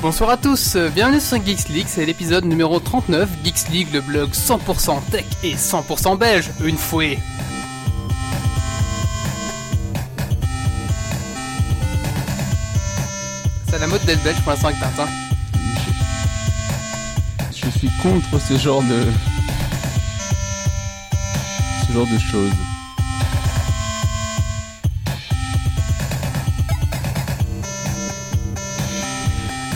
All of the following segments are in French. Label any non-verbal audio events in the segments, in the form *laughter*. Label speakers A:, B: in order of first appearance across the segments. A: Bonsoir à tous, bienvenue sur Geeks League, c'est l'épisode numéro 39, Geeks League, le blog 100% tech et 100% belge, une fouée. C'est à la mode d'être belge pour l'instant avec Tintin.
B: Je suis contre ce genre de. ce genre de choses.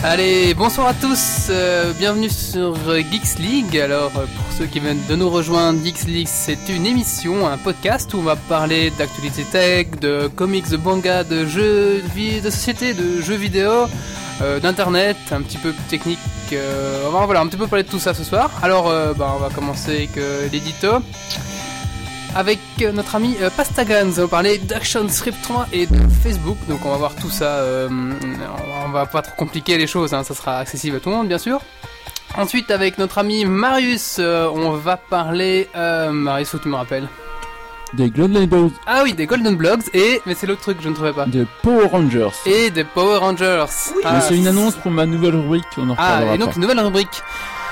A: Allez, bonsoir à tous, euh, bienvenue sur euh, Geeks League. Alors, euh, pour ceux qui viennent de nous rejoindre, Geeks League, c'est une émission, un podcast où on va parler d'actualité tech, de comics, de manga, de jeux de, vie- de société, de jeux vidéo, euh, d'internet, un petit peu technique. euh, on va voilà, un petit peu parler de tout ça ce soir. Alors, euh, bah, on va commencer avec euh, l'édito. Avec euh, notre ami euh, Pastagan, nous allons parler d'Action Script 3 et de Facebook. Donc on va voir tout ça. euh, on va pas trop compliquer les choses, hein, ça sera accessible à tout le monde bien sûr. Ensuite avec notre ami Marius, euh, on va parler... Euh, Marius, où tu me rappelles
B: Des Globe Labels,
A: Ah oui, des Golden Blogs et... Mais c'est l'autre truc que je ne trouvais pas.
B: des Power Rangers.
A: Et des Power Rangers. Ah,
B: Mais c'est une annonce pour ma nouvelle rubrique, on en
A: Ah,
B: reparlera
A: et donc
B: après.
A: une nouvelle rubrique.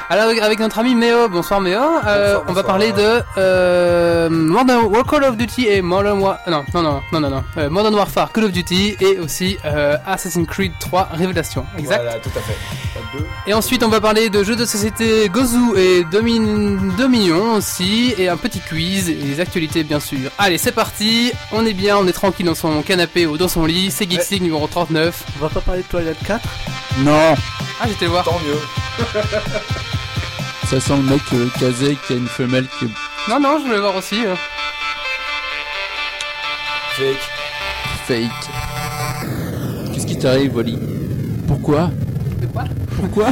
A: Alors avec- avec notre ami Méo, bonsoir Méo, Euh,
C: Bonsoir,
A: on va
C: bonsoir.
A: parler de euh, Modern War- Call of Duty et Modern War... Non, non, non, non, non, non. Euh, Modern Warfare, Call of Duty et aussi euh, Assassin's Creed 3 Révélation. Exact.
C: Voilà, tout à fait. Pas de deux.
A: Et ensuite on va parler de jeux de société Gozu et Domin- Dominion aussi et un petit quiz et les actualités bien sûr. Allez c'est parti, on est bien, on est tranquille dans son canapé ou dans son lit, c'est Geeks League numéro 39.
D: On va pas parler de Twilight 4
B: Non
A: Ah j'étais le voir.
C: Tant mieux.
B: Ça sent le mec euh, casé qui a une femelle qui.
A: Non non je voulais voir aussi. euh.
C: Fake.
B: fake. Qu'est-ce qui t'arrive, Wally Pourquoi Pourquoi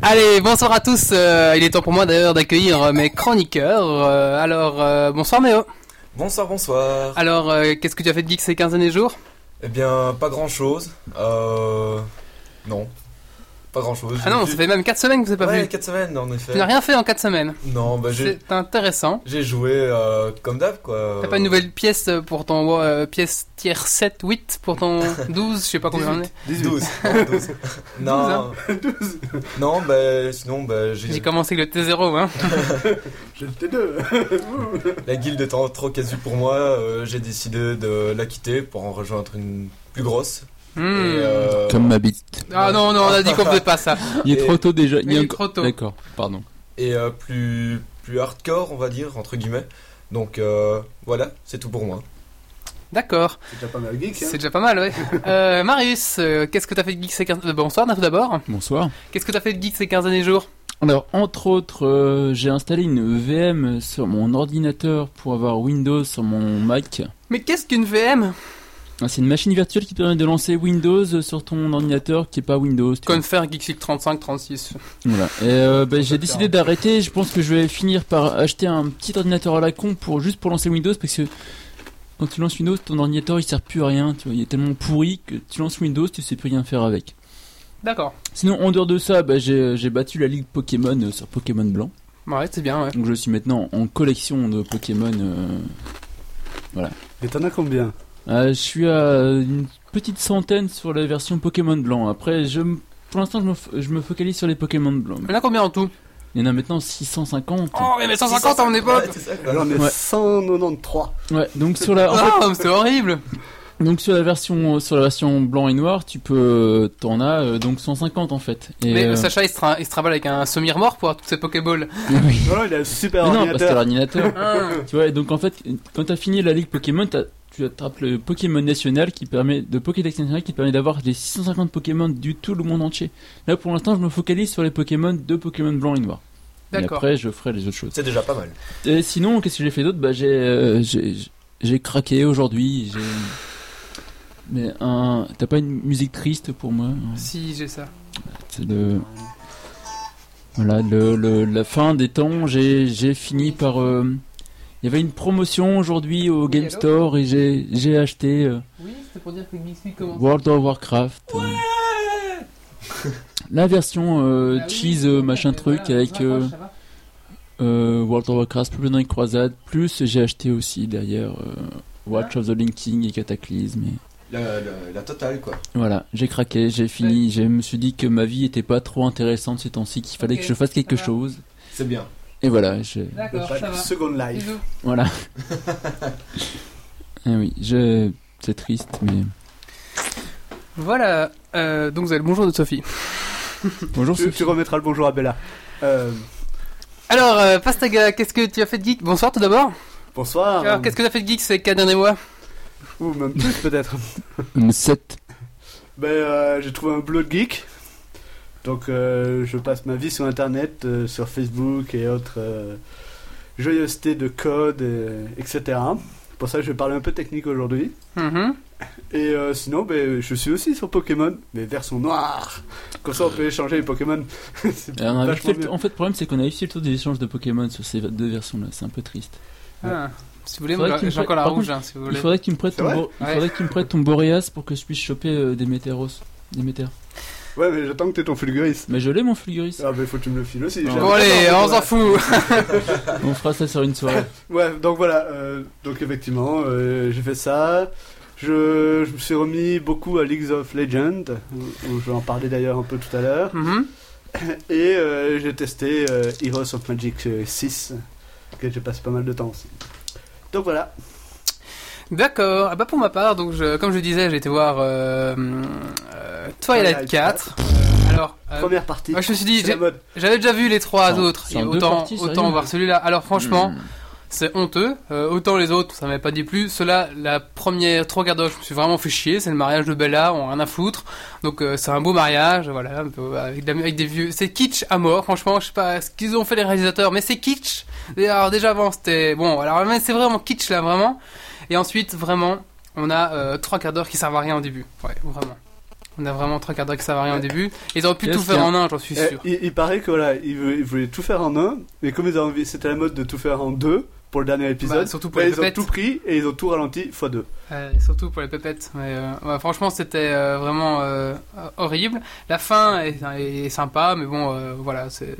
A: Allez, bonsoir à tous. euh, il est temps pour moi d'ailleurs d'accueillir euh, mes chroniqueurs. Euh, alors, euh, bonsoir Méo.
C: Bonsoir, bonsoir.
A: Alors, euh, qu'est-ce que tu as fait de geek ces 15 derniers jours
C: Eh bien, pas grand chose. Euh. Non. Pas grand chose.
A: Ah non, ça fait même 4 semaines que vous n'avez pas
C: ouais,
A: vu.
C: 4 semaines en effet.
A: Tu n'as rien fait en 4 semaines.
C: Non, bah j'ai
A: C'est intéressant.
C: j'ai joué euh, comme d'hab quoi.
A: T'as pas une nouvelle pièce pour ton euh, pièce tier 7, 8 pour
C: *laughs*
A: ton 12, je sais pas combien on est.
C: 12. *laughs* Non,
A: *laughs*
C: 12. non. non, bah sinon bah
A: hein. J'ai
C: j'ai
A: commencé avec le T0, hein.
D: J'ai le T2
C: la guilde étant trop casu pour moi, euh, j'ai décidé de la quitter pour en rejoindre une plus grosse.
A: Hmm.
C: Et, euh,
B: Comme ma bite.
A: Ah non, non, on a dit
C: *laughs*
A: qu'on faisait pas ça.
B: Il est
C: Et-
B: trop tôt déjà. Il
A: Il
B: y a
A: est
B: encore-
A: trop tôt.
B: D'accord, pardon.
C: et euh, plus, plus hardcore, on va dire, entre guillemets. Donc euh, voilà, c'est tout pour moi.
A: D'accord,
D: *laughs* C'est déjà pas mal geek, hein
A: c'est déjà pas mal, ouais. Euh, Marius, euh, qu'est-ce que t'as fait de geek ces 15 Bonsoir tout d'abord.
B: Bonsoir.
A: Qu'est-ce que t'as fait de geek ces 15 derniers jours
B: Alors, entre autres, euh, j'ai installé une VM sur mon ordinateur pour avoir Windows sur mon Mac.
A: Mais qu'est-ce qu'une VM
B: Ah, C'est une machine virtuelle qui permet de lancer Windows sur ton ordinateur qui est pas Windows. tu vois.
A: Confer Geeksleague 35 36.
B: Voilà. Et euh, bah, j'ai décidé d'arrêter. Je pense que je vais finir par acheter un petit ordinateur à la con pour juste pour lancer Windows parce que quand tu lances Windows, ton ordinateur il sert plus à rien. Tu vois, il est tellement pourri que tu lances Windows, tu sais plus rien faire avec.
A: D'accord.
B: Sinon, en dehors de ça, bah, j'ai j'ai battu la ligue Pokémon euh, sur Pokémon Blanc.
A: Ouais, c'est bien ouais.
B: Donc je suis maintenant en collection de Pokémon. euh,
D: Et t'en as combien
B: Euh, je suis à une petite centaine sur la version Pokémon blanc. Après, je me- pour l'instant, je me, f- je me focalise sur les Pokémon blancs.
A: Il y en a combien en tout
B: Il y en a maintenant 650.
A: Oh, mais 150 à mon époque.
C: *laughs* Ouais,
A: *laughs*
C: c'est ça, quoi.
D: Alors on est
B: Ouais.
D: 193.
B: Ouais, donc sur la, en fait,
A: Oh, c'est horrible.
B: donc sur la version, sur la version blanc et noir, tu peux, t'en as euh, donc 150 en fait. Et,
A: Mais
B: euh,
A: Sacha il se, tra- il se travaille avec un semi-remords pour avoir toutes ces Pokéballs.
B: oui.
D: Voilà, il a un super
B: Mais non, parce que
D: ordinateur.
B: l'ordinateur.
A: Ah.
B: tu vois, et donc en fait, quand t'as fini la ligue Pokémon, t'as- tu attrapes le Pokémon national qui permet, de Pokédex national qui permet d'avoir les 650 Pokémon du tout le monde entier. Là, pour l'instant, je me focalise sur les Pokémon de Pokémon blanc et noir. Et
A: D'accord.
B: après, je ferai les autres choses.
C: C'est déjà pas mal.
B: Et sinon, qu'est-ce que j'ai fait d'autre Bah, j'ai, euh, j'ai, j'ai craqué aujourd'hui. J'ai... Mais un, t'as pas une musique triste pour moi hein
A: Si, j'ai ça.
B: C'est de, voilà, le, le- la fin des temps. J'ai, j'ai fini par. euh, Il y avait une promotion aujourd'hui au
A: Oui,
B: Game
A: allô
B: Store et j'ai, j'ai acheté euh,
A: Oui, c'était pour dire que Geeksleague commence.
B: World of Warcraft. euh, *laughs* la version euh,
A: Ah
B: cheese euh, machin truc avec. euh, euh, World of Warcraft, plus dans les
D: Ah.
B: croisades, plus j'ai acheté aussi derrière euh, Watch of the Linking et Cataclysm. et-
C: la, la- la totale quoi.
B: Voilà, j'ai craqué, j'ai fini, je me suis dit que ma vie était pas trop intéressante ces temps-ci, qu'il fallait
A: Ok,
B: que je fasse quelque
A: ça
D: Ah.
A: va.
B: chose.
C: C'est bien.
B: Et voilà, je...
A: D'accord, ça va.
D: Second Life.
A: Bisous.
B: Voilà. ah oui, je... C'est triste, mais...
A: Voilà, euh, donc vous avez le bonjour de Sophie.
B: Bonjour
D: Tu,
B: Sophie.
D: tu remettras le bonjour à Bella. Euh,
A: Alors, euh, Pastaga, qu'est-ce que tu as fait de geek Bonsoir tout d'abord.
D: bonsoir.
A: Alors, qu'est-ce que tu as fait de geek ces quatre derniers mois
D: Ou même plus
A: *laughs*
D: peut-être.
B: Une 7.
D: Ben, euh, j'ai trouvé un blog geek. Donc, euh, je passe ma vie sur Internet, euh, sur Facebook et autres euh, joyeusetés de code, euh, etc. Pour ça, je vais parler un peu technique aujourd'hui.
A: Mhm.
D: Et euh, sinon, ben, je suis aussi sur Pokémon, mais version noire. Comme ça, on peut échanger les Pokémon. C'est
B: Alors, Ah, on a vite
D: vachement
B: fait le
D: bien.
B: tour- En fait, le problème, c'est qu'on a vite fait le tour des échanges de Pokémon sur ces deux versions-là. C'est un peu triste.
A: Ah, si vous voulez,
B: Faudrait
A: moi,
B: qu'il me
A: j'ai encore la
B: prête- par
A: rouge, hein, si vous
B: Il
A: voulez.
B: faudrait que tu me prêtes
D: C'est
B: ton,
D: vrai
B: Bo- il
A: Ouais.
B: faudrait que tu me prêtes ton Boreas pour que je puisse choper euh, des météoros. Des météores.
D: Ouais, mais j'attends que t'aies ton Fulguris.
B: Mais je l'ai, mon Fulguris.
D: Ah, ben, faut que tu me le files aussi.
B: Bon,
D: J'avais
A: Bon allez,
D: pas
A: on
D: envie,
A: s'en
D: voilà.
A: fout.
B: On fera ça sur une
D: *laughs*
B: soirée.
D: Ouais, donc voilà. euh, donc, effectivement, euh, j'ai fait ça. Je, je me suis remis beaucoup à League of Legends, où, où je vais en parler d'ailleurs un peu tout à l'heure.
A: Mhm.
D: Et euh, j'ai testé euh, Heroes of Magic euh, 6, que j'ai passé pas mal de temps aussi. Donc voilà.
A: *laughs* D'accord. Ah bah pour ma part, donc je, comme je disais, j'ai été voir euh, euh, Twilight
D: Twilight
A: 4. Alors, euh,
D: Première partie.
A: moi je me suis dit,
D: C'est la
A: j'ai-
D: mode.
A: j'avais déjà vu les trois
B: C'est un-
A: autres,
B: c'est
A: et
B: un deux
A: autant
B: parties, sérieux
A: autant voir celui-là. Alors franchement,
B: Hmm.
A: c'est honteux. Euh, autant les autres, ça m'avait pas dit plus. Cela, la première trois quarts d'heure, je me suis vraiment fait chier. C'est le mariage de Bella, on a rien à foutre. Donc euh, c'est un beau mariage, voilà, un peu avec, de la- avec des vieux. C'est kitsch à mort, franchement. Je sais pas ce qu'ils ont fait les réalisateurs, mais c'est kitsch. Et alors déjà avant, c'était bon. Alors mais c'est vraiment kitsch là, vraiment. Et ensuite, vraiment, on a euh, trois quarts d'heure qui servent à rien au début. Ouais, vraiment. On a vraiment trois quarts d'heure qui servent à rien au début. Ils auraient pu
B: Qu'est-ce
A: tout faire
B: qu'il y a
A: en un, j'en suis
D: Eh,
A: sûr.
D: il, il paraît que voilà, ils vou- ils voulaient tout faire en un, mais comme ils ont envie, c'était la mode de tout faire en deux pour le dernier épisode,
A: Bah, surtout pour
D: bah,
A: les
D: ils ont
A: pépettes.
D: tout pris et ils ont tout ralenti fois deux.
A: Euh, surtout pour les pépettes. Mais, euh, ouais, franchement, c'était euh, vraiment euh, horrible. La fin est, est sympa, mais bon, euh, voilà. c'est-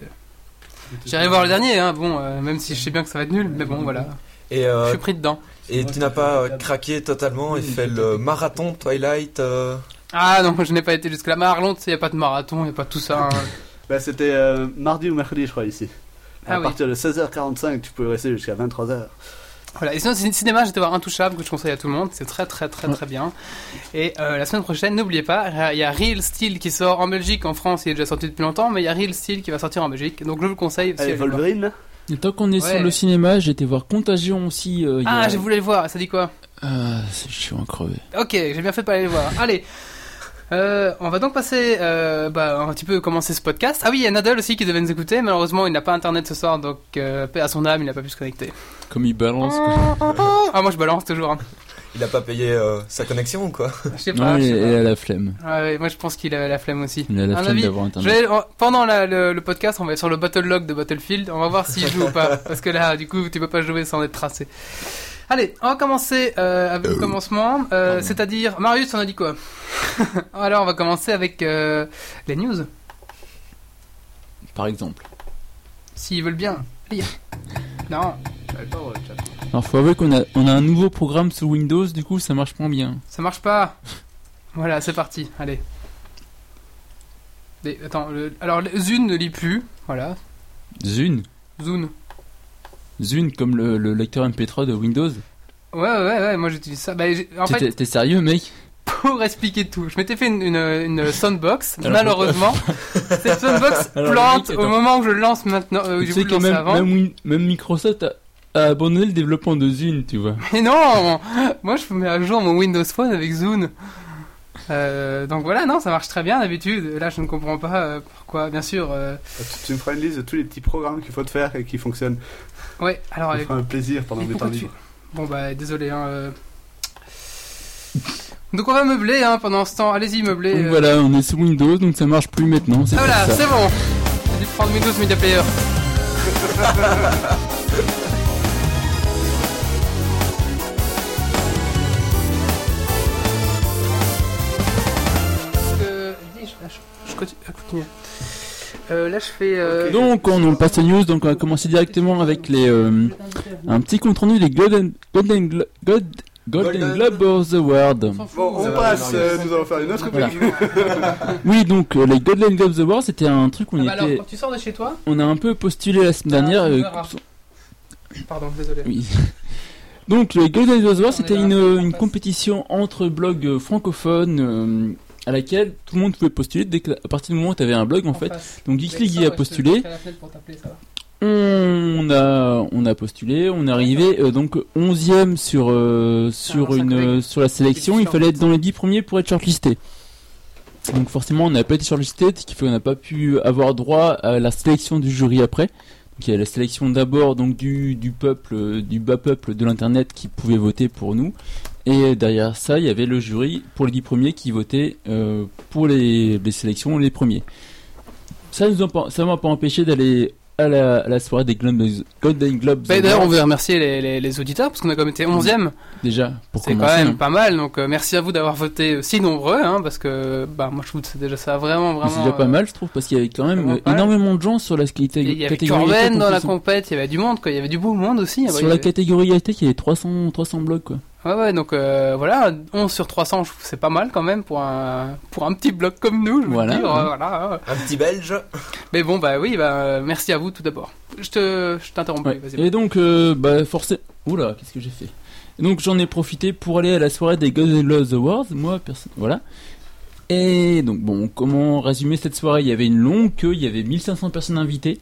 A: J'irai voir le dernier, hein, bon, euh, même si je sais bien que ça va être nul, mais bon, voilà.
C: Et,
A: Je
C: euh,
A: suis pris dedans.
C: et tu n'as pas euh, craqué totalement et fait le marathon Twilight euh,
A: Ah non, je n'ai pas été jusque-là. Mais à Arlon, tu sais, il n'y a pas de marathon, il n'y a pas tout ça. hein.
D: Bah, c'était euh, mardi ou mercredi, je crois, ici.
A: Ah
D: à
A: oui.
D: partir de 16h45, tu pouvais rester jusqu'à 23h.
A: voilà. Et sinon, cin- cinéma, j'étais voir Intouchable, que je conseille à tout le monde. C'est très, très, très, très bien. Et euh, la semaine prochaine, n'oubliez pas, il y a Real Steel qui sort en Belgique. En France, il est déjà sorti depuis longtemps, mais il y a Real Steel qui va sortir en Belgique. Donc je vous le conseille. si
D: Allez,
A: allez le voir.
D: Wolverine, là
B: Et tant qu'on est
A: Ouais.
B: sur le cinéma, j'ai été voir Contagion aussi. euh, il y a-
A: Ah, j'ai voulu le voir, ça dit quoi
B: Ah, c'est chiant à crever.
A: Ok, j'ai bien fait de pas aller les voir. Allez, euh, on va donc passer euh, bah, un petit peu commencer ce podcast. Ah oui, il y a Nadal aussi qui devait nous écouter. Malheureusement, il n'a pas internet ce soir, donc euh, paix à son âme, il n'a pas pu se connecter.
B: Comme il balance. quoi.
A: Ah, moi je balance toujours. hein.
C: Il a pas payé euh, sa connexion ou quoi
A: Je sais
B: Non,
A: pas. je
B: il
A: sais
B: elle
A: pas.
B: a la flemme.
A: Ah ouais, moi je pense qu'il avait la flemme aussi.
B: Il a la
A: À mon
B: flemme
A: avis,
B: d'avoir
A: je
B: internet.
A: vais- en- pendant la- le, le podcast, on va être sur le battle log de Battlefield. On va voir s'il joue ou pas. Parce que là, du coup, tu peux pas jouer sans être tracé. Allez, on va commencer euh, avec le commencement. euh,
B: Pardon.
A: C'est-à-dire, Marius, on a dit quoi *laughs* Alors, on va commencer avec euh, les news,
B: Par exemple.
A: s'ils veulent bien lire. Non,
B: Alors, faut avouer qu'on a, on a un nouveau programme sous Windows, du coup, ça marche moins bien.
A: ça marche pas. Voilà, c'est parti. Allez. Mais, attends, le- alors le- Zune ne lit plus. Voilà,
B: Zune.
A: Zune.
B: Zune, comme le, le lecteur MP3 de Windows.
A: Ouais, ouais, ouais, moi j'utilise ça. Bah, j'ai- en
B: T'es
A: fait,
B: t'es sérieux, mec
A: pour expliquer tout. Je m'étais fait une, une,
B: *laughs*
A: une soundbox.
B: Alors,
A: Malheureusement,
B: *laughs*
A: cette soundbox
B: Alors,
A: plante
B: mec,
A: au
B: attends.
A: moment où je le lance maintenant. euh,
B: Tu
A: je
B: sais
A: vous le
B: que
A: lance
B: même,
A: avant.
B: même Win- même Microsoft a, a abandonné le développement de Zune, tu vois.
A: Mais non Moi, je mets à jour mon Windows Phone avec Zune. Euh, donc voilà, non, ça marche très bien d'habitude. Là, je ne comprends pas euh, pourquoi. Bien sûr. euh,
D: Ah, Tu- Tu me feras une liste de tous les petits programmes qu'il faut te faire et qui fonctionnent.
A: Ouais, alors.
D: Ça me
A: euh,
D: fera un plaisir pendant
A: mais
D: mes temps
A: pourquoi tu-
D: libres.
A: Bon, bah, désolé. Hein, euh. Donc on va meubler hein, pendant ce temps. Allez-y, meubler.
B: Donc
A: euh.
B: voilà, on est sous Windows, donc ça marche plus maintenant. C'est
A: Ah voilà,
B: pour ça.
A: c'est bon. J'ai dû prendre Windows Media Player. Euh, dis, je- je- je continue- je continue. Euh, là, je fais. euh,
B: Donc on, on passe aux news, donc on va commencer directement avec les euh, un petit compte rendu des Golden Golden Glo- God- Golden
C: Golden-
B: Globes Award.
D: Bon,
C: Ça
D: on
C: va,
D: passe,
C: Marius.
D: euh, nous allons faire une autre
B: Voilà.
D: rubrique.
B: Oui, donc euh, les Golden Globes Awards, c'était un truc où on
A: Ah
B: y
A: bah *laughs* alors,
B: était.
A: quand tu sors de chez toi,
B: On a un peu postulé la semaine
A: Ah,
B: dernière.
A: on
B: euh,
A: verra. pardon, désolé.
B: Oui. Donc le Golden Globes Awards,
A: On
B: c'était
A: est là,
B: une,
A: on
B: une
A: passe.
B: compétition entre blogs euh, francophones euh, à laquelle tout le monde pouvait postuler dès que, à partir du moment où tu avais un blog en fait.
A: face.
B: Donc
A: Mais
B: Geeks League
A: ça,
B: y a
A: ouais,
B: postulé.
A: je te mettrai la fenêtre pour t'appeler, ça va.
B: On a, on a postulé, on est arrivé euh, donc 11e sur, euh, sur,
A: Ah,
B: une,
A: sacré.
B: euh, sur la sélection. Il fallait être dans les 10 premiers pour être shortlisté. Donc forcément, on n'a pas été shortlisté, ce qui fait qu'on n'a pas pu avoir droit à la sélection du jury après. Donc il y a la sélection d'abord donc du, du peuple, euh, du bas peuple de l'internet qui pouvait voter pour nous. Et derrière ça, il y avait le jury pour les 10 premiers qui votait euh, pour les, les sélections les premiers. Ça nous a pas- ça m'a pas empêché d'aller à la, à la soirée des Globes, Golden Globes.
A: Bah, D'ailleurs, on veut remercier les, les- les auditeurs parce qu'on a quand même été 11 e
B: déjà pour
A: C'est quand
B: commencer,
A: même
B: hein.
A: pas mal. Donc, euh, merci à vous d'avoir voté si nombreux hein, parce que bah, moi je trouve que c'est déjà ça vraiment,
B: Mais
A: vraiment.
B: C'est déjà pas
A: euh,
B: mal, je trouve, parce qu'il y avait quand même
A: vraiment pas mal.
B: énormément de gens sur la qualité-
A: Il y avait
B: catégorie.
A: Corben dans
B: high-tech
A: la
B: compétition.
A: compète, il y avait du monde, quoi. Il y avait du beau monde aussi.
B: Sur la catégorie high-tech, il y avait 300, 300 blogs, quoi.
A: Ouais, ouais, donc euh, voilà, 11 sur 300, je trouve que c'est pas mal quand même pour un, pour un petit bloc comme nous, je veux
B: Voilà,
A: dire,
B: hein.
A: euh, voilà, hein.
C: Un petit belge.
A: Mais bon, bah oui, bah, euh, merci à vous tout d'abord. Je te je t'interromps,
B: Ouais.
A: vas-y.
B: Et donc, euh, bah, forcément. Oula, qu'est-ce que j'ai fait Et Donc, j'en ai profité pour aller à la soirée des Golden Globes Awards. Moi, personne. Voilà. Et donc, bon, comment résumer cette soirée Il y avait une longue queue, il y avait 1500 personnes invitées.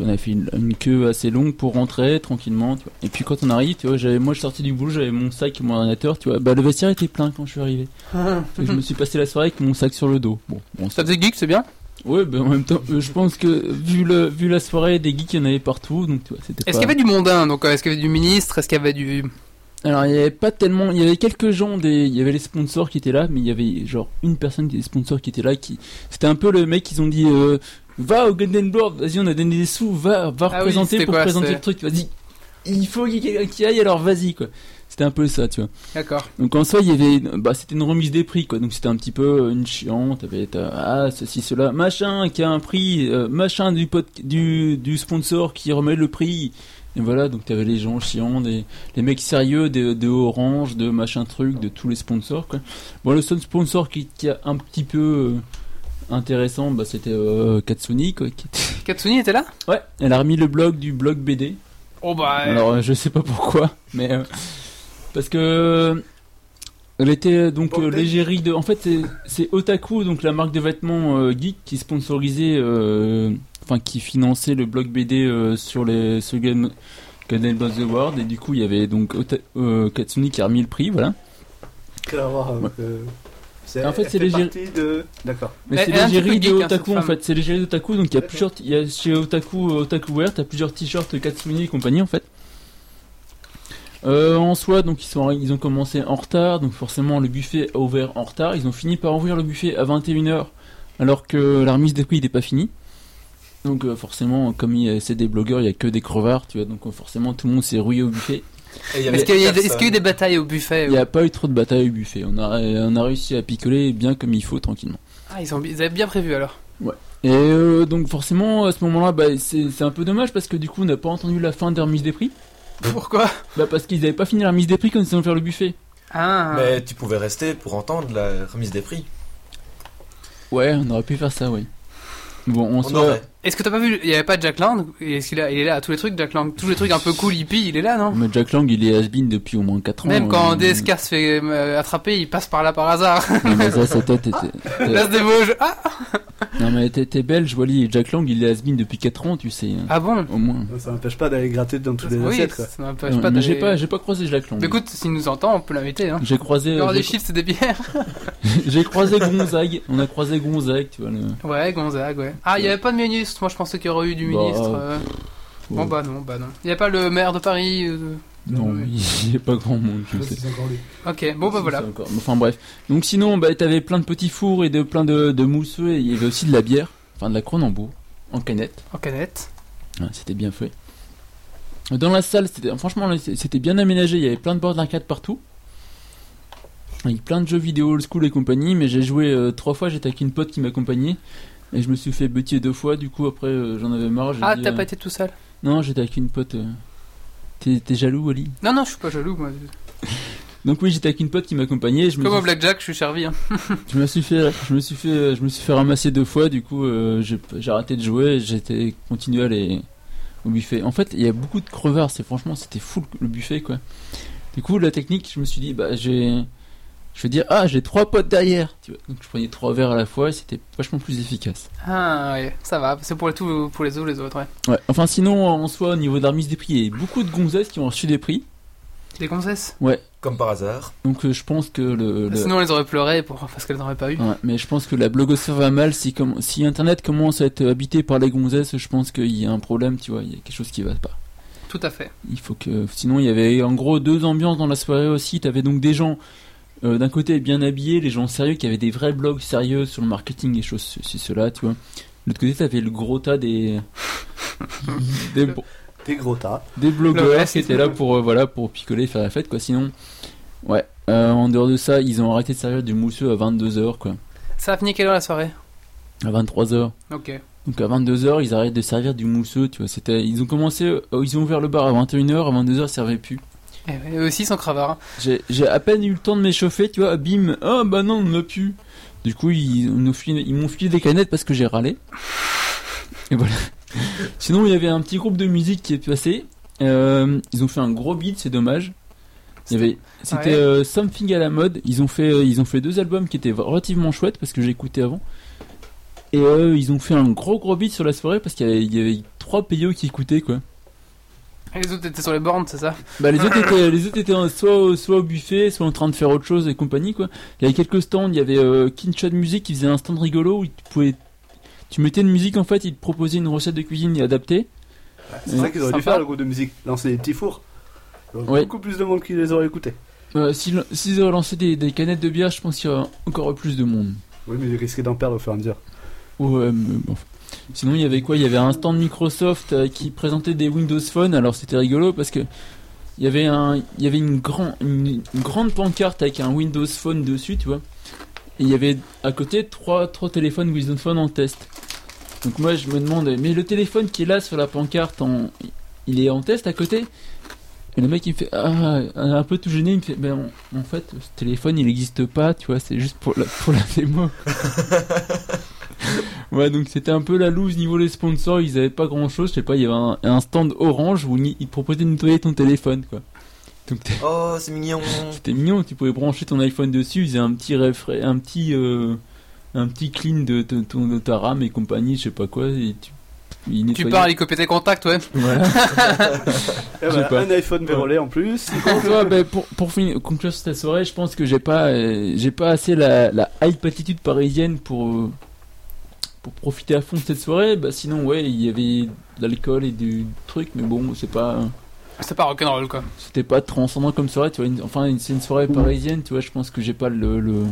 B: On a fait une, une queue assez longue pour rentrer tranquillement. tu vois. Et puis, quand on arrive, tu vois, j'avais, moi, je sortais du boulot, j'avais mon sac et mon ordinateur. Tu vois, bah, le vestiaire était plein quand je suis arrivé. Et je me suis passé la soirée avec mon sac sur le dos. Bon, bon
A: Ça faisait geek, c'est bien.
B: ouais, bah, en même temps, euh, je pense que vu, le, vu la soirée, des geeks, il y en avait partout. Donc, tu vois, c'était
A: Est-ce
B: pas-
A: qu'il y avait du mondain Donc, euh, est-ce qu'il y avait du ministre Est-ce qu'il y avait du.
B: Alors il y avait pas tellement, il y avait quelques gens des, il y avait les sponsors qui étaient là, mais il y avait genre une personne des sponsors qui était là qui, c'était un peu le mec ils ont dit, euh, va au Golden Board, vas-y on a donné des sous, va, va
A: Ah oui,
B: représenter
A: c'était
B: pour
A: quoi,
B: présenter
A: c'est-
B: le truc, vas-y, il faut qu'il y ait quelqu'un qui aille alors vas-y quoi. C'était un peu ça tu vois.
A: D'accord.
B: Donc en soi il y avait, une- bah c'était une remise des prix quoi, donc c'était un petit peu euh, une chiante, t'avais t'as- ah ceci cela, machin qui a un prix, euh, machin du pod- du du sponsor qui remet le prix. Et voilà, donc t'avais les gens chiants, des, les mecs sérieux de, de Orange, de machin truc, de tous les sponsors. Quoi. Bon, le seul sponsor qui, qui a un petit peu euh, intéressant, bah, c'était euh, Katsuni. Quoi, qui était- *laughs*
A: Katsuni était là
B: Ouais, elle a remis le blog du blog BD.
A: Oh bah. euh,
B: Alors, euh, je sais pas pourquoi, mais euh, parce que euh, elle était euh, donc euh,
D: Bordel.
B: l'égérie de. En fait, c'est- c'est Otaku, donc la marque de vêtements euh, geek qui sponsorisait, euh, enfin qui finançait le blog BD euh, sur les sur Game Golden Globes Award et du coup il y avait donc Ota- euh, Katsuni qui a remis le prix, voilà.
D: Clairement, euh, c'est-
B: En fait,
D: elle
B: c'est les gé-
D: partie de. D'accord.
B: Mais
A: Elle-
B: c'est
A: elle est un
B: l'égérie
A: petit
B: de
A: peu geek, hein,
B: Otaku
A: cette
B: en
A: femme.
B: fait, c'est l'égérie de Otaku, donc il y a
D: D'accord.
B: plusieurs, il y a chez Otaku, euh, Otaku Wear, t'as plusieurs t-shirts Katsuni et compagnie en fait. Euh, en soi, donc ils, sont, ils ont commencé en retard, donc forcément le buffet a ouvert en retard, ils ont fini par ouvrir le buffet à 21h alors que la remise des prix n'est pas finie. Donc euh, forcément, comme il y a- c'est des blogueurs, il n'y a que des crevards, tu vois, donc euh, forcément tout le monde s'est rouillé au buffet.
C: Et il y avait
A: Est-ce qu'il y, a eu des- est-ce
C: personne.
A: qu'il y a eu des batailles au buffet
B: Il n'y a pas eu trop de bataille au buffet, on a, on a réussi à picoler bien comme il faut tranquillement.
A: Ah, ils, ont, ils avaient bien prévu alors. *laughs*
B: Et euh, donc forcément à ce moment-là, bah, c'est c'est un peu dommage parce que du coup on n'a pas entendu la fin de la remise des prix.
A: Pourquoi
B: Bah parce qu'ils n'avaient pas fini la remise des prix quand ils ont fait le buffet.
A: Ah.
C: Mais tu pouvais rester pour entendre la remise des prix.
B: Ouais, on aurait pu faire ça, oui. Bon, on,
C: On,
B: se
C: aurait.
A: Est-ce que t'as pas vu Il y avait pas Jack Lang Est-ce qu'il a- il est là à tous les trucs, Jack Lang Tous les trucs un peu cool, hippie, il est là, non
B: Mais Jack Lang, il est has-been depuis au moins 4 ans.
A: Même
B: euh,
A: quand DSK se fait euh, attraper, il passe par là par hasard.
B: Non mais ça, sa tête était...
A: *laughs* Place des Vosges. Ah,
B: non mais t'es t'es belge, voilà, et Jack Lang, il est has-been depuis 4 ans, tu sais. hein.
A: ah bon
B: Au moins.
D: Ça n'empêche pas d'aller gratter dans tous les
A: Oui,
D: assiettes, quoi.
A: ça m'empêche
B: Non,
A: pas
B: mais j'ai
A: d'aller.
B: pas, j'ai pas croisé Jack Lang.
A: Mais Écoute, s'il nous entend, on peut l'inviter. Hein.
B: J'ai croisé,
A: Genre des
B: j'ai-
A: chips et des bières. *laughs*
B: *laughs* j'ai croisé Gonzague. On a croisé Gonzague, tu vois. Le...
A: Ouais, Gonzague, ouais. Ah, il y avait pas de ministre. Moi, je pensais qu'il y aurait eu du
B: Bah,
A: ministre. euh. Bon, bah non, bah non. Il y a pas le maire de Paris. euh.
B: Non, il n'y a pas grand monde, tu sais.
A: Ok, bon, bah voilà.
B: C'est encore- Enfin bref. Donc sinon, bah, t'avais plein de petits fours et de plein de, de mousseux et il y avait aussi de la bière, enfin de la Cronenbourg, en canette.
A: En canette.
B: Ouais, c'était bien fait. Dans la salle, c'était franchement, là, c'était bien aménagé. Il y avait plein de bords d'arcade partout. Avec plein de jeux vidéo, old school et compagnie. Mais j'ai joué euh, trois fois. J'étais avec une pote qui m'accompagnait. Et je me suis fait bêtiser deux fois. Du coup, après, euh, j'en avais marre. j'ai
A: Ah,
B: dit,
A: t'as
B: euh,
A: pas été tout seul
B: Non, j'étais avec une pote. euh, T'es t'es jaloux, Oli
A: Non, non, je suis pas jaloux, moi.
B: Donc oui, j'étais avec une pote qui m'accompagnait. Je me
A: Comme au
B: suis
A: Blackjack, je suis servi. hein.
B: Je me suis fait, je me suis fait, je me suis fait ramasser deux fois. Du coup, euh, j'ai j'ai arrêté de jouer. J'étais continué à aller au buffet. En fait, il y a beaucoup de crevards. C'est franchement, c'était fou le buffet quoi. Du coup, la technique, je me suis dit, bah j'ai, je veux dire, ah j'ai trois potes derrière. Tu vois. Donc je prenais trois verres à la fois. et C'était vachement plus efficace.
A: Ah ouais, ça va. C'est pour, le tout, pour les uns ou les autres, ouais.
B: Ouais. Enfin, sinon en soi, au niveau de la remise des prix, il y a beaucoup de gonzesses qui ont reçu des prix.
A: Des concesses
C: Comme par hasard.
B: Donc euh, je pense que le, le-
A: Sinon, elles auraient pleuré pour... parce qu'elles n'auraient pas eu.
B: Ouais, mais je pense que la blogosphère va mal si, comme, si Internet commence à être habité par les gonzesses. Je pense qu'il y a un problème, tu vois, il y a quelque chose qui va pas.
A: Tout à fait.
B: Il faut que, sinon, il y avait en gros deux ambiances dans la soirée aussi. T'avais donc des gens euh, d'un côté bien habillés, les gens sérieux qui avaient des vrais blogs sérieux sur le marketing et choses ceci cela, tu vois. De l'autre côté, t'avais le gros
A: *laughs*
B: tas des des, bro-
D: Des gros tas.
B: des
A: Le
B: blogueurs
A: reste,
B: qui étaient là pour euh, voilà pour picoler, faire la fête quoi. Sinon, ouais. euh, en dehors de ça, ils ont arrêté de servir du mousseux à 22h quoi,
A: Ça a fini quelle heure la soirée Eh
B: à 23h.
A: Ok.
B: Donc à 22h, ils arrêtent de servir du mousseux, tu vois. C'était, ils ont commencé, euh, ils ont ouvert le bar à 21h, à 22h, ils servaient plus.
A: Et eux aussi sans cravard.
B: J'ai, j'ai à peine eu le temps de m'échauffer, tu vois, bim, ah bah non, on ne l'a plus. Du coup, ils, on nous file- ils m'ont filé des canettes parce que j'ai râlé. Et voilà. *laughs* Sinon, il y avait un petit groupe de musique qui est passé. Euh, ils ont fait un gros beat, c'est dommage. Il y avait, c'était
A: Ouais.
B: euh, Something à la mode. Ils ont fait, euh, ils ont fait deux albums qui étaient relativement chouettes parce que j'ai écouté avant. Et euh, ils ont fait un gros gros beat sur la soirée parce qu'il y avait, il y avait trois PO qui écoutaient quoi.
A: Et les autres étaient sur les bornes, c'est ça
B: Bah les autres étaient, les autres étaient en- soit, au- soit au buffet, soit en train de faire autre chose et compagnie quoi. Il y avait quelques stands, il y avait euh, Kinshot Music qui faisait un stand rigolo où tu pouvais, tu mettais une musique en fait, il te proposait une recette de cuisine et adaptée.
D: C'est ça qu'ils auraient dû
A: Sympa.
D: faire, le groupe de musique. Lancer des petits fours. Il y aurait
B: Ouais.
D: Beaucoup plus de monde qui les aurait écoutés.
B: Euh, si s'ils avaient lancé des, des canettes de bière, je pense qu'il y aurait encore plus de monde.
D: Oui, mais ils risquaient d'en perdre au fur et à mesure.
B: Ouais, mais bon. Sinon, il y avait quoi Il y avait un stand Microsoft euh, qui présentait des Windows Phone. Alors c'était rigolo parce que il y avait un, il y avait une, grand, une, une grande pancarte avec un Windows Phone dessus, tu vois. Et il y avait à côté trois, trois téléphones Windows Phone en test. Donc moi je me demande, mais le téléphone qui est là sur la pancarte, en, il est en test à côté Et le mec il me fait, ah, un peu tout gêné, il me fait, ben en- en fait ce téléphone il n'existe pas, tu vois, c'est juste pour la, pour la *laughs* démo. Ouais, donc c'était un peu la loose niveau des sponsors, ils avaient pas grand chose, je sais pas, il y avait un, un stand orange où ni- ils te proposaient de nettoyer ton téléphone, quoi. Donc t'es-
C: Oh, c'est mignon.
B: c'était mignon, tu pouvais brancher ton iPhone dessus, ils faisaient un petit refra- un petit, euh, un petit clean de, de ton- de ta RAM et compagnie, je sais pas quoi, et tu, ils
A: Tu
B: nettoyaient-
A: parles, ils copiaient tes contacts, ouais.
B: Voilà. Je
D: Et
B: sais
D: voilà,
B: pas.
D: Eh ben, un iPhone vérolé en plus.
B: *laughs* Donc, ouais, bah, pour, pour finir, conclure cette soirée, je pense que j'ai pas, euh, j'ai pas assez la, la hype attitude parisienne pour, euh, pour profiter à fond de cette soirée. Bah, sinon, ouais, il y avait de l'alcool et du truc, mais bon, c'est pas,
A: C'est pas rock'n'roll, quoi.
B: c'était pas transcendant comme soirée. Tu vois, une- enfin, une- c'est une soirée parisienne, tu vois, je pense que j'ai pas le, le,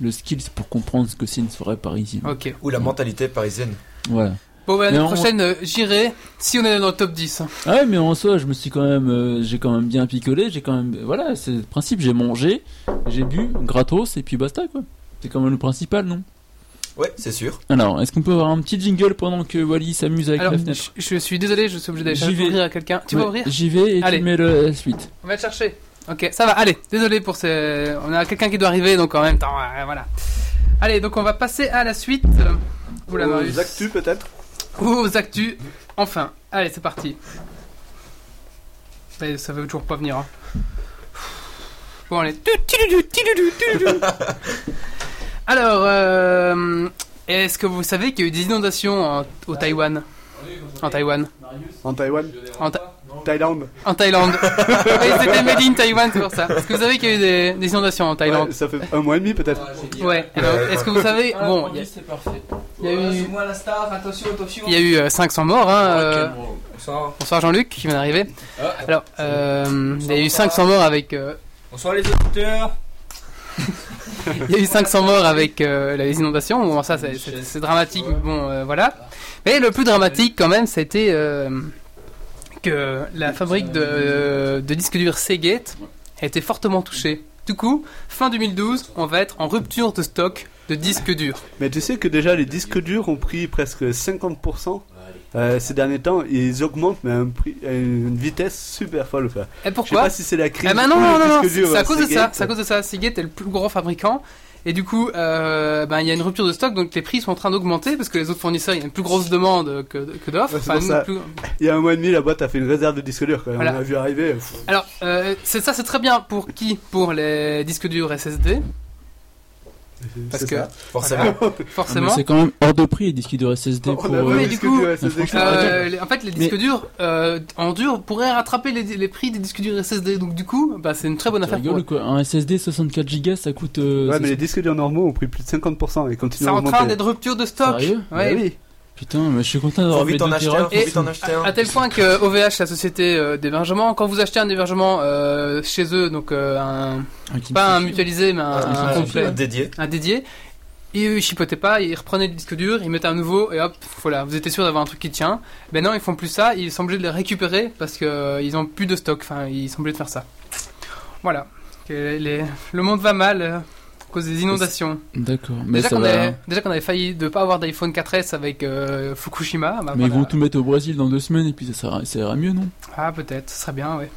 B: le skills pour comprendre ce que c'est une soirée parisienne.
A: Ok.
C: Ou la mentalité parisienne.
B: Voilà.
A: Bon, bah,
B: Mais
A: l'année
B: on-
A: prochaine, euh, j'irai si on est dans le top 10. hein.
B: Ah ouais, mais en soi, je me suis quand même, euh, j'ai quand même bien picolé, j'ai quand même, voilà, c'est le principe, j'ai mangé, j'ai bu, gratos, et puis basta, quoi. C'est quand même le principal, non
C: Ouais, c'est sûr.
B: Alors, est-ce qu'on peut avoir un petit jingle pendant que Wally s'amuse avec
A: Alors,
B: la
A: je,
B: fenêtre
A: je suis désolé, je suis obligé d'aller
B: J'y
A: chercher
B: vais.
A: ouvrir à quelqu'un. Tu
B: Ouais,
A: vas ouvrir
B: J'y vais et
A: Allez.
B: tu mets le- la suite.
A: On va te chercher. Ok, ça va, allez, désolé pour ce. On a quelqu'un qui doit arriver, donc en même temps, euh, voilà. Allez, donc on va passer à la suite. Oula, Marius.
D: Aux actus peut-être.
A: Aux actus, enfin. Allez, c'est parti. Ça, y est, ça veut toujours pas venir. hein. Bon, allez. Tu, tu, tu, tu, tu, tu, tu, tu.
D: *laughs*
A: Alors, euh, est-ce que vous savez qu'il y a eu des inondations en- au Taïwan En Taïwan.
D: En Taïwan.
A: En, Tha-
D: Thaïlande.
A: en Thaïlande. Et C'était Made in Taïwan, c'est pour ça. Est-ce que vous savez qu'il y a eu des, des inondations en Thaïlande
D: Ouais, ça fait un mois et demi peut-être.
A: Ouais. alors, Est-ce que vous savez
E: Ah,
A: Bon, il y a-
B: c'est parfait.
A: il y a eu.
F: moi la star, attention, attention.
A: Il y a eu euh, 500 morts. Hein, euh,
F: Bonsoir.
A: bonsoir Jean-Luc qui vient d'arriver.
F: Ah.
A: Alors, euh, il y a eu
F: Bonsoir.
A: 500 morts avec, euh,
F: Bonsoir les auditeurs.
A: il y a eu 500 morts avec euh, les inondations. Bon, ça c'est- c'est c'est dramatique. mais Bon, euh, voilà. Mais le plus dramatique quand même, c'était euh, que la fabrique de, de disques durs Seagate a été fortement touchée. Du coup, fin 2012, on va être en rupture de stock de disque dur.
D: Mais tu sais que déjà les disques durs ont pris presque 50% euh, ces derniers temps. Ils augmentent mais à, un prix- à une vitesse super folle. Quoi.
A: Et
D: Je sais pas
A: pourquoi
D: si c'est la crise.
A: Eh ben
D: ou
A: non,
D: le
A: non, non, non,
D: disque
A: c'est
D: dur,
A: c'est à
D: euh,
A: cause de ça.
D: Seagate.
A: C'est à cause de ça. Seagate est le plus gros fabricant. Et du coup, euh, ben, il y a une rupture de stock, donc les prix sont en train d'augmenter parce que les autres fournisseurs, il y a une plus grosse demande que, que d'offres.
D: Ouais, c'est pour
A: nous,
D: ça.
A: plus-
D: Il y a un mois et demi, la boîte a fait une réserve de disques durs. Quoi.
A: Voilà.
D: On a vu arriver. pff,
A: Alors, euh, c'est ça, c'est très bien pour qui Pour les disques durs SSD, Parce
D: c'est
A: que-
D: ça.
C: Forcément.
D: *laughs*
B: Ah, mais
A: forcément.
B: c'est quand même hors de prix les disques de SSD
D: On
B: pour.
D: a
B: euh,
D: vu
A: mais
D: les
A: du
D: disques
A: coup,
D: durs, SSD,
B: franchement,
D: c'est pas
A: Euh, les- en fait, les disques
B: Ah, Mais-
A: durs euh, en dur pourraient rattraper les, les prix des disques durs SSD. Donc, du coup, bah, c'est une très bonne
B: tu
A: affaire. pour
B: rigoles ou quoi Un SSD 64 Go ça coûte. euh,
D: Ouais,
B: ça-
D: mais les disques durs normaux ont pris plus de 50% et
A: eux.
D: continuent
A: C'est
D: à
A: en train
D: augmenter.
A: d'être rupture de stock.
B: Sérieux
A: Ouais.
D: Bah oui.
B: Putain, mais je suis content
C: Faut
B: d'avoir mes
C: vite en
B: 2
C: acheter
B: Tera.
C: un, faut
A: Et-
C: vite en acheter
A: À
C: un.
A: tel point que OVH, la société euh, d'hébergement, quand vous achetez un hébergement euh, chez eux, donc euh, un,
B: Ah,
A: pas un mutualisé, mais un,
C: Ah,
A: un
B: un
A: complet,
B: complet.
C: Dédié.
A: un dédié, ils euh, chipotaient pas, ils reprenaient le disque dur, ils mettaient un nouveau, et hop, voilà, vous étiez sûr d'avoir un truc qui tient. Ben non, ils font plus ça, ils sont obligés de les récupérer parce que euh, ils ont plus de stock, enfin, ils sont obligés de faire ça. Voilà. Que les- le monde va mal euh, à cause des inondations.
B: D'accord, mais
A: déjà
B: ça
A: qu'on
B: va.
A: avait, déjà qu'on avait failli de pas avoir d'iPhone 4S avec euh, Fukushima, bah
B: Mais ils
A: voilà.
B: vont tout mettre au Brésil dans deux semaines et puis ça, sera- ça ira mieux, non
A: Ah, peut-être, ce serait bien, ouais.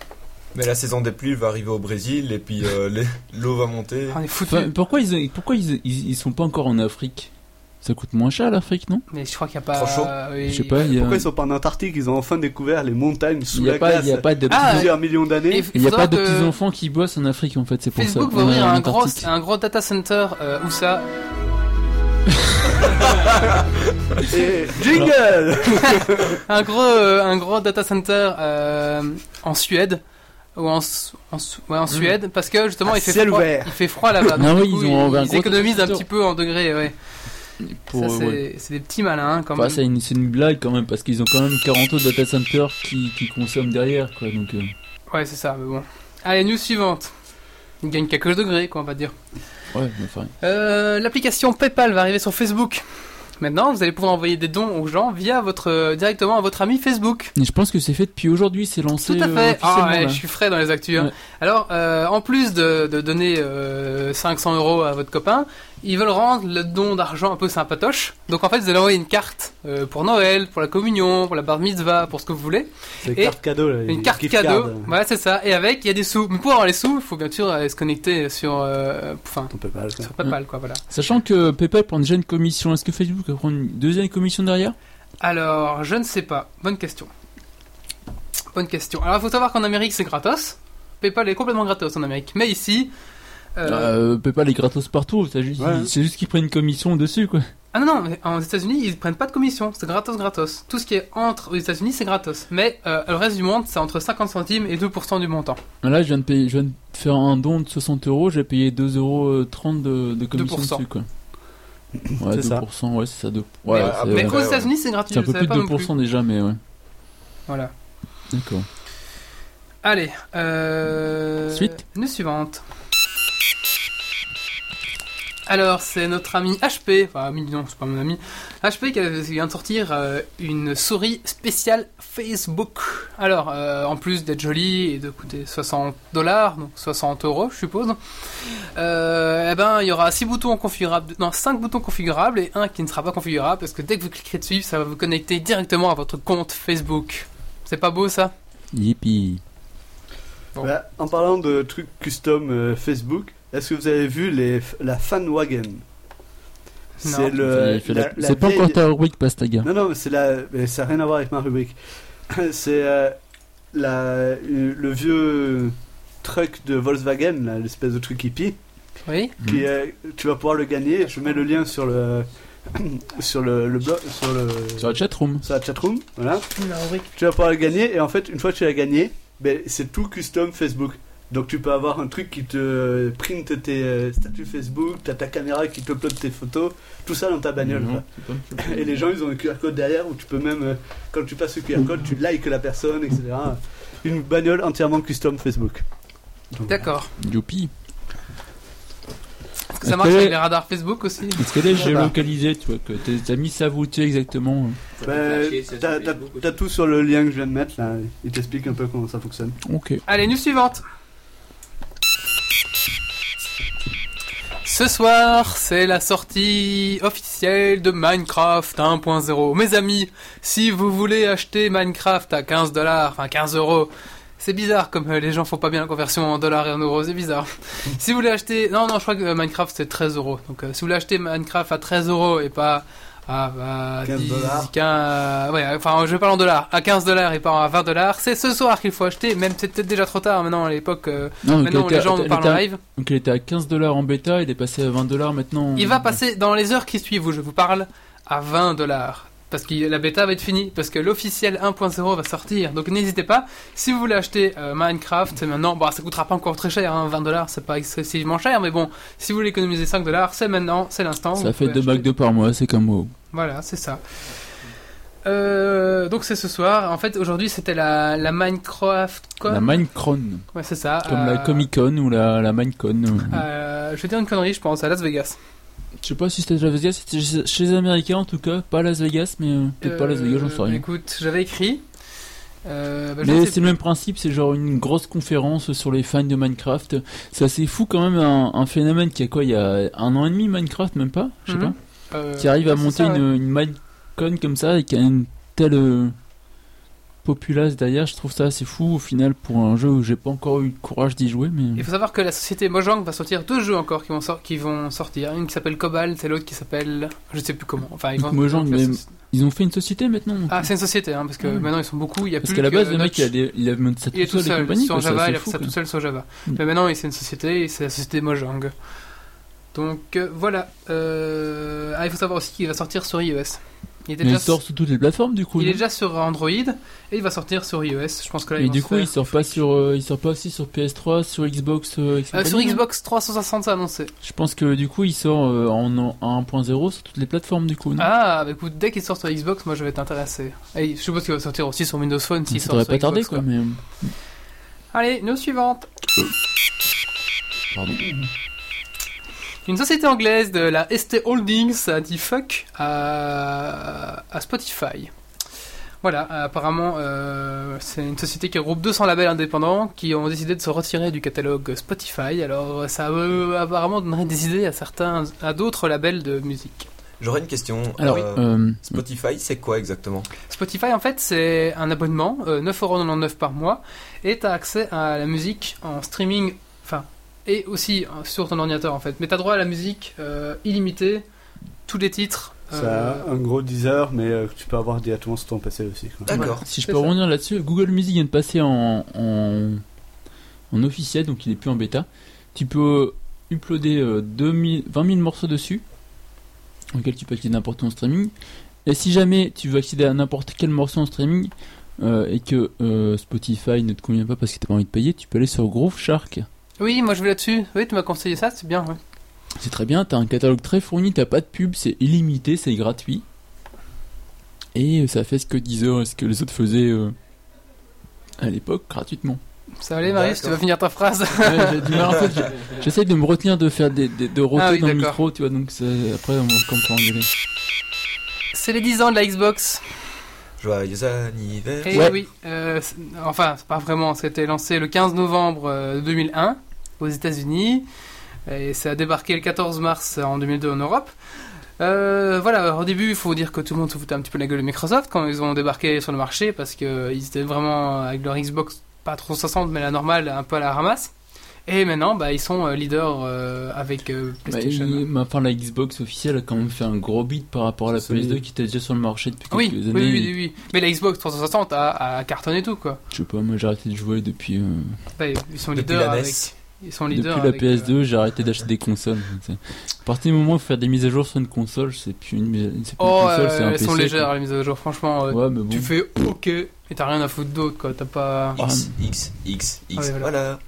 C: Mais la saison des pluies va arriver au Brésil et puis euh, les- *laughs* l'eau va monter.
A: On est foutus.
B: Enfin, Pourquoi ils, pourquoi ils, ils, ils sont pas encore en Afrique Ça coûte moins cher l'Afrique, non
A: Mais je crois qu'il n'y a pas.
C: Trop chaud.
A: oui.
B: Je sais pas, il y a,
D: Pourquoi ils sont pas en Antarctique Ils ont enfin découvert les montagnes sous
B: il y a
D: la
B: pas,
D: glace.
B: il y a pas de petits,
A: Ah,
D: plusieurs millions d'années.
A: Et
B: il y a
A: faudra
B: pas de
A: que
B: petits enfants qui bossent en Afrique en fait, c'est pour
A: Facebook
B: ça.
A: va
B: On est
A: ouvrir
B: en
A: un gros,
B: Antarctique.
A: un gros data center euh, où ça *laughs*
D: Et jingle
A: un gros, euh, un gros data center euh, en Suède ou en, Su- en Su- ouais, en Suède parce que justement il fait
D: Hmm. Ciel
A: froid,
D: ouvert.
A: il fait froid là-bas.
B: Ah
A: donc
B: oui,
A: du coup,
B: ils ont un gros
A: économisent un
B: data
A: petit peu en degrés. Ouais.
B: Pour,
A: Ça, c'est
B: ouais.
A: c'est des petits malins hein, quand
B: Enfin,
A: même.
B: c'est une, c'est une blague quand même parce qu'ils ont quand même 40 autres data centers qui, qui consomment derrière quoi donc. euh,
A: Ouais, c'est ça. Mais bon. Allez, news suivante. Il gagne quelques degrés, quoi, on va dire.
B: ouais, mais enfin.
A: Euh, L'application PayPal va arriver sur Facebook. Maintenant, vous allez pouvoir envoyer des dons aux gens via votre euh, directement à votre ami Facebook.
B: Et je pense que c'est fait depuis aujourd'hui, c'est lancé.
A: Tout à
B: euh,
A: fait. Ah
B: officiellement,
A: ouais,
B: là.
A: je suis frais dans les actus. hein.
B: Ouais.
A: Alors, euh, en plus de, de donner euh, 500 euros à votre copain, ils veulent rendre le don d'argent un peu sympatoche. Donc en fait, vous allez envoyer une carte euh, pour Noël, pour la communion, pour la bar mitzvah, pour ce que vous voulez.
D: C'est une
A: Et
D: carte cadeau là.
A: Une carte
D: gift
A: cadeau.
D: card.
A: Voilà, c'est ça. Et avec, il y a des sous. Mais pour avoir les sous, il faut bien sûr euh, se connecter sur, euh, enfin,
D: On peut pas le faire.
A: sur PayPal, quoi. Voilà.
B: Sachant que PayPal prend déjà une commission, est-ce que Facebook va prendre une deuxième commission derrière
A: Alors, je ne sais pas. Bonne question. Bonne question. Alors, il faut savoir qu'en Amérique, c'est gratos. PayPal est complètement gratos en Amérique. Mais ici. euh,
B: Euh, PayPal est gratos partout, c'est juste,
D: Ouais.
B: c'est juste qu'ils prennent une commission dessus quoi.
A: Ah non, non, mais aux États-Unis, ils prennent pas de commission, c'est gratos, gratos. Tout ce qui est entre aux États-Unis, c'est gratos. Mais euh, le reste du monde, c'est entre 50 centimes et 2% du montant.
B: Là, je viens de payer, je viens de faire un don de 60 euros, j'ai payé 2,30 euros euh, de, de commission
A: 2%.
B: dessus,
A: *laughs*
B: quoi. Ouais,
D: C'est ça.
B: 2%, ouais, c'est ça, 2%. Ouais,
A: mais
B: c'est-
C: après,
A: mais
C: ouais,
A: aux
C: ouais.
A: États-Unis, c'est gratuit, je
B: c'est un
A: le
B: peu
A: savais
B: plus de
A: pas non
B: 2%
A: plus.
B: déjà, mais ouais.
A: Voilà.
B: D'accord.
A: Allez, euh...
B: Suite.
A: News suivante. Alors, c'est notre ami HP, enfin, ami, non, c'est pas mon ami, HP qui a- qui vient de sortir euh, une souris spéciale Facebook. Alors, euh, en plus d'être jolie et de coûter 60 dollars, donc 60 euros, je suppose, euh, eh ben, il y aura 6 boutons configurables, non, 5 boutons configurables et un qui ne sera pas configurable parce que dès que vous cliquerez dessus, ça va vous connecter directement à votre compte Facebook. C'est pas beau ça
B: Yippee.
A: Bon.
D: Bah, en parlant de trucs custom euh, Facebook, est-ce que vous avez vu les, la fanwagon C'est
B: Ça y
D: le.
B: est, fait
D: la-
B: la-
D: la
B: C'est pas
D: vieille-
B: encore ta rubrique, Pastaga.
D: Non, non, mais c'est la. mais ça n'a rien à voir avec ma rubrique. *laughs* C'est euh, la, le vieux truck de Volkswagen, là, l'espèce de truc hippie.
A: Oui
B: Mhm.
D: qui est- tu vas pouvoir le gagner. Je mets le lien sur le *coughs* sur le, le blog sur le
B: Mmh. Sur la chatroom.
D: sur la chatroom. Voilà. Tu vas pouvoir le gagner et en fait une fois que tu l'as gagné, ben, c'est tout custom Facebook. Donc tu peux avoir un truc qui te print tes euh, statuts Facebook, t'as ta caméra qui te upload tes photos, tout ça dans ta
B: Mhm.
D: bagnole. quoi.
B: Mmh.
D: *coughs* Et les gens ils ont un QR code derrière où tu peux même euh, quand tu passes le QR code tu likes la personne etc. Une bagnole entièrement custom Facebook. Donc,
A: D'accord.
B: Youpi.
A: Est-ce que ça marche
B: Après-
A: avec les radars Facebook aussi
B: Est-ce qu'elle est
D: Voilà.
B: géolocalisée, tu vois, que t'es- t'as mis ça où tu es exactement euh.
D: Ben, t'as- t'as t'as tout sur le lien que je viens de mettre là. Il t'explique un peu comment ça fonctionne.
B: Ok.
A: Allez, news suivante. Ce soir, c'est la sortie officielle de Minecraft 1.0. Mes amis, si vous voulez acheter Minecraft à 15 dollars, enfin 15 euros, c'est bizarre comme euh, les gens font pas bien la conversion en dollars et en euros, c'est bizarre. si vous voulez acheter, non, non, je crois que euh, Minecraft c'est 13 euros. Donc euh, si vous voulez acheter Minecraft à 13 euros et pas à, à
D: 15
A: 10,
D: dollars.
A: 15, ouais, enfin je parle en dollars, à 15 dollars et pas à 20 dollars, c'est ce soir qu'il faut acheter, même c'est peut-être déjà trop tard maintenant à l'époque. euh,
B: Non, donc
A: maintenant
B: elle était
A: les
B: à-
A: gens
B: elle
A: parlent
B: était
A: en
B: à-
A: live.
B: Donc elle était à 15 dollars en bêta, elle est passée à 20 dollars maintenant.
A: Il va passer dans les heures qui suivent où je vous parle à 20 dollars. Parce que la bêta va être finie, parce que l'officiel 1.0 va sortir. Donc n'hésitez pas, si vous voulez acheter euh, Minecraft, c'est maintenant, bon, ça coûtera pas encore très cher, hein, 20 dollars, c'est pas excessivement cher, mais bon, si vous voulez économiser 5 dollars, c'est maintenant, c'est l'instant.
B: Ça
A: vous
B: fait
A: pouvez
B: deux
A: acheter.
B: bacs de par mois, c'est comme moi.
A: Voilà, c'est ça. Euh, donc c'est ce soir. En fait, aujourd'hui, c'était la, la Minecraft Con.
B: La Minecron,
A: Ouais, c'est ça.
B: comme
A: euh,
B: la Comic Con ou la, la Minecon.
A: euh, je vais dire une connerie, je pense, à Las Vegas.
B: Je sais pas si c'était à Las Vegas, c'était chez- chez les Américains en tout cas, pas à Las Vegas, mais euh, peut-être pas à Las Vegas, j'en sais
A: Euh,
B: rien.
A: Écoute, j'avais écrit. Euh, bah, je
B: Mais
A: sais
B: c'est le même principe, c'est genre une grosse conférence sur les fans de Minecraft. C'est assez fou quand même, un, un phénomène qui a quoi, il y a un an et demi Minecraft, même pas, je sais
A: Mhm.
B: pas,
A: plus. Euh,
B: qui arrive à
A: c'est
B: monter
A: ça, ouais.
B: une, une Minecon comme ça et qui a une telle euh, populace derrière. Je trouve ça assez fou au final pour un jeu où j'ai pas encore eu le courage d'y jouer, mais
A: Il faut savoir que la société Mojang va sortir deux jeux encore qui vont, sor- qui vont sortir. Une qui s'appelle Cobalt et l'autre qui s'appelle. Je sais plus comment. Enfin, ils vont-
B: Mojang,
A: la
B: mais-
A: soci-
B: ils ont fait une société maintenant.
A: Ah, c'est une société, hein, parce que
B: Mm.
A: maintenant ils sont beaucoup. Il y a
B: Parce
A: plus
B: qu'à la
A: que
B: base, le mec,
A: Notch.
B: il a, des- il a monté ça
A: Il est tout
B: tout seul et
A: seul
B: compagnie.
A: sur
B: quoi, c'est
A: Java,
B: assez
A: il a
B: fou,
A: fait ça
B: quoi.
A: tout seul sur Java.
B: Mm.
A: Mais maintenant, c'est une société, et c'est la société Mojang. Donc euh, voilà. Euh, Ah, il faut savoir aussi qu'il va sortir sur iOS. Il était
B: Mais
A: déjà
B: il sort sur toutes les plateformes du coup.
A: Il
B: non
A: est déjà sur Android et il va sortir sur iOS. Je pense que là,
B: Mais
A: ils vont
B: du
A: se
B: coup,
A: faire-
B: il sort pas sur, euh, il sort pas aussi sur PS3, sur Xbox. euh, et
A: Euh, sur
B: compagnie, hein.
A: Xbox 360, c'est annoncé.
B: Je pense que du coup, il sort euh, en en 1.0 sur toutes les plateformes du coup. non
A: Ah, bah écoute, dès qu'il sort sur Xbox, moi je vais t'intéresser. Et je suppose qu'il va sortir aussi sur Windows Phone s'il
B: ça
A: sort
B: devrait
A: sur
B: pas tarder
A: Xbox,
B: quoi, mais. euh,
A: Allez, news suivante.
B: Pardon.
A: Une société anglaise de la ST Holdings a dit fuck à, à Spotify. Voilà, apparemment, euh, c'est une société qui regroupe 200 labels indépendants qui ont décidé de se retirer du catalogue Spotify. Alors, ça euh, apparemment donnerait des idées à certains, à d'autres labels de musique.
C: J'aurais une question.
B: Alors,
C: Euh,
B: euh,
C: Spotify, c'est quoi exactement
A: Spotify, en fait, c'est un abonnement, euh, 9,99€ par mois, et t'as accès à la musique en streaming, enfin, et aussi euh, sur ton ordinateur, en fait. Mais t'as droit à la musique euh, illimitée, tous les titres. euh,
D: Ça a un gros 10 heures, mais euh, tu peux avoir directement sur ton PC aussi. quoi.
C: D'accord.
B: si je
A: c'est
B: peux
A: ça.
B: revenir là-dessus, Google Music vient de passer en, en, en officiel, donc il est plus en bêta. Tu peux uploader euh, 2000 20 000 morceaux dessus, auxquels tu peux accéder n'importe où en streaming. Et si jamais tu veux accéder à n'importe quel morceau en streaming euh, et que euh, Spotify ne te convient pas parce que t'as pas envie de payer, tu peux aller sur Groove Shark.
A: Oui, moi je vais là-dessus. Oui, tu m'as conseillé ça, c'est bien. ouais.
B: C'est très bien, t'as un catalogue très fourni, t'as pas de pub, c'est illimité, c'est gratuit. Et euh, ça fait ce que Deezer et ce que les autres faisaient euh, à l'époque gratuitement.
A: Ça allait, Marius,
C: D'accord.
A: tu vas finir ta phrase. *laughs*
B: Ouais, j'ai du mal, en fait, j'ai- J'essaye de me retenir de faire des, des- de roter
A: Ah oui,
B: dans le
A: d'accord. Bah,
B: micro, tu vois, donc ça- après on comprend engueuler.
A: c'est les 10 ans de la Xbox.
C: Joyeux anniversaire.
A: Et
B: Ouais.
A: oui, euh, c'est- enfin, c'est pas vraiment, c'était lancé le 15 novembre euh, 2001 aux États-Unis et ça a débarqué le 14 mars euh, en 2002 en Europe. Euh, voilà, alors, au début, il faut dire que tout le monde se foutait un petit peu de la gueule de Microsoft quand ils ont débarqué sur le marché parce qu'ils étaient vraiment euh, avec leur Xbox pas trop 60 mais la normale un peu à la ramasse. Et maintenant, bah, ils sont euh, leaders euh, avec euh,
B: Bah,
A: PlayStation.
B: il- mais enfin, la Xbox officielle a quand même fait un gros bid par rapport à la
D: C'est-
B: PS2 qui était déjà sur le marché depuis
A: Ah oui,
B: quelques
A: oui,
B: années.
A: oui, oui, oui. Mais la Xbox 360 a, a cartonné tout quoi.
B: Je sais pas, moi j'ai arrêté de jouer depuis, euh,
A: Bah, ils sont
C: Depuis
A: leaders
C: la NES.
A: avec. Ils sont
B: depuis
A: leaders
B: la
A: avec, euh,
B: PS2, j'ai arrêté d'acheter des consoles. c'est- À partir du moment où faire des mises à jour sur une console, c'est plus une, mise- c'est plus une
A: Oh,
B: console,
A: euh,
B: c'est un
A: elles
B: PC.
A: sont légères
B: quoi.
A: les mises à jour, franchement. euh,
B: Ouais, mais bon.
A: Tu fais OK et t'as rien à foutre d'autre, quoi. T'as pas.
B: Ah,
C: X, X, X,
A: Ah,
C: X.
A: oui, voilà.
C: Voilà.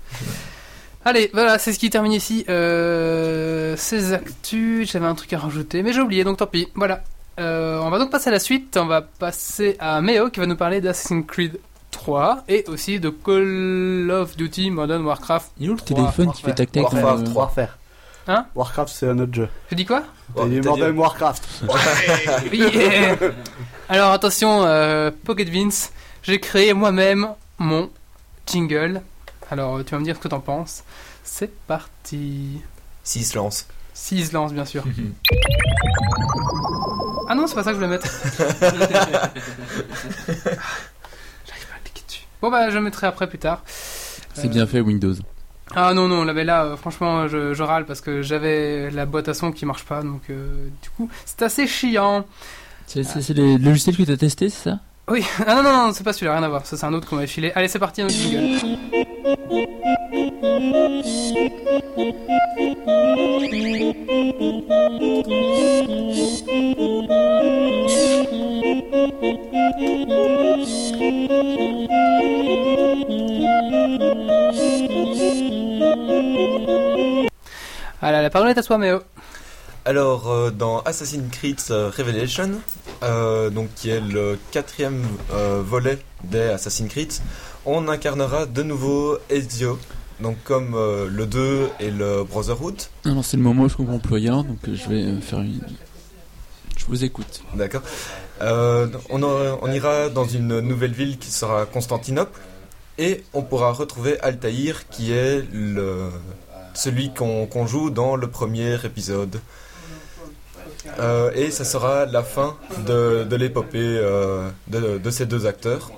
A: Allez, voilà, c'est ce qui termine ici. Euh, ces actus, j'avais un truc à rajouter, mais j'ai oublié, donc tant pis. Voilà. Euh, on va donc passer à la suite. On va passer à Méo qui va nous parler d'Assassin's Creed 3 et aussi de Call of Duty Modern Warcraft.
B: Il est où le
A: Trois,
B: téléphone
D: trois
B: qui fait
D: frères.
B: tac tac
C: Trois frères, trois.
D: Warfare.
A: Hein
D: Warcraft, c'est un autre jeu.
A: Tu dis quoi
C: Oh,
D: T'as dit
C: t'as
D: Modern
C: dit-
D: Warcraft.
A: Yeah. *laughs* Alors attention, euh, Pocket Vince, j'ai créé moi-même mon jingle. Alors tu vas me dire ce que t'en penses. C'est parti.
C: S'il se lance.
A: S'il se lance, bien
B: *laughs*
A: sûr. ah non, c'est pas ça que je voulais
B: *laughs*
A: mettre. J'arrive pas à cliquer dessus. Bon, bah, je le mettrai après, plus tard. Euh,
B: C'est bien fait Windows.
A: Ah non, non, là, mais là, euh, franchement, je, je râle parce que j'avais la boîte à son qui marche pas, donc euh, du coup, c'est assez chiant.
B: C'est c'est- c'est le logiciel que t'as testé, c'est ça
A: Oui, ah non, non, non, c'est pas celui-là, rien à voir, ça c'est un autre qu'on m'avait filé. Allez, c'est parti, un autre jingle. Voilà, la parole est à toi, Méo.
C: Alors, euh, dans Assassin's Creed euh, Revelation, euh, donc qui est le quatrième euh, volet des Assassin's Creed, on incarnera de nouveau Ezio, donc comme euh, le 2 et le Brotherhood.
B: Non, non, c'est le moment où je comprends plus rien, donc euh, je vais euh, faire une. Je vous écoute.
C: D'accord. Euh, on, en- on ira dans une nouvelle ville qui sera Constantinople et on pourra retrouver Altaïr qui est le, celui qu'on qu'on joue dans le premier épisode. Euh, et ça sera la fin de, de l'épopée euh, de, de ces deux acteurs.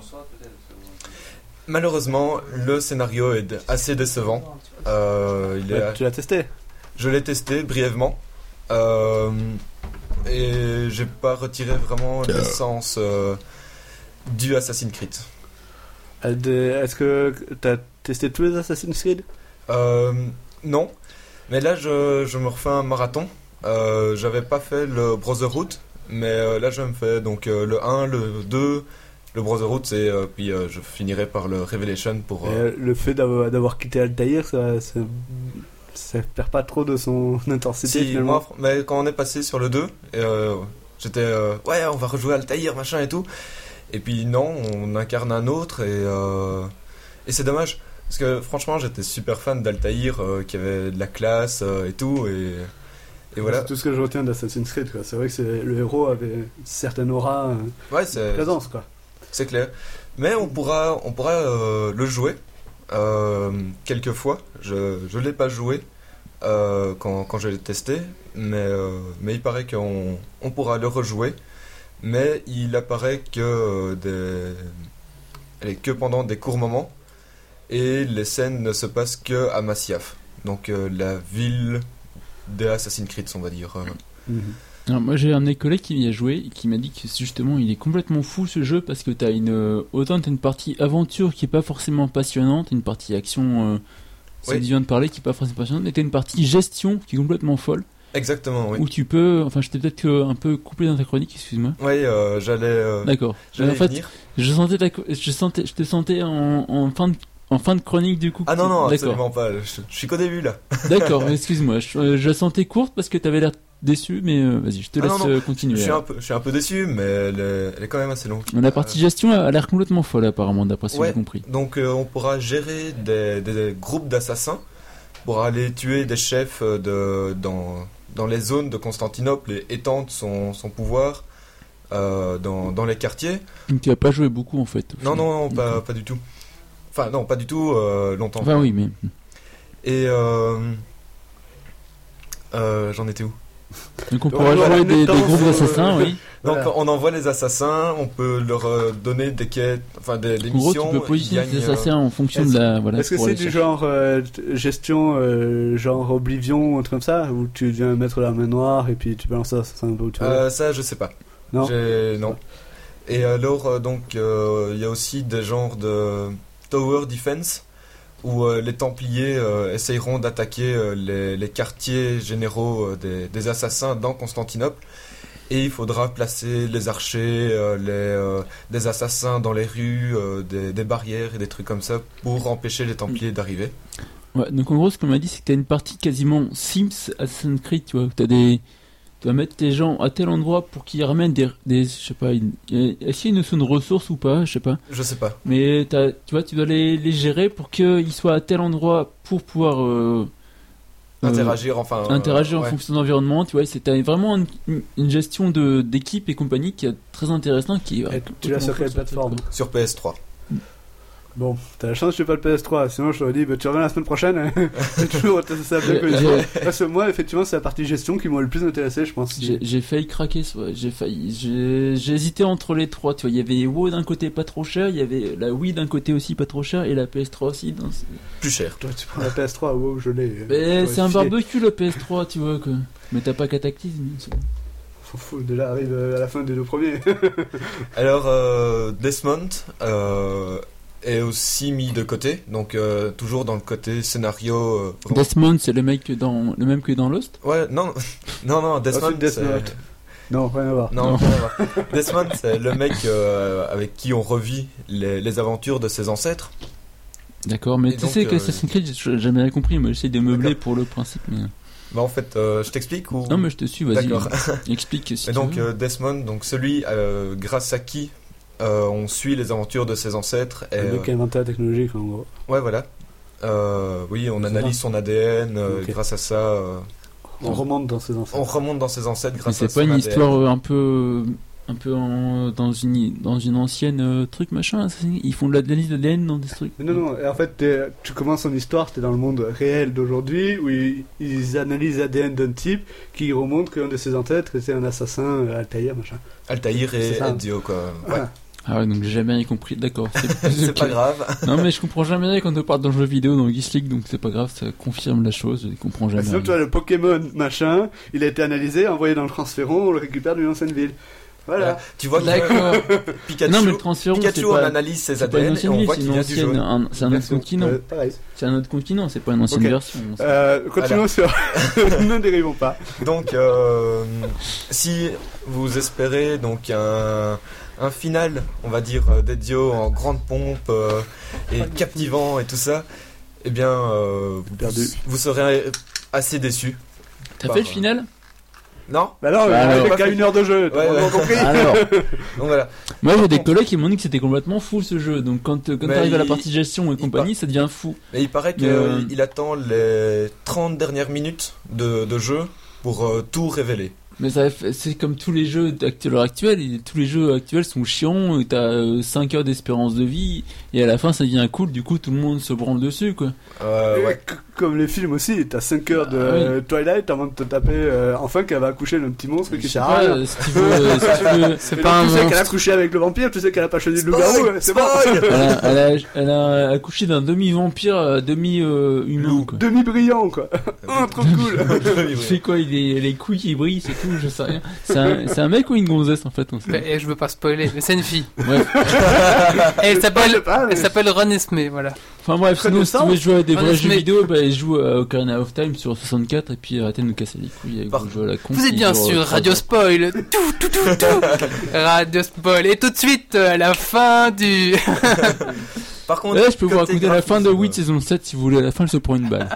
C: Malheureusement, le scénario est assez décevant. Euh, il est
D: Bah, tu l'as testé
C: je l'ai testé brièvement. Euh, et j'ai pas retiré vraiment l'essence euh, du Assassin's Creed.
D: Euh, de- Est-ce que t'as testé tous les Assassin's Creed
C: Euh, non. Mais là, je, je me refais un marathon. Euh, J'avais pas fait le Brotherhood. Mais euh, là, je me fais donc euh, le 1, le 2, le Brotherhood. Et euh, puis euh, je finirai par le Revelation pour. euh,
D: Et Le fait d'avoir d'avoir quitté Altaïr, ça, ça, ça perd pas trop de son *laughs* intensité
C: Si,
D: finalement.
C: moi, fr- mais quand on est passé sur le 2, euh, j'étais euh, ouais, on va rejouer Altaïr, machin et tout. Et puis non, on incarne un autre et, euh, et c'est dommage. Parce que franchement, j'étais super fan d'Altaïr euh, qui avait de la classe euh, et tout. Et, et voilà.
D: C'est tout ce que je retiens d'Assassin's Creed. quoi. C'est vrai que c'est- le héros avait une certaine aura, euh,
C: Ouais, c'est
D: présence. quoi.
C: c'est clair. Mais on pourra, on pourra euh, le jouer euh, quelques fois. Je ne l'ai pas joué euh, quand, quand je l'ai testé, mais, euh, mais il paraît qu'on on pourra le rejouer. Mais il apparaît que, euh, des... allez, que pendant des courts moments et les scènes ne se passent que à Masyaf, donc euh, la ville des Assassin's Creed, on va dire. euh.
B: Alors, moi, j'ai un de mes collègues qui y a joué et qui m'a dit que justement, il est complètement fou ce jeu parce que t'as une. euh, Autant t'as une partie aventure qui est pas forcément passionnante, une partie action. euh, C'est
C: Oui.
B: vient de parler qui est pas forcément passionnante, mais t'as une partie gestion qui est complètement folle
C: Exactement, oui.
B: où tu peux. Enfin, j'étais peut-être que un peu coupé dans ta chronique, excuse-moi.
C: Oui, euh, j'allais. euh,
B: D'accord.
C: j'allais
B: En fait,
C: venir.
B: Je sentais, ta- je sentais, je te sentais en, en fin de, en fin de chronique du coup.
C: Ah non, non,
B: D'accord,
C: absolument pas. Je, je suis qu'au début là.
B: d'accord. Excuse-moi, je, euh, je la sentais courte parce que t'avais l'air déçu, mais euh, vas-y, je te
C: Ah
B: laisse
C: non, non,
B: euh,
C: Je
B: continuer.
C: suis, un
B: alors.
C: peu, je suis un peu déçu, mais elle est, elle est quand même assez longue.
B: La
D: euh,
B: partie gestion a a l'air complètement folle apparemment, d'après ce que
C: Ouais.
B: j'ai compris.
C: Euh, donc euh, on pourra gérer des, des groupes d'assassins pour aller tuer des chefs euh, de, dans, dans les zones de Constantinople et étendre son, son pouvoir euh, dans, dans les quartiers.
B: Donc tu as pas joué beaucoup en fait. au
C: Non,
B: final.
C: non, non, pas, pas du tout. Enfin, non, pas du tout, euh, longtemps.
B: Enfin oui, mais
C: Et. euh, euh, J'en étais où
B: donc on
D: Ouais,
B: pourra
D: voilà,
B: jouer
D: le
B: des, des
D: temps,
B: groupes
D: euh,
B: d'assassins, oui.
C: Donc
D: Voilà.
C: on envoie les assassins, on peut leur euh, donner des quêtes, enfin des, des
B: En gros, tu
C: missions.
B: peux
C: ils
B: positionner
C: gagnent,
B: tes
C: euh,
B: assassins en fonction
D: est-ce-
B: de la voilà.
D: Est-ce que
B: pour
D: c'est
B: aller
D: du
B: chercher.
D: genre euh, gestion, euh, genre Oblivion, un truc comme ça, où tu viens mettre la main noire et puis tu balances ça, ça, ça un peu où tu veux
C: Euh, ça, je sais pas.
D: Non.
C: J'ai- non. Et alors, euh, donc, euh, il y a aussi des genres de tower defense où euh, les Templiers euh, essayeront d'attaquer euh, les, les quartiers généraux euh, des, des assassins dans Constantinople. Et il faudra placer les archers, euh, les, euh, des assassins dans les rues, euh, des, des barrières et des trucs comme ça pour empêcher les Templiers d'arriver.
B: Ouais, donc en gros, ce qu'on m'a dit, c'est que t'as une partie quasiment Sims Assassin's Creed, tu vois, où t'as des... Tu vas mettre tes gens à tel endroit pour qu'ils ramènent des... des je sais pas, une... euh, est-ce qu'il y a une notion de ressources ou pas, je sais pas.
C: Je sais pas.
B: Mais t'as- tu vois, tu dois les, les gérer pour qu'ils soient à tel endroit pour pouvoir... euh, euh,
C: Interagir, enfin. euh,
B: interagir en
C: ouais.
B: fonction de l'environnement, tu vois. C'est t'as vraiment une, une- une gestion de d'équipe et compagnie qui est très intéressante. Qui,
D: Et tu l'as sur quelle plateforme
C: Sur PS3.
D: Bon, t'as la chance, j'ai pas le PS3, sinon je t'aurais dit, bah, tu reviens la semaine prochaine, *laughs* c'est toujours
B: *laughs*
D: ça
B: J'ai-
D: Parce que moi, effectivement, c'est la partie gestion qui m'a le plus intéressé, je pense.
B: J'ai j'ai failli craquer, ce- ouais, j'ai failli. J'ai j'ai hésité entre les trois, tu vois. Il y avait WoW d'un côté pas trop cher, il y avait la Wii d'un côté aussi pas trop cher et la PS3 aussi. dans-
C: Plus cher.
D: Toi, tu prends la PS3, wow, je l'ai. euh,
B: Mais
D: j'aurais
B: c'est un
D: filé.
B: barbecue la PS3, tu vois quoi. Mais t'as pas Cataclysme. c'est-
D: S'en fout, de là arrive euh, à la fin des deux premiers.
C: Alors, euh, Desmond euh, est aussi mis de côté, donc euh, toujours dans le côté scénario. euh, vraiment-
B: Desmond, c'est le mec que dans le même que dans Lost.
C: Ouais, non, *laughs* non, non, Desmond.
D: Ensuite, Death
C: c'est-
D: Note. non, rien à voir.
C: Non,
B: Non.
C: rien à voir. Desmond, c'est le mec euh, avec qui on revit les, les aventures de ses ancêtres.
B: D'accord, mais
C: Et
B: tu
C: donc,
B: sais
C: euh,
B: qu'Assassin's Creed, j'ai jamais rien compris. Moi, j'essaie de meubler
C: D'accord.
B: pour le principe. Mais...
C: Bah, en fait, euh, je t'explique ou.
B: Non, mais je te suis, vas-y.
C: D'accord.
B: *laughs* Explique si
C: Et
B: tu
C: donc
B: veux.
C: euh, Desmond, donc celui euh, grâce à qui euh, on suit les aventures de ses ancêtres. Et,
D: Le mec qui a inventé la technologie, quoi, en gros.
C: euh, ouais, voilà. Euh, oui, on analyse son ADN euh,
D: Ok.
C: grâce à ça. euh,
D: On remonte dans ses anciens.
C: on remonte dans ses ancêtres
B: Mais
C: grâce
B: c'est
C: à son
B: pas une
C: ADN.
B: histoire euh, un peu un peu en- dans une dans une ancienne euh, truc machin Assassin's Creed ils font de l'analyse d'ADN dans des trucs
D: Mais Non, non, et en fait, t'es- tu commences en histoire, t'es dans le monde réel d'aujourd'hui, où ils, ils analysent l'ADN d'un type qui remonte qu'un de ses ancêtres était un assassin, euh, Altaïr, machin.
C: Altaïr et
D: C'est ça.
C: Ezio, quoi.
B: *laughs*
C: Ouais.
D: Ah.
B: ah ouais donc j'ai jamais rien compris d'accord
C: *laughs* c'est
B: ok.
C: pas grave.
B: non mais je comprends jamais rien quand on parle d'un jeu vidéo dans Geeks League donc c'est pas grave ça confirme la chose je comprends
D: Bah,
B: jamais
D: sinon,
B: rien.
D: tu vois, le Pokémon, machin, il a été analysé, envoyé dans le transféron, on le récupère d'une ancienne ville. Voilà.
C: *laughs* Tu vois que
B: d'accord
C: *laughs* Pikachu,
B: non mais le transfert c'est
C: Pikachu on
B: pas
C: analyse ses
B: c'est pas une
C: ADN et
B: ancienne
C: on
B: ville,
C: voit
B: c'est
C: qu'il
B: une
C: vient du
B: ancienne
C: jaune.
B: un- c'est un autre
D: Version-
B: continent
D: euh, pareil.
B: c'est un autre continent c'est pas une ancienne
D: Ok.
B: version
D: Euh, continuons sur. *laughs* ne dérivons pas.
C: Donc, euh, si vous espérez donc un, un final, on va dire, euh, d'Edio en grande pompe euh, et captivant et tout ça, eh bien, euh, vous,
D: Perdu.
C: vous serez assez déçu.
B: t'as
C: bah,
B: fait le
C: euh,
B: final
C: Non
D: Bah non,
B: Bah
D: on
B: alors.
D: fait qu'à une heure de jeu, t'as
C: Ouais,
D: vraiment
C: ouais.
D: compris *laughs*
B: alors
C: Donc voilà.
B: moi j'ai des collègues qui m'ont dit que c'était complètement fou ce jeu donc quand euh,
A: Bah,
B: quand
C: Mais
B: t'arrives à la
C: il-
B: partie gestion et
C: il
B: compagnie ça devient fou
C: Mais il paraît qu'il
B: Mais, euh,
C: attend les 30 dernières minutes de, de jeu pour euh, tout révéler.
B: Mais ça, fait- c'est comme tous les jeux d'actu- à l'heure actuelle, et tous les jeux actuels sont chiants, et t'as euh, 5 heures d'espérance de vie, et à la fin ça devient cool, du coup tout le monde se branle dessus quoi.
C: Euh, ouais.
D: Et c- Comme les films aussi, t'as 5 heures de
B: Ah,
D: euh, Twilight avant de te taper euh, enfin qu'elle va accoucher d'un petit
B: Je
D: monstre qui
B: sais
D: sert
B: pas,
D: à rien.
B: euh, si tu veux, euh, si tu veux-
A: *laughs* C'est
D: Mais
A: pas un
D: donc, tu sais qu'elle a
A: monstre.
D: couché avec le vampire, tu sais qu'elle a pas choisi le
C: Spoil,
D: loup-garou, hein, euh, c'est bon *laughs*
C: spoil
B: elle, a, elle, a, elle a accouché d'un demi-vampire, euh, demi-humain quoi.
D: Demi-brillant quoi Oh, trop cool
B: Il fait quoi il est, Les couilles qui brillent, c'est tout, je sais rien. C'est un, c'est un mec ou une gonzesse en fait on sait pas.
A: Et eh, je veux pas spoiler, mais c'est une fille.
B: Bref.
A: Et *laughs* elle
D: Je sais
A: s'appelle.
D: pas, mais-
A: Elle s'appelle Ron Esme, voilà.
B: Enfin bref,
D: Très
B: sinon si tu
D: décent.
B: veux jouer à des vrais
A: Honnêtement.
B: jeux vidéo, bah joue à Ocarina of Time sur 64 et puis arrêtez de nous casser les couilles avec
C: Par-
B: vos jeux à la con.
A: Vous êtes
B: qui
A: bien
B: durent,
A: sûr,
B: euh, trois
A: Radio
B: heures.
A: Spoil. Tout, tout, tout, tout. Radio Spoil. Et tout de suite, euh, à la fin du.
C: Par contre,
B: Ouais, Eh, je peux vous
C: côté
B: raconter la fin de
C: graphisme,
B: 8 saison 7 si vous voulez. À la fin, elle se prend une balle.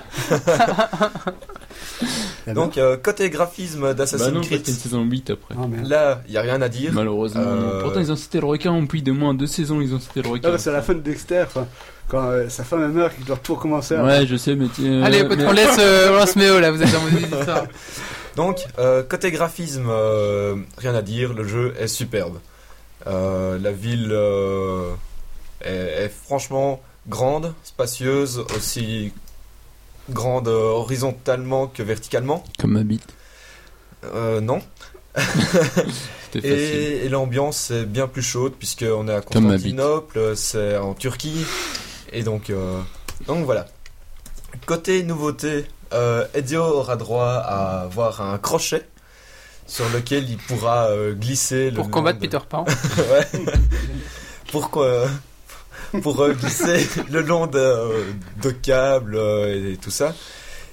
C: Donc, euh, côté graphisme
B: bah
C: d'Assassin's
B: non,
C: Creed,
B: c'était une saison 8 après.
D: Ah, merde.
C: là, il n'y a rien à dire.
B: Malheureusement.
C: Euh,
B: Pourtant, ils ont cité le requin. Puis de moins deux saisons, ils ont cité le
D: Ah,
B: requin.
D: bah, c'est à la fin de Dexter, quoi. quand euh, sa femme meurt, qu'il doit tout recommencer. à-
B: ouais, je sais, mais. tu- euh,
A: Allez,
B: mais-
A: on laisse euh, Ross Meo là, vous êtes dans
B: *laughs*
A: vos histoires.
C: Donc, euh, côté graphisme, euh, rien à dire, le jeu est superbe. Euh, la ville euh, est, est franchement grande, spacieuse, aussi grande euh, horizontalement que verticalement.
B: Comme ma bite.
C: Euh, non.
B: C'était
C: Et,
B: facile.
C: et l'ambiance est bien plus chaude, puisqu'on est à
B: Comme ma bite.
C: Constantinople, c'est en Turquie. Et donc, euh, donc voilà. Côté nouveauté, euh, Ezio aura droit à avoir un crochet sur lequel il pourra euh, glisser. le
A: Pour
C: long
A: combattre
C: de-
A: Peter Pan.
C: Ouais. pour quoi- *laughs* pour euh, glisser *laughs* le long de, euh, de câbles euh, et tout ça.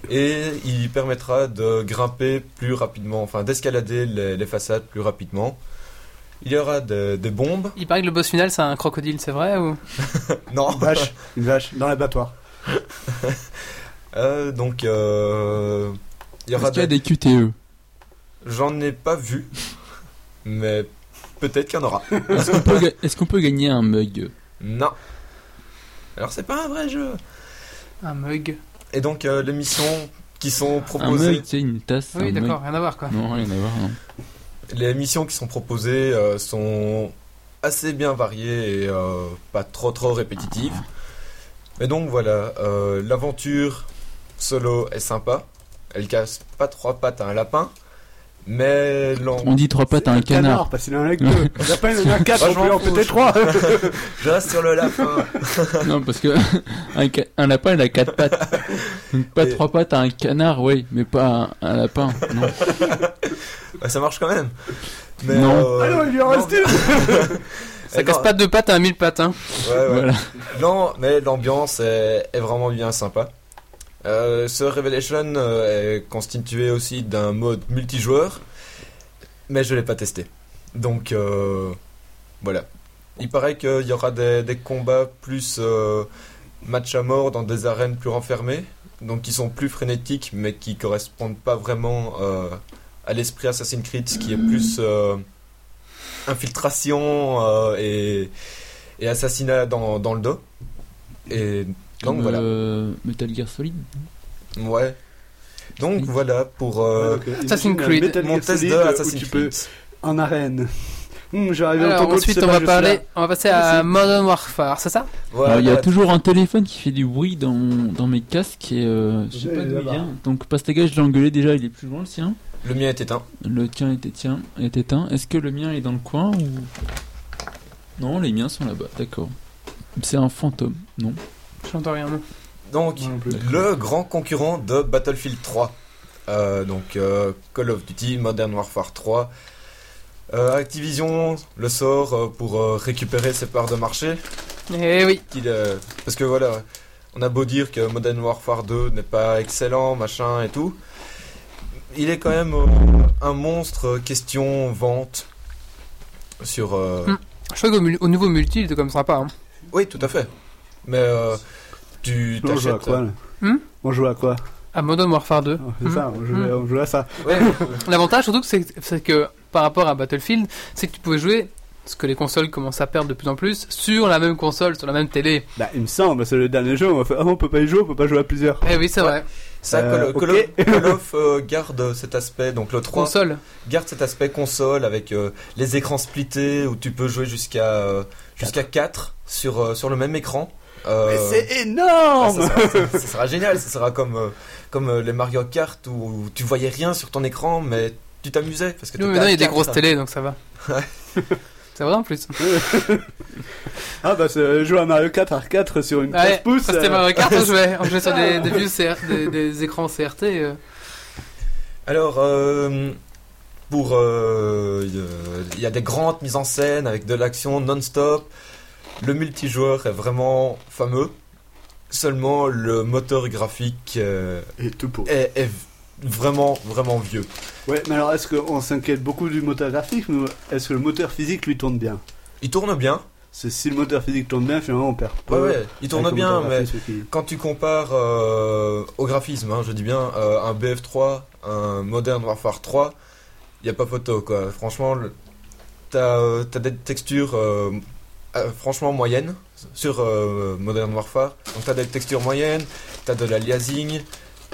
C: Et il permettra de grimper plus rapidement, enfin d'escalader les, les façades plus rapidement. Il y aura des- des bombes.
A: Il paraît que le boss final, c'est un crocodile, c'est vrai ou...
C: Non.
D: Une vache, une vache, dans l'abattoir.
C: *laughs* Euh, donc euh, il y
B: Est-ce
C: aura
B: qu'il y a
C: des...
B: des E QTE
C: J'en ai pas vu, mais peut-être qu'il y en aura.
B: Est-ce qu'on peut, ga- est-ce qu'on peut gagner un mug
C: Non. Alors c'est pas un vrai jeu.
A: Un mug.
C: Et donc euh, les missions qui sont
B: Un
C: proposées.
B: mug, tu sais, une tasse. un
A: Oui,
B: mug.
A: d'accord, rien à voir quoi.
B: Non, rien à voir. non.
C: Les missions qui sont proposées euh, sont assez bien variées et euh, pas trop trop répétitives. Mais donc voilà, euh, l'aventure solo est sympa. Elle casse pas trois pattes à un lapin, mais l'en-
B: On dit trois pattes à un canard.
D: Parce qu'il y en a
B: *laughs*
D: que deux. Il y en a pas, il y en a quatre.
C: Ah,
D: on
C: je
D: peut
C: m'en
D: en péter
C: fous,
D: trois.
C: je reste sur le
A: *laughs*
C: lapin.
B: non, parce que *laughs* un, ca- un lapin, il a quatre
C: *laughs*
B: pattes. Donc pas
C: Et-
B: trois pattes à un canard, oui, mais pas un, un lapin.
C: *laughs*
B: Non.
C: Bah, ça marche quand même. Mais,
B: Non.
C: euh,
D: *laughs* Ah non, il lui en
C: non,
D: reste une.
A: Ça
C: non,
A: casse pas deux pattes à un mille pattes, hein.
C: ouais, ouais.
B: Voilà.
C: Non, mais l'ambiance est, est vraiment bien sympa. Euh, ce Revelation euh, est constitué aussi d'un mode multijoueur, mais je l'ai pas testé. Donc euh, voilà. Il paraît qu'il y aura des, des combats plus euh, match à mort dans des arènes plus renfermées, donc qui sont plus frénétiques, mais qui correspondent pas vraiment euh, à l'esprit Assassin's Creed, ce qui est plus euh, infiltration euh, et, et assassinat dans, dans le dos. Et donc
B: Comme,
C: voilà.
B: euh, Metal Gear Solid.
C: Ouais. Donc
B: Oui.
C: voilà pour euh,
D: Donc, euh,
A: Assassin's
D: imagine un
A: Creed.
D: Metal
C: mon
D: Gear
C: test
D: Solid,
C: de
D: euh, où
C: Assassin's
D: tu peux
C: Creed.
D: en arène. Hum, J'arrive en tant
A: Alors,
D: que
A: ensuite, on va parler, on va passer à Modern Warfare, c'est ça
C: Voilà.
B: Alors, Bah, il y a toujours un téléphone qui fait du bruit dans, dans mes casques et euh, je sais
D: Ouais,
B: pas
D: il est
B: d'où il
D: là-bas.
B: vient. Donc Pastaga, je l'ai engueulé déjà, il est plus loin le sien.
C: Le mien est éteint.
B: Le tien était, tien, est éteint. Est-ce que le mien est dans le coin ou... Non, les miens sont là-bas, d'accord. C'est un fantôme, non
A: J'entends rien, non.
C: Donc
D: Moi non plus.
C: le grand concurrent de Battlefield 3. Euh, donc euh, Call of Duty, Modern Warfare 3. Euh, Activision le sort euh, pour euh, récupérer ses parts de marché.
A: Eh oui.
C: qu'il, euh, parce que voilà, on a beau dire que Modern Warfare 2 n'est pas excellent, machin et tout, il est quand même euh, un monstre euh, question vente sur. euh,
A: Hmm. Je crois qu'au mul- au nouveau multi, il était comme sympa, hein.
C: Oui, tout à fait. Mais euh, tu
D: On joue à
C: t'achètes. euh,
D: quoi là
A: Hum
D: On joue à quoi
A: À Modern Warfare 2.
D: Oh, C'est
A: Hum.
D: ça, on jouait, on jouait à ça.
C: Ouais,
A: L'avantage surtout que c'est c'est que par rapport à Battlefield, c'est que tu pouvais jouer ce que les consoles commencent à perdre de plus en plus sur la même console, sur la même télé.
D: Bah, il me semble, c'est le dernier jeu. On va faire, ah, on peut pas y jouer, on peut pas jouer à
C: Euh,
D: plusieurs.
A: Eh oui, c'est vrai.
C: ça, Call,
D: Euh,
C: Call
D: ok.
C: of, Call of, euh, garde cet aspect, donc le 3
A: Console.
C: garde cet aspect console avec euh, les écrans splittés où tu peux jouer jusqu'à euh, jusqu'à 4 sur, euh, sur le même écran. Euh,
D: Mais c'est
C: Ah,
D: énorme
C: ça, sera, ça- ça sera génial, ça sera comme, euh, comme euh, les Mario Kart où, tu voyais rien sur ton écran mais tu t'amusais parce que
A: Nous,
C: t'étais
A: maintenant,
C: à
A: il y a des
C: quatre.
A: grosses télés, donc ça va. *laughs* c'est vrai en plus.
D: Ah bah, c'est jouer à Mario 4 à 4 sur une 13
A: Ouais, quand
D: pouces.
A: c'était
D: euh,
A: Mario Kart, on jouait, on jouait sur des, des vieux CR, des, des écrans CRT. euh.
C: Alors, euh, pour. euh, Il y a- il y a des grandes mises en scène avec de l'action non-stop. Le multijoueur est vraiment fameux. Seulement, le moteur graphique euh,
D: Et tout pour.
C: est, est vraiment, vraiment vieux.
D: Ouais, mais alors est-ce qu'on s'inquiète beaucoup du moteur graphique ou est-ce que le moteur physique lui tourne bien
C: Il tourne bien.
D: C'est si le moteur physique tourne bien, finalement on perd
C: Ouais,
D: peu.
C: ouais, il tourne
D: Avec le
C: bien,
D: moteur
C: mais.
D: graphique, ce qui-
C: Quand tu compares euh, au graphisme, hein, je dis bien, euh, un BF3, un Modern Warfare 3, il n'y a pas photo, quoi. Franchement, le- t'as euh, t'as des textures euh, euh, franchement moyennes sur euh, Modern Warfare. Donc t'as des textures moyennes, t'as de l'aliasing,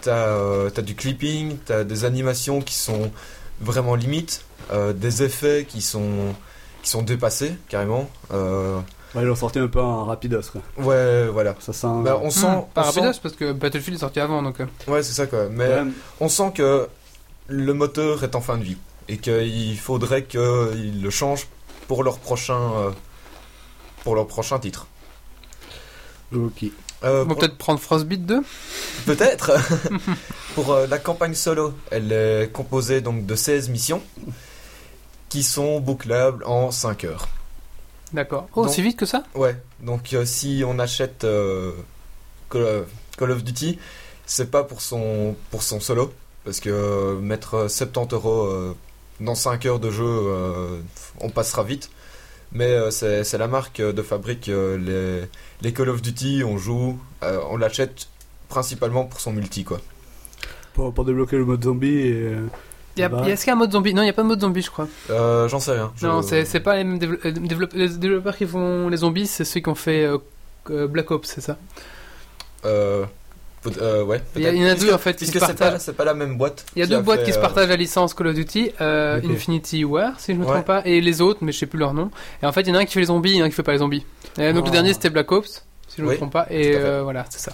C: t'as euh, t'as du clipping, t'as des animations qui sont vraiment limites, euh, des effets qui sont, qui sont dépassés, carrément. Euh,
D: Ouais, ils l'ont sorti un peu en rapidos quoi.
C: ouais, voilà.
D: Ça sent.
C: Bah, on sent...
A: Hmm,
C: on
A: Pas
C: sent-
A: rapidos, parce que Battlefield est sorti avant, donc. euh.
C: Ouais, c'est ça, quoi. Mais...
D: Ouais,
C: On sent que le moteur est en fin de vie et qu'il faudrait qu'ils le changent pour leur prochain, euh, pour leur prochain titre.
D: ok.
C: Euh,
A: On va
C: pour-
A: peut-être prendre Frostbite 2.
C: Peut-être. *laughs* pour euh, la campagne solo, elle est composée donc de 16 missions qui sont bouclables en 5 heures.
A: D'accord. Oh,
C: Non.
A: aussi vite que ça
C: Ouais, donc euh, si on achète euh, Call, Call of Duty, c'est pas pour son, pour son solo, parce que euh, mettre euh, 70 euros euh, dans 5 heures de jeu, euh, on passera vite. Mais euh, c'est c'est la marque euh, de fabrique, euh, les, les Call of Duty, on joue, euh, on l'achète principalement pour son multi, quoi.
D: Pour, pour débloquer le mode zombie et. euh,
A: Y a-
D: Bah.
A: y a- Est-ce qu'il y a un mode zombie Non, il n'y a pas de mode zombie, je crois.
C: Euh, J'en sais rien. je-
A: Non, c'est c'est pas les mêmes dévelop- euh, développe- les développeurs qui font les zombies, c'est ceux qui ont fait euh, euh, Black Ops, c'est ça
C: Euh, peut- euh, ouais,
A: Il y, a-
C: peut-être.
A: il y en a deux en fait qui
C: Puisque
A: se
C: c'est pas,
A: partagent.
C: c'est pas la même boîte.
A: Il y a deux boîtes qui se
C: fait, euh,
A: partagent la licence Call of Duty, euh,
D: Ok.
A: Infinity War si je me
C: Ouais.
A: trompe pas, et les autres, mais je sais plus leur nom. Et en fait, il y en a un qui fait les zombies, il y en a un qui fait pas les zombies. Et donc
D: Oh.
A: le dernier c'était Black Ops. si je ne me
C: Ah. Oui,
A: trompe pas. Et
C: tout à fait.
A: euh, voilà, c'est ça.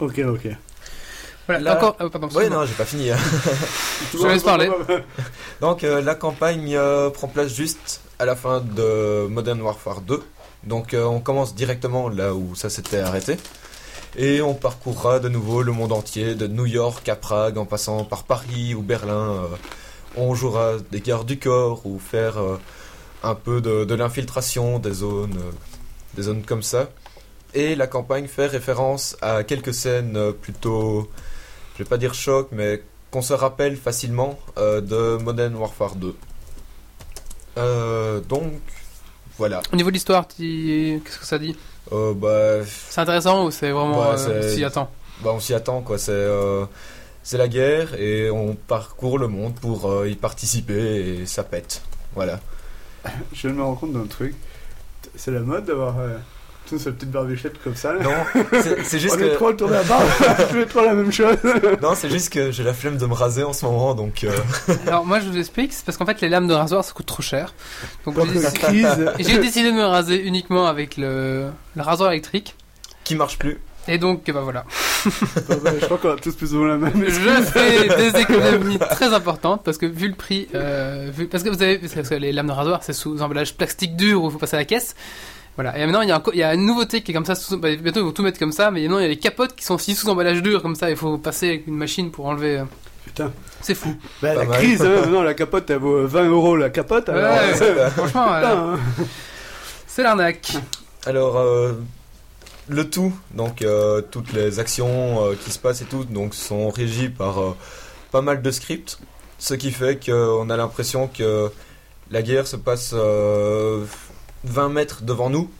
D: Ok, ok.
A: Voilà,
C: Là-
A: encore. euh, pardon,
C: Ouais,
A: excuse-moi.
C: non, j'ai pas fini. hein.
A: Je te laisse parler.
C: Donc euh, la campagne euh, prend place juste à la fin de Modern Warfare 2. Donc euh, on commence directement là où ça s'était arrêté. Et on parcourra de nouveau le monde entier, de New York à Prague, en passant par Paris ou Berlin. euh, on jouera des guerres du corps ou faire euh, un peu de, de l'infiltration des zones, euh, des zones comme ça. Et la campagne fait référence à quelques scènes euh, plutôt, je vais pas dire choc, mais qu'on se rappelle facilement euh, de Modern Warfare 2. Euh, donc voilà.
A: Au niveau de l'histoire, tu- qu'est-ce que ça dit
C: Euh, bah,
A: C'est intéressant ou c'est vraiment.
C: Ouais,
A: euh,
C: c'est-
A: si, attends.
C: bah, on s'y attend quoi. C'est euh, c'est la guerre et on parcourt le monde pour euh, y participer et ça pète. Voilà.
D: *laughs* Je viens de me rends compte d'un truc. C'est la mode d'avoir euh, toute sa petite barbichette comme ça. là.
C: Non, c'est- c'est
D: On
C: juste
D: est
C: que
D: trois autour de
C: *laughs*
D: la barbe, tous les trois la même chose.
C: non, c'est juste que j'ai la flemme de me raser en ce moment donc. euh,
A: Alors, moi, je vous explique, c'est parce qu'en fait, les lames de rasoir, ça coûte trop cher. Donc,
D: Donc,
A: j'ai-
D: crise. *laughs*
A: j'ai décidé de me raser uniquement avec le, le rasoir électrique.
C: qui marche plus.
A: Et donc, bah
D: *laughs*
A: voilà.
D: Attends, ouais, Je crois qu'on a tous plus ou moins la même.
A: Je
D: *laughs*
A: fais des économies très importantes parce que vu le prix, euh, vu- parce que vous avez, parce que les lames de rasoir, c'est sous emballage plastique dur où il faut passer à la caisse. Voilà. Et maintenant, il y a, un co- il y a une nouveauté qui est comme ça. sous- bah, bientôt, ils vont tout mettre comme ça. Mais maintenant, il y a les capotes qui sont aussi sous emballage dur comme ça. Il faut passer avec une machine pour enlever. euh,
D: Putain.
A: C'est fou.
D: Bah,
C: Pas
D: la
C: mal.
D: crise, hein. non, la capote, elle vaut 20 euros la capote. Alors,
A: Ouais,
D: euh,
A: Franchement, euh,
D: putain, hein.
A: c'est l'arnaque.
C: Alors, euh, le tout, donc euh, toutes les actions euh, qui se passent et tout, donc sont régies par euh, pas mal de scripts, ce qui fait qu'on a l'impression que la guerre se passe euh, 20 mètres devant nous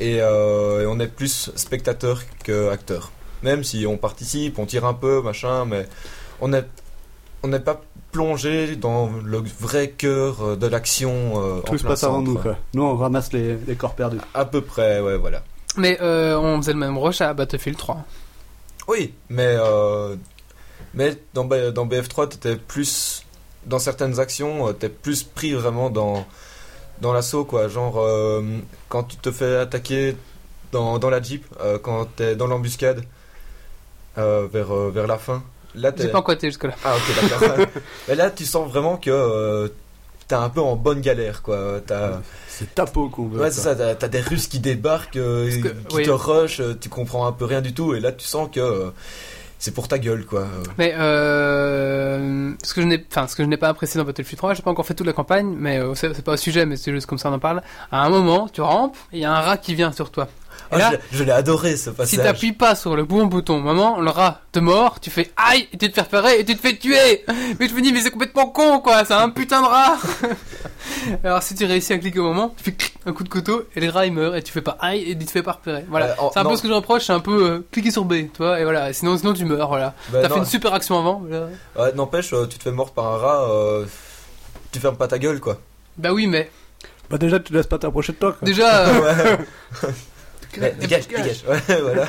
C: et, euh, et on est plus spectateur que acteur. Même si on participe, on tire un peu, machin, mais on n'est on n'est pas plongé dans le vrai cœur euh, de l'action. euh, en
D: Tout se
C: plein
D: passe avant
C: centre.
D: nous, quoi. Nous, on ramasse les, les corps perdus.
C: À peu près, ouais, voilà.
A: Mais euh, on faisait le même rush à Battlefield 3.
D: Ah,
C: Oui, mais, euh, mais dans, B- dans BF3, t'étais plus. Dans certaines actions, euh, t'es plus pris vraiment dans, dans l'assaut, quoi. Genre, euh, quand tu te fais attaquer dans, dans la Jeep, euh, quand t'es dans l'embuscade, euh, vers, euh, vers la fin. Là,
A: J'ai
C: t'es.
A: pas encore été jusque là.
C: Ah, ok,
A: *laughs*
C: d'accord. mais là, tu sens vraiment que euh, t'es un peu en bonne galère, quoi. T'as.
D: C'est tapo qu'on veut.
C: Ouais,
D: quoi.
C: c'est ça, t'as t'as des Russes qui débarquent, euh,
A: Parce que-
C: qui
A: oui.
C: te rushent, euh, tu comprends un peu rien du tout, et là tu sens que euh, c'est pour ta gueule, quoi. Euh,
A: Mais euh, ce que je n'ai, enfin ce que je n'ai pas apprécié dans Battlefield 3, j'ai pas encore fait toute la campagne, mais euh, c'est c'est pas au sujet, mais c'est juste comme ça on en parle. À un moment, tu rampes et il y a un rat qui vient sur toi. Et
C: ah,
A: là,
C: je l'ai- je l'ai adoré ce
A: si
C: passage.
A: t'appuies pas sur le bon bouton, au moment le rat te mord, tu fais aïe, et tu te fais repérer et tu te fais tuer. Mais je me dis mais c'est complètement con quoi, c'est un putain de rat. *laughs* Alors si tu réussis à cliquer au moment, tu fais clic, un coup de couteau et le rat il meurt et tu fais pas aïe et tu te fais pas repérer. Voilà,
C: Euh, en-
A: c'est un peu
C: non.
A: ce que je reproche, c'est un peu euh, cliquer sur B, tu vois, et voilà. Sinon sinon tu meurs voilà.
C: Bah,
A: T'as
C: non,
A: fait une super action avant. Là.
C: ouais, N'empêche, euh, tu te fais mordre par un rat, euh, tu fermes pas ta gueule, quoi.
A: Bah oui mais
D: Bah, déjà, tu laisses pas t'approcher de toi, quoi.
A: déjà. euh, *laughs*
C: Ouais. Ouais, dégage, dégage. Ouais, *laughs* voilà.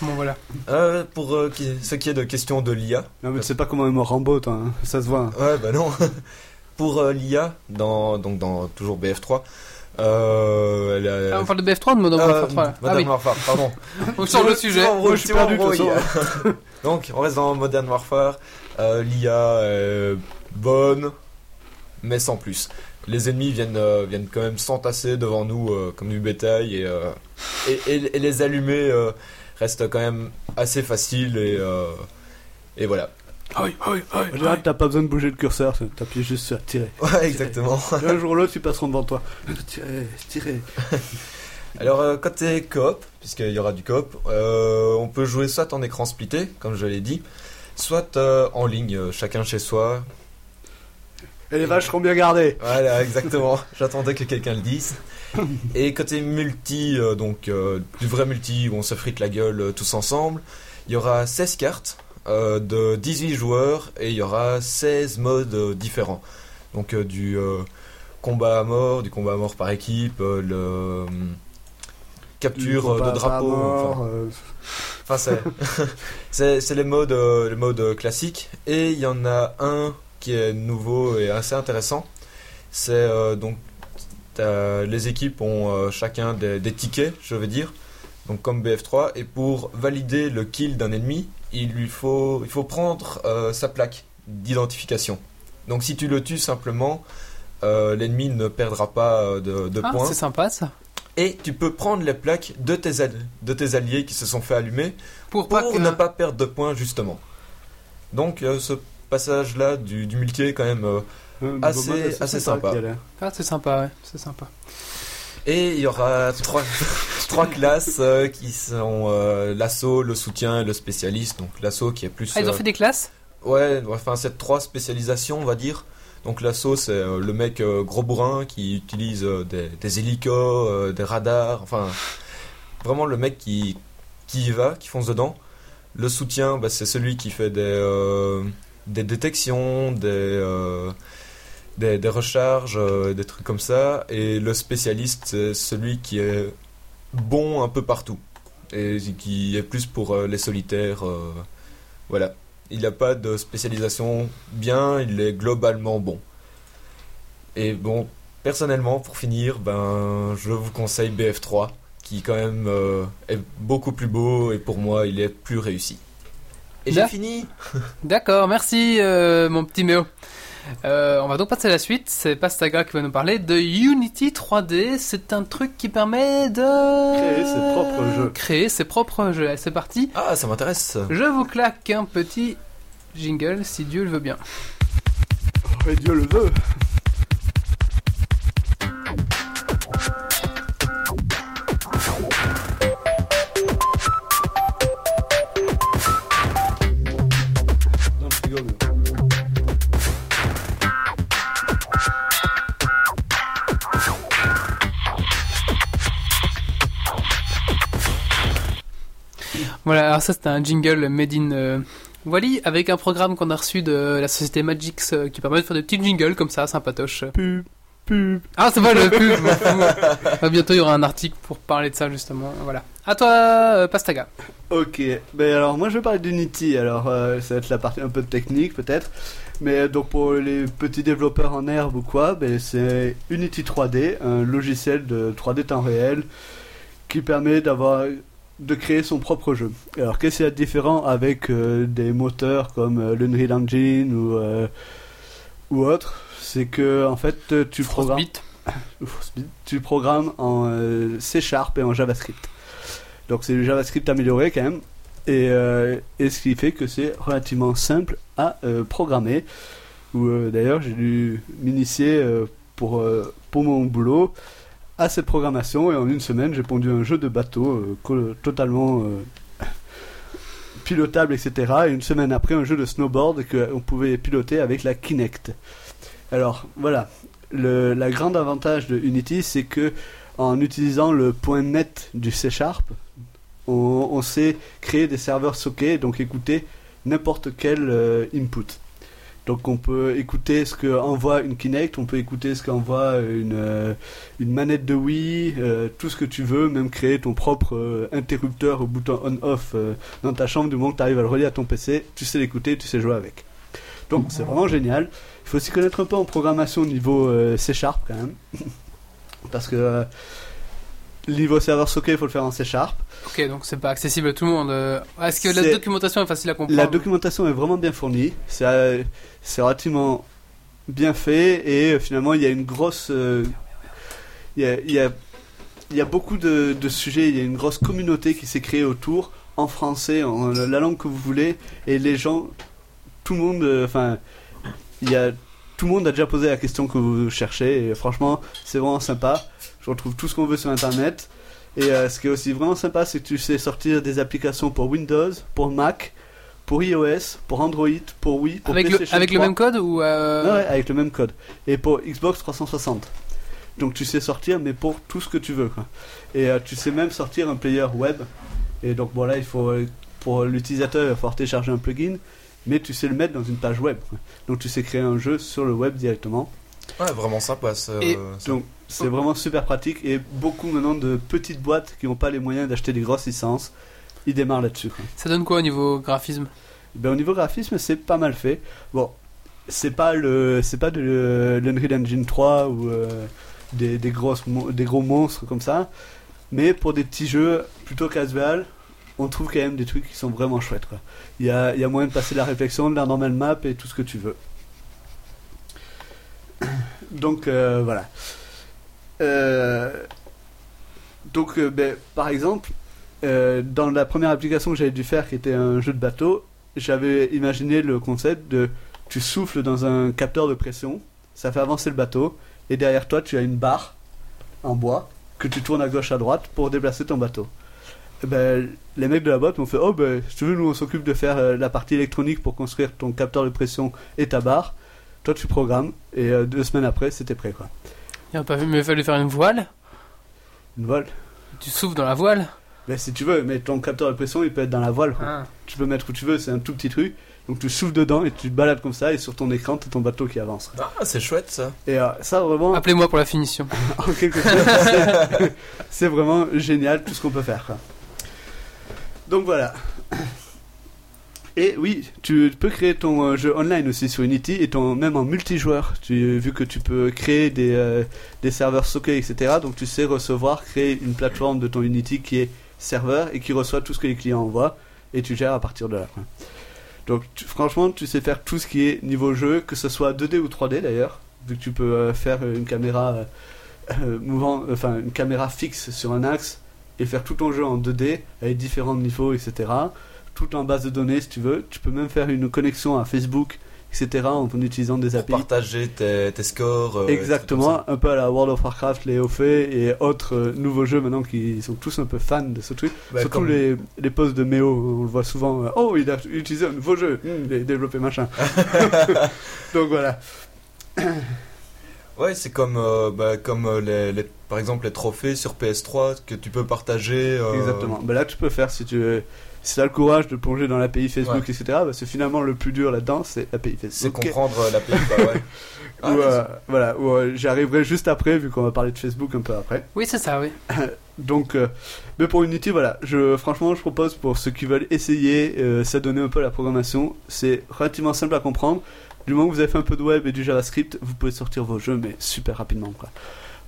A: Bon voilà.
C: Euh, pour euh, qui- ce qui est de question de l'IA,
D: Non, mais tu sais pas comment est mort Rambo, toi. hein. Ça se voit. hein.
C: Ouais, bah non. *laughs* Pour euh, l'IA, dans, donc dans toujours BF3, euh, elle a-
A: Ah, on parle de BF3 ou de Modern
C: Euh,
A: Warfare 3 là Ah
C: Modern
A: oui,
C: Warfare, pardon.
A: on change le sujet.
C: Petit
D: Moi, je suis
C: petit
D: perdu, de toute
C: embrouille. *laughs* Donc, on reste dans Modern Warfare. Euh, L'IA est bonne, mais sans plus. Les ennemis viennent, euh, viennent quand même s'entasser devant nous euh, comme du bétail et, euh, et, et- et les allumer euh, reste quand même assez facile et, euh, et voilà.
D: En général, t'as pas besoin de bouger le curseur. c'est- T'appuies juste sur tirer.
C: *laughs* Ouais, exactement.
D: Un jour ou l'autre, ils passeront devant toi. Tirer, tirer.
C: Alors, euh, côté coop, puisqu'il y aura du coop, euh, on peut jouer soit en écran splitté, comme je l'ai dit, soit euh, en ligne, euh, chacun chez soi.
D: Et les vaches seront bien gardées.
C: Voilà, exactement. *laughs* J'attendais que quelqu'un le dise. Et côté multi, euh, donc euh, du vrai multi où on se frite la gueule euh, tous ensemble, il y aura 16 cartes euh, de 18 joueurs et il y aura 16 modes euh, différents. Donc euh, du euh, combat à mort, du combat à mort par équipe, euh, le euh, capture euh,
D: Combat à
C: de drapeau. enfin,
D: mort, euh,
C: Enfin, c'est- *laughs* c'est c'est les modes, euh, les modes euh, classiques. Et il y en a un qui est nouveau et assez intéressant. C'est euh, donc t'as- les équipes ont euh, chacun des, des tickets, je veux dire. donc comme BF3, et pour valider le kill d'un ennemi, il lui faut, il faut prendre euh, sa plaque d'identification. Donc si tu le tues simplement, euh, l'ennemi ne perdra pas euh, de, de
A: Ah,
C: points.
A: c'est sympa ça.
C: Et tu peux prendre les plaques de tes, al- de tes alliés qui se sont fait allumer
A: Pour
C: pour
A: pas que.
C: ne pas perdre de points justement. Donc euh, ce passage-là du, du multi est quand même... euh,
D: Euh,
C: Assez-
D: bon, bah, c'est
C: assez
D: sympa
C: sympa.
D: qu'il y a là.
A: Ah, c'est sympa, ouais, c'est sympa.
C: Et il y aura trois, *laughs* trois classes euh, qui sont euh, l'assaut, le soutien et le spécialiste. Donc l'assaut qui est plus...
A: Ah, ils ont
C: euh,
A: fait des classes
C: Ouais, enfin, c'est trois spécialisations, on va dire. Donc l'assaut, c'est euh, le mec euh, gros bourrin qui utilise euh, des, des hélicos, euh, des radars, enfin, vraiment le mec qui, qui y va, qui fonce dedans. Le soutien, bah, c'est celui qui fait des, euh, des détections, des, euh, des, des recharges, euh, des trucs comme ça. Et le spécialiste, c'est celui qui est bon un peu partout. Et qui est plus pour euh, les solitaires. euh, voilà. Il n'a pas de spécialisation bien, il est globalement bon. Et bon, personnellement, pour finir, ben, je vous conseille BF3, qui quand même euh, est beaucoup plus beau et pour moi, il est plus réussi. Et j'ai
A: Là-
C: fini
A: D'accord, merci euh, mon petit Méo. Euh, on va donc passer à la suite. C'est Pastaga qui va nous parler de Unity 3D. C'est un truc qui permet de
D: Créer ses propres jeux.
A: Créer ses propres jeux. Allez, C'est parti.
C: Ah, ça m'intéresse
A: Je vous claque un petit jingle si Dieu le veut bien.
D: Et Dieu le veut. Dans le frigo, mais-
A: Voilà, alors ça c'était un jingle made in euh, Wally avec un programme qu'on a reçu de la société Magix euh, qui permet de faire des petits jingles comme ça, sympatoche.
B: Pub, pub.
A: Ah, c'est pas le pub, je m'en fous. Ah, Bientôt il y aura un article pour parler de ça justement. Voilà. À toi, euh, Pastaga.
D: Ok, ben alors moi je vais parler d'Unity, alors euh, ça va être la partie un peu technique peut-être, mais euh, donc pour les petits développeurs en herbe ou quoi, ben c'est Unity 3D, un logiciel de 3D temps réel qui permet d'avoir de créer son propre jeu. Alors qu'est-ce qu'il y a de différent avec euh, des moteurs comme euh, l'Unreal Engine ou, euh, ou autre C'est que en fait euh, tu programmes...
A: Frostbite.
D: Speed, tu programmes en euh, C Sharp et en JavaScript. Donc c'est du JavaScript amélioré quand même. Et, euh, et ce qui fait que c'est relativement simple à euh, programmer. Ou euh, d'ailleurs j'ai dû m'initier euh, pour, euh, pour mon boulot à cette programmation et en une semaine j'ai pondu un jeu de bateau euh, co- totalement euh, *laughs* pilotable etc. Et une semaine après un jeu de snowboard qu'on pouvait piloter avec la Kinect. Alors voilà, le la grande avantage de Unity, c'est que en utilisant le point net du C Sharp, on, on sait créer des serveurs sockets, donc écouter n'importe quel euh, input. Donc on peut écouter ce que envoie une Kinect, on peut écouter ce qu'envoie une, euh, une manette de Wii, euh, tout ce que tu veux, même créer ton propre euh, interrupteur au bouton on-off euh, dans ta chambre du moment que tu arrives à le relier à ton PC, tu sais l'écouter, tu sais jouer avec. Donc c'est vraiment génial. Il faut s'y connaître un peu en programmation au niveau euh, C Sharp quand même. *laughs* Parce que euh, niveau serveur socket, il faut le faire en C Sharp.
A: Ok, donc c'est pas accessible à tout le monde. euh. Est-ce que la
D: C'est-
A: documentation est facile à comprendre
D: La documentation est vraiment bien fournie. C'est euh, c'est relativement bien fait et euh, finalement il y a une grosse. euh, Il y, a, il y a- il y a beaucoup de, de sujets, il y a une grosse communauté qui s'est créée autour, en français, en la langue que vous voulez, et les gens, tout le monde, euh, enfin, il y a, tout le monde a déjà posé la question que vous cherchez, et franchement, c'est vraiment sympa. Je retrouve tout ce qu'on veut sur internet. Et euh, ce qui est aussi vraiment sympa, c'est que tu sais sortir des applications pour Windows, pour Mac, pour iOS, pour Android, pour Wii, pour
A: avec le,
D: PlayStation
A: avec le
D: 3.
A: même code ou euh,
D: Ah ouais, avec le même code. Et pour Xbox 360. Donc tu sais sortir, mais pour tout ce que tu veux. quoi. Et euh, tu sais même sortir un player web. Et donc bon là, il faut, euh, pour l'utilisateur, il va falloir télécharger un plugin, mais tu sais le mettre dans une page web. quoi. Donc tu sais créer un jeu sur le web directement.
C: Ouais, vraiment sympa ce.
A: Et
C: ce-
D: Donc c'est vraiment super pratique. Et beaucoup maintenant de petites boîtes qui n'ont pas les moyens d'acheter des grosses licences, ils démarrent là-dessus. quoi.
A: Ça donne quoi au niveau graphisme
D: Ben, au niveau graphisme, c'est pas mal fait. Bon, c'est pas le, c'est pas de l'Unreal Engine 3 ou euh, des, des grosses, mon- des gros monstres comme ça, Mais pour des petits jeux plutôt casual, on trouve quand même des trucs qui sont vraiment chouettes. quoi. Il y a, il y a moyen de passer de la réflexion, de la normal map et tout ce que tu veux. *coughs* Donc euh, voilà. Euh, donc euh, ben, par exemple, euh, dans la première application que j'avais dû faire, qui était un jeu de bateau, j'avais imaginé le concept de tu souffles dans un capteur de pression, ça fait avancer le bateau, et derrière toi tu as une barre en bois que tu tournes à gauche à droite pour déplacer ton bateau. Eh ben, les mecs de la boîte m'ont fait Oh, ben, si tu veux, nous on s'occupe de faire euh, la partie électronique pour construire ton capteur de pression et ta barre. Toi tu programmes, et euh, deux semaines après c'était prêt quoi.
A: Il a pas vu, mais il fallait faire une voile.
D: Une voile
A: Tu souffles dans la voile.
D: Ben, si tu veux, mais ton capteur de pression il peut être dans la voile
A: Ah.
D: quoi. Tu peux mettre où tu veux, c'est un tout petit truc. Donc tu souffles dedans et tu te balades comme ça, et sur ton écran t'as ton bateau qui avance.
C: Ah, c'est chouette ça.
D: Et euh, ça vraiment.
A: Appelez-moi pour la finition.
D: en quelque sorte, c'est- c'est vraiment génial tout ce qu'on peut faire. quoi. Donc voilà. Et oui, tu peux créer ton euh, jeu online aussi sur Unity et ton, même en multijoueur. Tu, vu que tu peux créer des, euh, des serveurs stockés, etc. Donc tu sais recevoir, créer une plateforme de ton Unity qui est serveur et qui reçoit tout ce que les clients envoient et tu gères à partir de là. quoi. Donc tu- franchement, tu sais faire tout ce qui est niveau jeu, que ce soit 2D ou 3D d'ailleurs, vu que tu peux euh, faire une caméra euh, euh, mouvant, enfin une caméra fixe sur un axe et faire tout ton jeu en 2D avec différents niveaux, etc. Tout en base de données si tu veux. Tu peux même faire une connexion à Facebook, etc. En utilisant des
C: Pour
D: API.
C: partager tes, tes scores. euh, et tout
D: Exactement, un peu à la World of Warcraft, les hauts faits et autres euh, nouveaux jeux maintenant qui sont tous un peu fans de ce truc.
C: Bah,
D: Surtout
C: comme-
D: les, les posts de Méo, on le voit souvent. euh, oh, il a utilisé un nouveau jeu,
C: Hmm.
D: il a
C: *laughs*
D: développé machin. *laughs* Donc voilà.
C: ça. Ouais, c'est comme, euh, bah, comme euh, les, les- par exemple les trophées sur PS3 que tu peux partager. euh,
D: Exactement. Bah là, tu peux faire si tu veux- si as le courage de plonger dans l'API Facebook,
C: Ouais.
D: etc. bah, c'est finalement le plus dur là-dedans, c'est l'API
C: C'est
D: Facebook.
C: comprendre euh, la pays. bah
D: *laughs*
C: ouais. Ah,
D: Ou,
C: ouais,
D: euh, voilà, où, euh, j'y arriverai juste après, vu qu'on va parler de Facebook un peu après.
A: Oui, c'est ça, oui.
D: Donc, euh, mais pour Unity, voilà, je, franchement, je propose pour ceux qui veulent essayer, euh, s'adonner un peu à la programmation. C'est relativement simple à comprendre. Du moment que vous avez fait un peu de web et du JavaScript, vous pouvez sortir vos jeux, mais super rapidement. Quoi.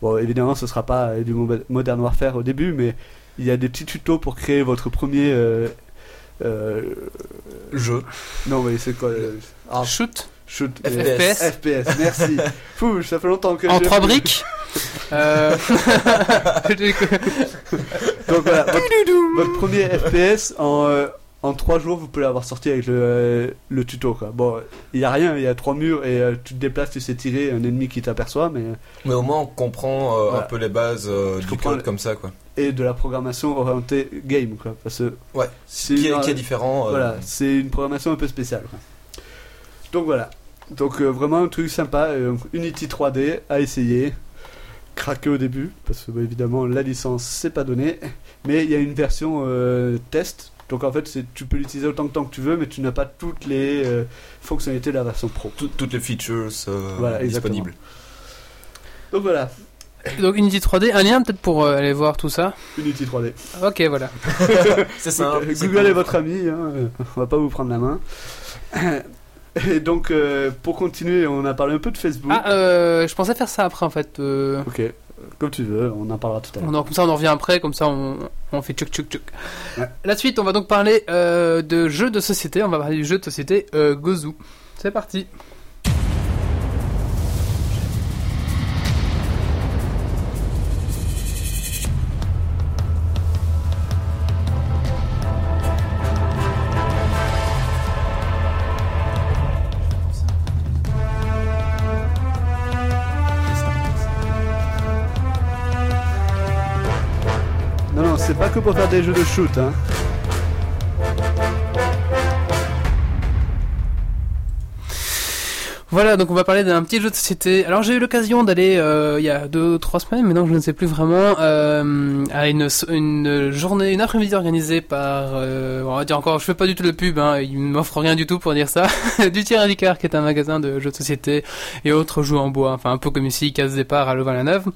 D: Bon, évidemment, ce sera pas euh, du mo- Modern Warfare au début, mais il y a des petits tutos pour créer votre premier. euh, euh,
C: Jeu.
D: non, mais c'est quoi le- Ah,
A: Shoot
D: shoot, euh,
C: FPS.
A: FPS
D: FPS, merci. Fou, ça fait longtemps que
A: en
D: j'ai-
A: trois
D: *laughs*
A: briques. Euh,
D: Donc voilà, votre, votre premier FPS en, euh, en 3 jours, vous pouvez l'avoir sorti avec le, euh, le tuto. Quoi. Bon, il n'y a rien, il y a trois murs et euh, tu te déplaces, tu sais tirer un ennemi qui t'aperçoit, mais euh,
C: Mais au moins on comprend euh,
D: Voilà.
C: un peu les bases euh,
D: Je
C: du
D: comprends
C: code
D: le-
C: comme ça quoi.
D: et de la programmation orientée game. Quoi, parce que
C: Ouais.
D: c'est
C: Qui est,
D: une-
C: qui est différent. euh,
D: Voilà, c'est une programmation un peu spéciale. quoi. Donc voilà. Donc euh, vraiment un truc sympa. euh, Unity 3D à essayer. Craquer au début, parce que bah, évidemment la licence c'est pas donné. Mais il y a une version euh, test. Donc en fait, c'est- tu peux l'utiliser autant de temps que tu veux, mais tu n'as pas toutes les euh, fonctionnalités de la version pro.
C: tout- toutes les features euh,
D: Voilà, exactement.
C: disponibles.
D: Donc voilà,
A: donc Unity 3D, un lien peut-être pour euh, aller voir tout ça.
D: Unity 3D.
A: Ok, voilà.
C: C'est simple. c'est
D: Google
C: cool.
D: est votre ami, hein, euh, on va pas vous prendre la main. *coughs* Et donc euh, pour continuer, on a parlé un peu de Facebook.
A: Ah, euh, je pensais faire ça après en fait. euh,
D: Ok, comme tu veux, on en parlera tout à l'heure.
A: on en- comme ça, on en revient après, comme ça, on, on fait tchouk tchouk tchouk.
D: Ouais.
A: La suite, on va donc parler euh, de jeux de société. On va parler du jeu de société euh, Gozu. C'est parti.
D: Non, non, c'est pas que pour faire des jeux de shoot, hein.
A: Voilà, donc on va parler d'un petit jeu de société. Alors j'ai eu l'occasion d'aller euh, il y a deux ou trois semaines, maintenant je ne sais plus vraiment, euh, à une, so- une journée, une après-midi organisée par, euh, on va dire encore, je fais pas du tout de pub, hein, ils ne m'offrent rien du tout pour dire ça, *laughs* du Tiers Ricard qui est un magasin de jeux de société et autres jeux en bois, enfin un peu comme ici, case départ à Louvain-la-Neuve.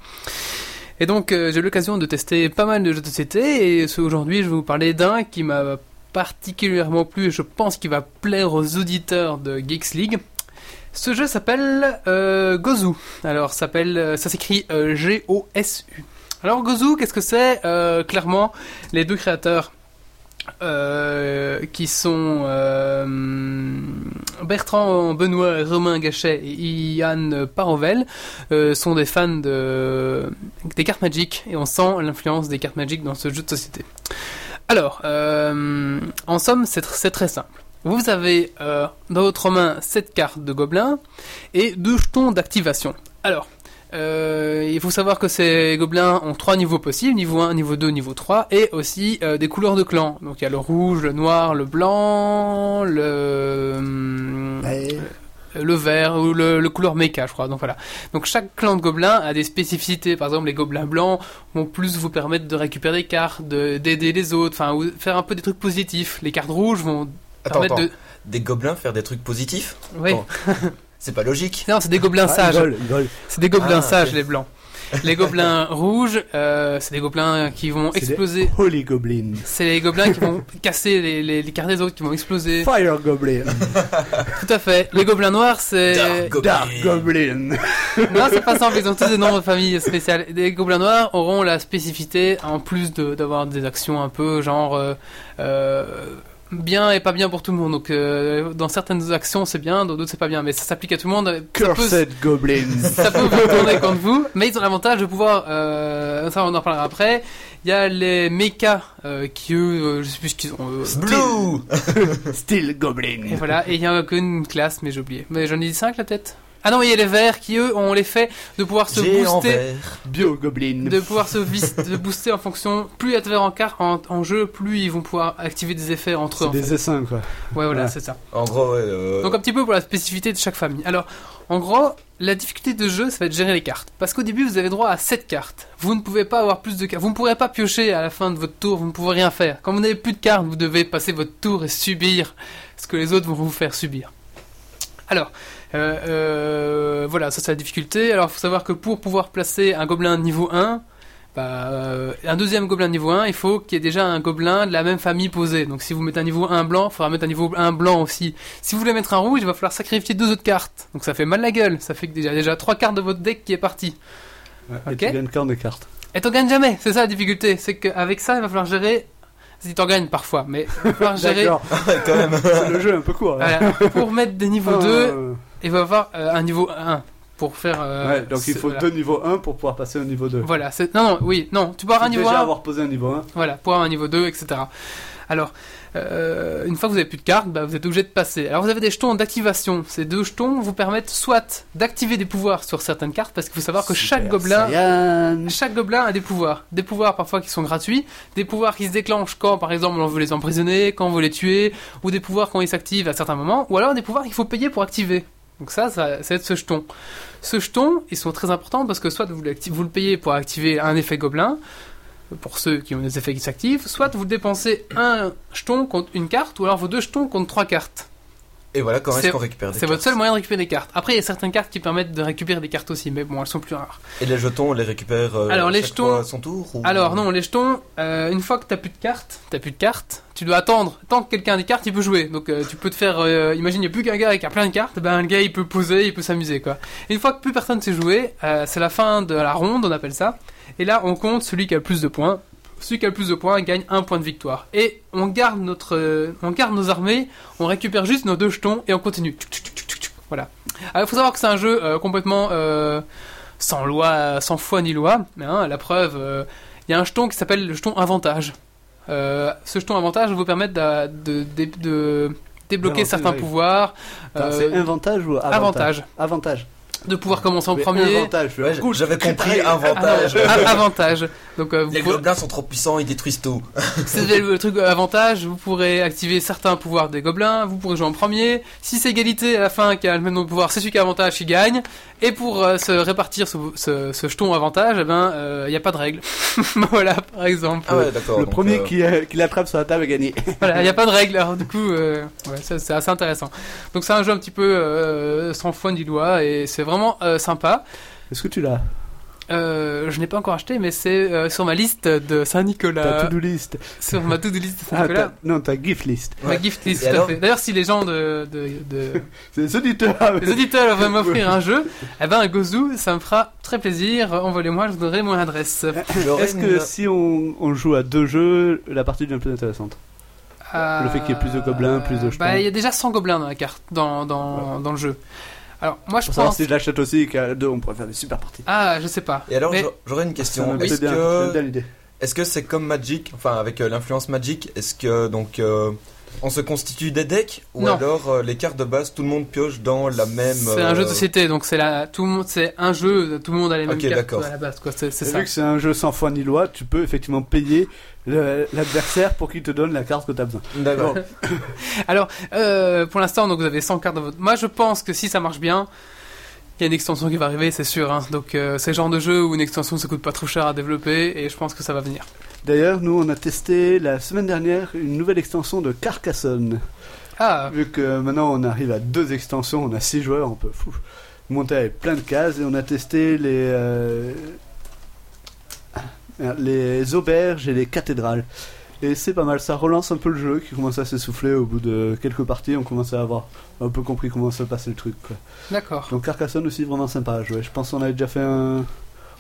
A: Et donc euh, j'ai eu l'occasion de tester pas mal de jeux de société et ce- aujourd'hui je vais vous parler d'un qui m'a particulièrement plu et je pense qu'il va plaire aux auditeurs de Geeks League. Ce jeu s'appelle euh, Gozu. Alors, s'appelle, euh, ça s'écrit euh, G-O-S-U. Alors Gozu, qu'est-ce que c'est Euh, Clairement, les deux créateurs euh, qui sont euh, Bertrand Benoît et Romain Gachet et Yann Parovel euh, sont des fans de, des cartes Magic et on sent l'influence des cartes Magic dans ce jeu de société. Alors, euh, en somme, c'est tr- c'est très simple. Vous avez euh, dans votre main 7 cartes de gobelins et deux jetons d'activation. Alors, euh, il faut savoir que ces gobelins ont trois niveaux possibles, niveau 1, niveau 2, niveau 3, et aussi euh, des couleurs de clan. Donc il y a le rouge, le noir, le blanc, le, hum, le vert ou le, le couleur méca, je crois. Donc voilà. Donc chaque clan de gobelins a des spécificités. Par exemple, les gobelins blancs vont plus vous permettre de récupérer des cartes, de- d'aider les autres, enfin ou faire un peu des trucs positifs. Les cartes rouges vont
C: Attends,
A: permettre
C: attends.
A: de...
C: Des gobelins faire des trucs positifs
A: Oui.
C: Attends. C'est pas logique.
A: *laughs* Non, c'est des gobelins
G: Ah,
A: sages.
G: ils volent, ils volent.
A: C'est des gobelins
C: Ah,
A: sages,
C: ok.
A: les blancs. Les gobelins *laughs* rouges, euh, c'est des gobelins qui vont
D: C'est des-
A: exploser.
G: Holy Goblin.
A: C'est les gobelins qui vont casser les, les, les cartes des autres, qui vont exploser.
G: Fire Goblin.
A: Tout à fait. Les gobelins noirs, c'est...
D: Dark Goblin.
A: Non, c'est pas simple, ils ont tous des noms de famille spéciales. Les gobelins noirs auront la spécificité, en plus de- d'avoir des actions un peu genre euh, euh, bien et pas bien pour tout le monde. Donc euh, dans certaines actions c'est bien, dans d'autres c'est pas bien, mais ça s'applique à tout le monde. Ça peut,
D: Cursed
A: *laughs*
D: Goblin.
A: ça peut vous retourner contre vous, mais ils ont l'avantage de pouvoir, euh, ça on en parlera après. Il y a les mechas euh, qui eux, euh, je sais plus ce qu'ils ont. euh,
C: Blue
D: Still Goblin.
A: et voilà, et il y en a qu'une classe, mais j'ai oublié. Mais j'en ai dit 5 la tête Ah non, il y a les verts qui eux ont l'effet de pouvoir se
C: J'ai en
A: booster
C: vert.
D: Bio Goblin.
A: de pouvoir se vis- de booster en fonction. Plus il y a de verts en, car- en, en jeu, plus ils vont pouvoir activer des effets entre eux.
D: C'est
A: en fait.
D: des essaims quoi.
A: Ouais, voilà,
D: Ouais.
A: c'est ça.
C: En gros, ouais. euh,
A: Donc un petit peu pour la spécificité de chaque famille. Alors, en gros, la difficulté de jeu, ça va être gérer les cartes. Parce qu'au début, vous avez droit à 7 cartes. Vous ne pouvez pas avoir plus de cartes. Vous ne pourrez pas piocher à la fin de votre tour, vous ne pouvez rien faire. Quand vous n'avez plus de cartes, vous devez passer votre tour et subir ce que les autres vont vous faire subir. Alors, euh, euh, voilà, ça c'est la difficulté. Alors, il faut savoir que pour pouvoir placer un gobelin niveau 1, bah, euh, un deuxième gobelin niveau 1, il faut qu'il y ait déjà un gobelin de la même famille posé. Donc si vous mettez un niveau 1 blanc, il faudra mettre un niveau 1 blanc aussi. Si vous voulez mettre un rouge, il va falloir sacrifier deux autres cartes. Donc ça fait mal la gueule, ça fait que déjà, déjà 3 cartes de votre deck qui est parti.
D: Et
A: Ok.
D: tu gagnes quand des cartes
A: Et t'en gagnes jamais, c'est ça la difficulté. C'est qu'avec ça, il va falloir gérer... Si t'en gagnes parfois, mais il va
D: *laughs*
A: falloir gérer... *laughs*
D: D'accord.
C: quand même.
D: *laughs* C'est le jeu un peu court. hein. là.
A: Voilà. pour mettre des niveaux 2,
D: Euh,
A: il va falloir euh, un niveau 1 pour faire... euh,
D: ouais, donc il
A: ce-
D: faut
A: voilà.
D: deux niveaux 1 pour pouvoir passer au niveau 2.
A: Voilà, c'est... Non, non, oui, non, tu peux avoir un niveau
D: déjà
A: 1,
D: avoir posé un niveau 1.
A: Voilà, pour avoir un niveau 2, etc. Alors, euh, une fois que vous avez plus de cartes, bah, vous êtes obligé de passer. Alors, vous avez des jetons d'activation. Ces deux jetons vous permettent soit d'activer des pouvoirs sur certaines cartes, parce qu'il faut savoir que chaque gobelin,
D: Yann.
A: chaque gobelin a des pouvoirs. Des pouvoirs parfois qui sont gratuits, des pouvoirs qui se déclenchent quand, par exemple, on veut les emprisonner, quand on veut les tuer, ou des pouvoirs quand ils s'activent à certains moments, ou alors des pouvoirs qu'il faut payer pour activer. Donc ça, ça, ça va être ce jeton. Ce jeton, ils sont très importants parce que soit vous, l'acti- vous le payez pour activer un effet gobelin, pour ceux qui ont des effets qui s'activent, soit vous dépensez un jeton contre une carte, ou alors vos deux jetons contre trois cartes.
C: Et voilà quand
A: C'est-
C: est-ce qu'on récupère des
A: C'est votre
C: cartes.
A: seul moyen de récupérer des cartes. Après, il y a certaines cartes qui permettent de récupérer des cartes aussi, mais bon, elles sont plus rares.
C: Et les jetons, on les récupère euh,
A: Alors, les
C: chaque
A: jetons-
C: fois à son tour ou-
A: Alors non, les jetons, euh, une fois que t'as plus de cartes, t'as plus de cartes, tu dois attendre. Tant que quelqu'un a des cartes, il peut jouer. Donc euh, tu peux te faire, euh, imagine, il n'y a plus qu'un gars qui a plein de cartes, ben le gars il peut poser, il peut s'amuser quoi. Et une fois que plus personne s'est joué, euh, c'est la fin de la ronde, on appelle ça. Et là, on compte celui qui a le plus de points. Celui qui a le plus de points gagne un point de victoire. Et on garde notre, euh, on garde nos armées, on récupère juste nos deux jetons et on continue. Tchouc, tchouc, tchouc, tchouc, tchouc. Voilà. Ah, Il faut savoir que c'est un jeu euh, complètement euh, sans loi, sans foi ni loi. Hein, la preuve. euh, il y a un jeton qui s'appelle le jeton avantage. Euh, ce jeton avantage va vous permettre d'a- de, de- de débloquer
D: D'avancer,
A: certains
D: oui.
A: pouvoirs,
D: Attends,
A: euh,
D: C'est avantage ou avantage
A: avantage,
D: Avantage.
A: de pouvoir commencer en
D: Mais
A: premier.
D: Avantage.
C: Ouais,
D: Cool.
C: J'avais compris
A: Ah
C: avantage.
A: non, a- avantage. Donc euh, vous
C: Les
A: pouvez-
C: gobelins sont trop puissants, ils détruisent tout.
A: c'est le truc euh, avantage. Vous pourrez activer certains pouvoirs des gobelins. Vous pourrez jouer en premier. Si c'est égalité à la fin qui a le même nombre de pouvoirs, c'est celui qui a avantage qui gagne. Et pour euh, se répartir ce, ce- ce jeton avantage, eh ben il n'y a pas de règle. *laughs* voilà par exemple.
C: Ah ouais, d'accord.
D: Le
C: donc,
D: premier
C: euh,
D: qui, euh, qui l'attrape sur la table a gagné. *laughs*
A: Voilà, il n'y a pas de règle, alors du coup, euh, ouais, ça, c'est assez intéressant. Donc c'est un jeu un petit peu euh, sans foi ni loi et c'est vraiment euh, sympa.
D: Est-ce que tu l'as
A: euh, je n'ai pas encore acheté, mais c'est euh, sur ma liste de Saint-Nicolas.
D: Ta to-do list.
A: Sur ma to-do list de
D: Ah,
A: Saint-Nicolas.
D: ta- non, ta gift list.
A: Ma gift list,
C: Et
A: tout à
C: alors
A: fait. D'ailleurs, si les gens de, de, de-
D: C'est les auditeurs.
A: *laughs* les auditeurs veulent m'offrir
D: *laughs*
A: un jeu, eh ben, un Gozu, ça me fera très plaisir. Envoyez-moi, je vous donnerai mon adresse.
C: J'aurais
D: Est-ce
C: une-
D: que si on, on joue à deux jeux, la partie devient plus intéressante
A: Euh,
D: Le fait qu'il y ait plus de gobelins, plus de jetons.
A: Bah, il y a déjà 100 gobelins dans la carte, dans, dans, dans le jeu. Alors, moi, je
D: Pour savoir
A: pense.
D: si je l'achète aussi et qu'à deux, on pourrait faire des super parties.
A: Ah, je sais pas.
C: Et alors,
A: Mais-
C: j'a- j'aurais une
D: Ça
C: question.
D: me plaît
C: Est-ce
D: bien, j'aime
C: que
D: bien l'idée.
C: est-ce que c'est comme Magic, enfin avec euh, l'influence Magic, est-ce que donc euh, on se constitue des decks ou
A: Non.
C: alors euh, les cartes de base, tout le monde pioche dans la même.
A: C'est un jeu de
C: euh,
A: société, donc c'est la, tout le monde, c'est un jeu, tout le monde a les mêmes
C: Ok,
A: cartes
C: d'accord.
A: à la base, quoi. C'est c'est
D: Et
A: ça.
D: Vu que c'est un jeu sans foi ni loi, tu peux effectivement payer le- l'adversaire pour qu'il te donne la carte que tu as besoin.
A: *laughs*
C: D'accord.
A: Euh, pour l'instant, donc vous avez 100 cartes dans votre. Moi, je pense que si ça marche bien, il y a une extension qui va arriver, c'est sûr. hein. Donc, euh, c'est le genre de jeu où une extension ça coûte pas trop cher à développer, et je pense que ça va venir.
D: D'ailleurs, nous, on a testé la semaine dernière une nouvelle extension de Carcassonne.
A: Ah,
D: Vu que maintenant on arrive à deux extensions, on a six joueurs, on peut fou, monter avec plein de cases et on a testé les euh, les auberges et les cathédrales. Et c'est pas mal, ça relance un peu le jeu qui commence à s'essouffler au bout de quelques parties, on commence à avoir un peu compris comment se passait le truc. quoi.
A: d'accord.
D: Donc Carcassonne aussi vraiment sympa à jouer. Je pense qu'on avait déjà fait un,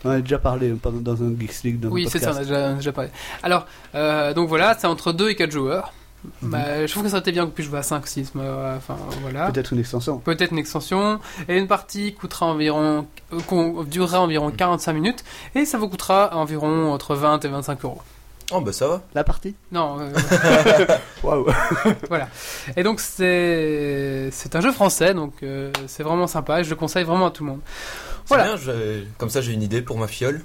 D: on en avait déjà parlé hein, pendant- dans un Geeks League. Dans un
A: Oui, c'est ça, on
D: podcast.
A: a déjà, on a déjà parlé. Alors, euh, donc voilà, c'est entre 2 et 4 joueurs. Bah, je trouve que ça aurait été bien que je puisse jouer à 5, 6, enfin voilà.
D: Peut-être une extension.
A: peut-être une extension et une partie coûtera environ euh, qu'on- durera environ 45 minutes et ça vous coûtera environ entre 20 et 25 euros.
C: Oh bah ça va.
D: La partie
A: Non, euh,
D: Waouh *laughs*
A: et donc c'est c'est un jeu français donc euh, c'est vraiment sympa et je le conseille vraiment à tout le monde.
C: C'est
A: Voilà.
C: bien, j'ai- comme ça j'ai une idée pour ma fiole.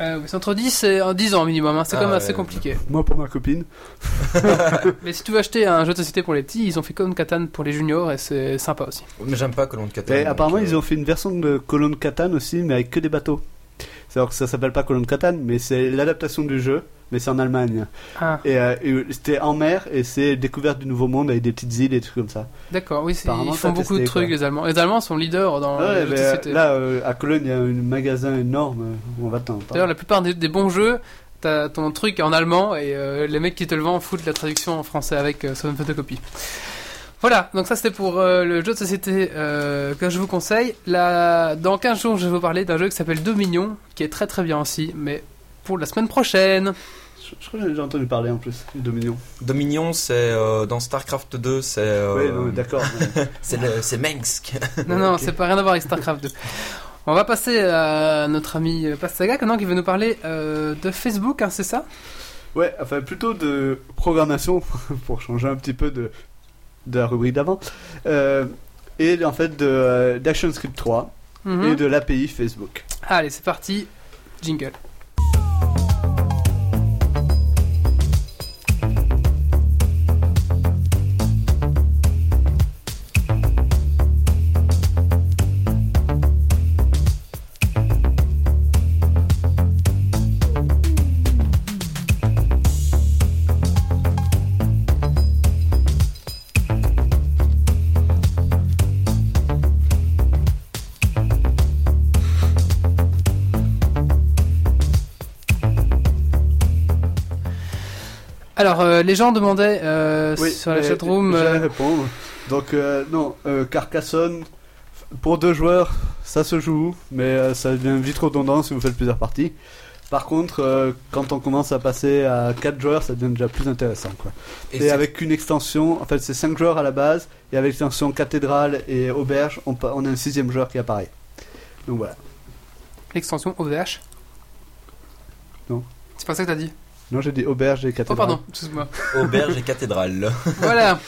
A: Euh, oui, c'est entre 10 et euh, 10 ans minimum, hein, c'est quand
C: Ah,
A: même assez
C: ouais.
A: compliqué.
D: Moi pour ma copine.
A: Mais si tu veux acheter un jeu de société pour les petits, ils ont fait comme Catan pour les juniors et c'est sympa aussi.
C: Mais j'aime pas Colon de Catane.
D: Et
C: donc,
D: apparemment,
C: euh,
D: ils ont fait une version de Colonne Catane aussi, mais avec que des bateaux. C'est-à-dire que ça s'appelle pas Colonne Catane, mais c'est l'adaptation du jeu, mais c'est en Allemagne.
A: Ah,
D: Et, euh, et c'était en mer, et c'est découverte du Nouveau Monde avec des petites îles et des trucs comme ça.
A: d'accord, oui, c'est-
D: Apparemment,
A: ils font
D: t'as
A: beaucoup de
D: testé,
A: trucs
D: quoi.
A: les Allemands. Les Allemands sont leaders dans
D: Ouais,
A: les jeux
D: mais,
A: de
D: euh,
A: société.
D: là, euh, à Cologne, il y a un magasin énorme, euh, on va t'en parler.
A: D'ailleurs, la plupart des, des bons jeux, t'as ton truc en allemand et euh, les mecs qui te le vendent foutent la traduction en français avec euh, sur une photocopie. Voilà, donc ça c'était pour euh, le jeu de société euh, que je vous conseille. Là, dans 15 jours, je vais vous parler d'un jeu qui s'appelle Dominion, qui est très très bien aussi, mais pour la semaine
D: *laughs*
A: prochaine.
D: Je, je crois que j'ai déjà entendu parler en plus, Dominion.
C: Dominion, c'est euh, dans StarCraft 2, c'est euh,
D: Oui, non, mais d'accord. mais-
C: c'est le- c'est Minsk.
A: Non, non,
C: Ok.
A: c'est pas rien à voir avec StarCraft 2. On va passer à notre ami euh, Pastaga, maintenant qui va nous parler euh, de Facebook, hein, c'est ça
D: ouais, enfin, plutôt de programmation, *laughs* pour changer un petit peu de, de la rubrique d'avant. Euh, et en fait, de, euh, d'ActionScript 3
A: Mhm.
D: et de l'API Facebook.
A: Allez, c'est parti, jingle. Alors, euh, les gens demandaient euh,
D: Oui,
A: sur la
D: mais
A: chatroom.
D: j'allais
A: euh,
D: répondre. Donc, euh, non, euh, Carcassonne, pour deux joueurs, ça se joue, mais euh, ça devient vite redondant si vous faites plusieurs parties. Par contre, euh, quand on commence à passer à quatre joueurs, ça devient déjà plus intéressant. Quoi.
C: *laughs* Et
D: Et,
C: c'est-
D: avec une extension, en fait, c'est cinq joueurs à la base, et avec l'extension cathédrale et auberge, on, pa- on a un sixième joueur qui apparaît. Donc voilà.
A: L'extension OVH
D: Non.
A: C'est pas ça que t'as dit
D: Non, j'ai dit auberge et
A: Oh,
D: cathédrale.
A: pardon, excuse-moi.
C: auberge et cathédrale.
D: *laughs*
A: voilà,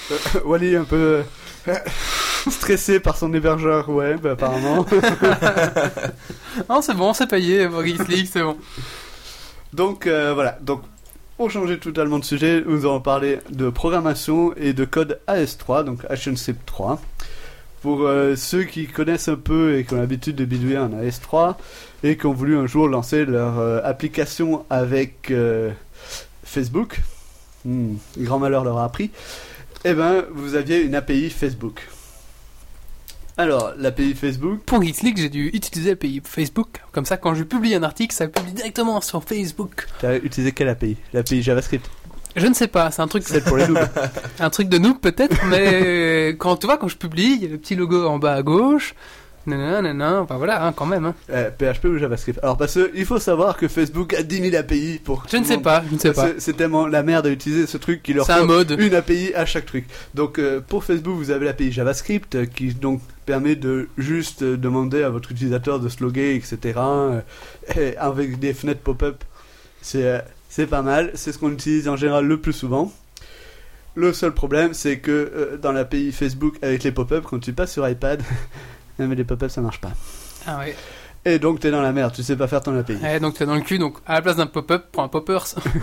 D: Wally, est un peu euh, *laughs* stressé par son hébergeur web, apparemment.
A: non, c'est bon, c'est payé pour Geeks League, c'est bon.
D: Donc euh, voilà, donc pour changer totalement de sujet, nous allons parler de programmation et de code AS3, donc ActionScript 3. Pour euh, ceux qui connaissent un peu et qui ont l'habitude de bidouiller un AS3 et qui ont voulu un jour lancer leur euh, application avec euh, Facebook, hmm, grand malheur leur a appris, eh ben vous aviez une API Facebook. Alors, l'API Facebook,
A: Pour Geeks League, j'ai dû utiliser l'API Facebook. Comme ça, quand je publie un article, ça le publie directement sur Facebook.
D: t'as utilisé quelle API L'API JavaScript,
A: Je ne sais pas, c'est un truc,
D: celle pour les doubles.
A: un truc de noob peut-être, *laughs* mais euh, quand tu vois, quand je publie, il y a le petit logo en bas à gauche. Nanana, nanana, enfin voilà, hein, quand même. hein.
D: Euh, PHP ou JavaScript Alors, parce que il faut savoir que Facebook a 10 000 API pour.
A: Je ne sais pas, je ne sais pas.
D: C'est- C'est tellement la merde à utiliser ce truc qu'il leur
A: C'est
D: faut
A: un mode.
D: une API à chaque truc. Donc euh, pour Facebook, vous avez l'API JavaScript euh, qui donc permet de juste euh, demander à votre utilisateur de se loguer, etc. euh, et avec des fenêtres pop-up. C'est euh, c'est pas mal, c'est ce qu'on utilise en général le plus souvent. Le seul problème, c'est que euh, dans l'API Facebook avec les pop-up, quand tu passes sur iPad, *laughs* non mais les pop-up ça marche pas.
A: Ah ouais.
D: Et donc t'es dans la merde, tu sais pas faire ton API.
A: Ouais, Eh, donc tu es dans le cul, donc à la place d'un pop-up, prends un popper.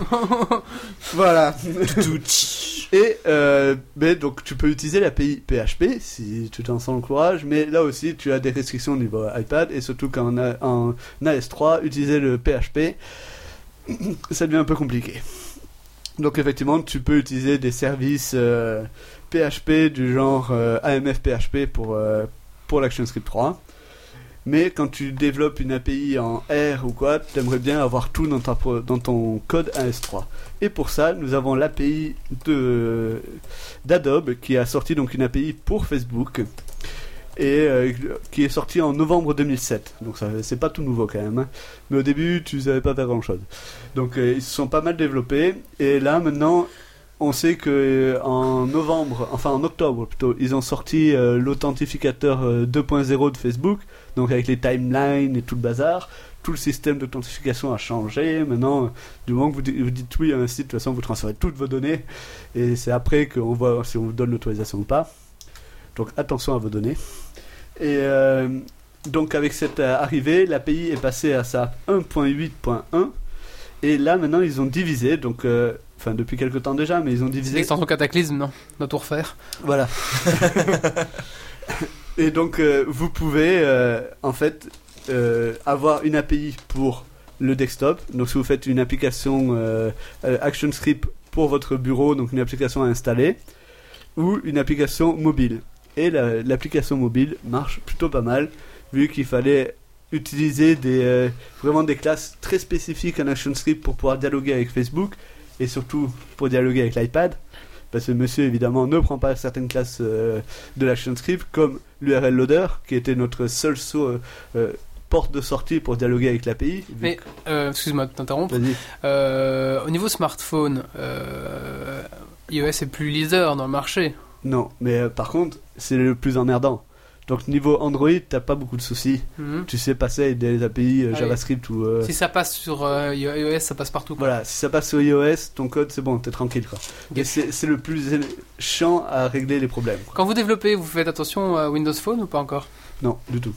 A: *laughs*
D: Voilà. Et euh, ben, donc tu peux utiliser l'API PHP si tu t'en sens le courage, mais là aussi tu as des restrictions au niveau iPad et surtout quand on a en AS3 utiliser le PHP, *clears throat* ça devient un peu compliqué. Donc effectivement tu peux utiliser des services euh, PHP du genre euh, AMF PHP pour euh, pour l'ActionScript 3. Mais quand tu développes une API en R ou quoi, t'aimerais bien avoir tout dans, ta pro- dans ton code AS3. Et pour ça, nous avons l'API de d'Adobe qui a sorti donc une API pour Facebook et euh, qui est sortie en novembre 2007. Donc ça c'est pas tout nouveau quand même. hein. Mais au début, tu savais pas faire grand-chose. Donc euh, ils se sont pas mal développés et là maintenant on sait que euh, en novembre, enfin en octobre plutôt, ils ont sorti euh, l'authentificateur euh, 2.0 de Facebook, donc avec les timelines et tout le bazar. Tout le système d'authentification a changé. Maintenant, du moment que vous, di- vous dites oui à un site, de toute façon, vous transférez toutes vos données. Et c'est après qu'on voit si on vous donne l'autorisation ou pas. Donc attention à vos données. Et euh, donc avec cette euh, arrivée, l'API est passée à sa 1.8.1. Et là, maintenant, ils ont divisé. Donc, euh, enfin, depuis quelque temps déjà, mais ils ont
A: C'est
D: divisé.
A: l'extension cataclysme, non On doit tout refaire.
D: Voilà. *laughs* et donc, euh, vous pouvez euh, en fait euh, avoir une API pour le desktop. Donc, si vous faites une application euh, euh, ActionScript pour votre bureau, donc une application à installer, ou une application mobile. Et la- l'application mobile marche plutôt pas mal, vu qu'il fallait utiliser des, euh, vraiment des classes très spécifiques en ActionScript pour pouvoir dialoguer avec Facebook et surtout pour dialoguer avec l'iPad. Parce que monsieur, évidemment, ne prend pas certaines classes euh, de l'ActionScript, comme l'URL loader, qui était notre seule so- euh, euh, porte de sortie pour dialoguer avec l'API. vu
A: Mais- Euh, Excuse-moi de
D: que-
A: t'interrompre.
D: Vas-y.
A: Euh, au niveau smartphone, euh, iOS est plus leader dans le marché.
D: Non, mais euh, par contre, c'est le plus emmerdant. Donc niveau Android, t'as pas beaucoup de soucis.
A: Mhm.
D: Tu sais passer avec des API euh,
A: Ah oui.
D: JavaScript ou... euh,
A: Si ça passe sur euh, iOS, ça passe partout. quoi.
D: Voilà, si ça passe sur iOS, ton code, c'est bon, t'es tranquille, quoi. Mais c'est c'est le plus é- chiant à régler les problèmes, quoi.
A: Quand vous développez, vous faites attention à Windows Phone ou pas encore
D: Non, du tout.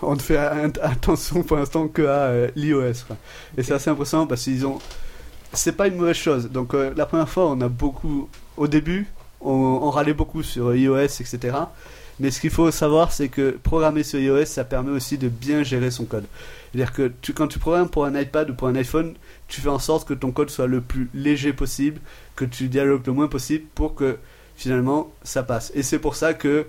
D: On ne fait un- attention pour l'instant que à euh, l'iOS. quoi. Et c'est assez impressionnant parce qu'ils ont. C'est pas une mauvaise chose. Donc euh, la première fois, on a beaucoup. Au début, on, on râlait beaucoup sur iOS, etc. Mais ce qu'il faut savoir, c'est que programmer sur iOS, ça permet aussi de bien gérer son code. C'est-à-dire que tu, quand tu programmes pour un iPad ou pour un iPhone, tu fais en sorte que ton code soit le plus léger possible, que tu dialogues le moins possible pour que finalement ça passe. Et c'est pour ça que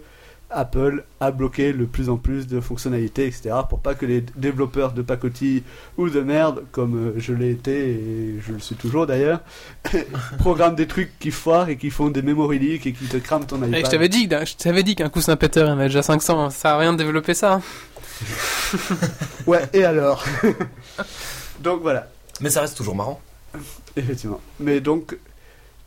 D: Apple a bloqué le plus en plus de fonctionnalités, etc., pour pas que les développeurs de pacotilles ou de merde, comme euh, je l'ai été et je le suis toujours d'ailleurs, *laughs* programment des trucs qui foirent et qui font des memory leaks et qui te crament ton
A: Eh,
D: iPad.
A: Je t'avais dit, que- je t'avais dit qu'un coup Saint-Péter, il y en avait déjà 500. Ça a rien de développer ça. hein.
D: Ouais, et alors *laughs* Donc voilà,
C: Mais ça reste toujours marrant.
D: effectivement. Mais donc,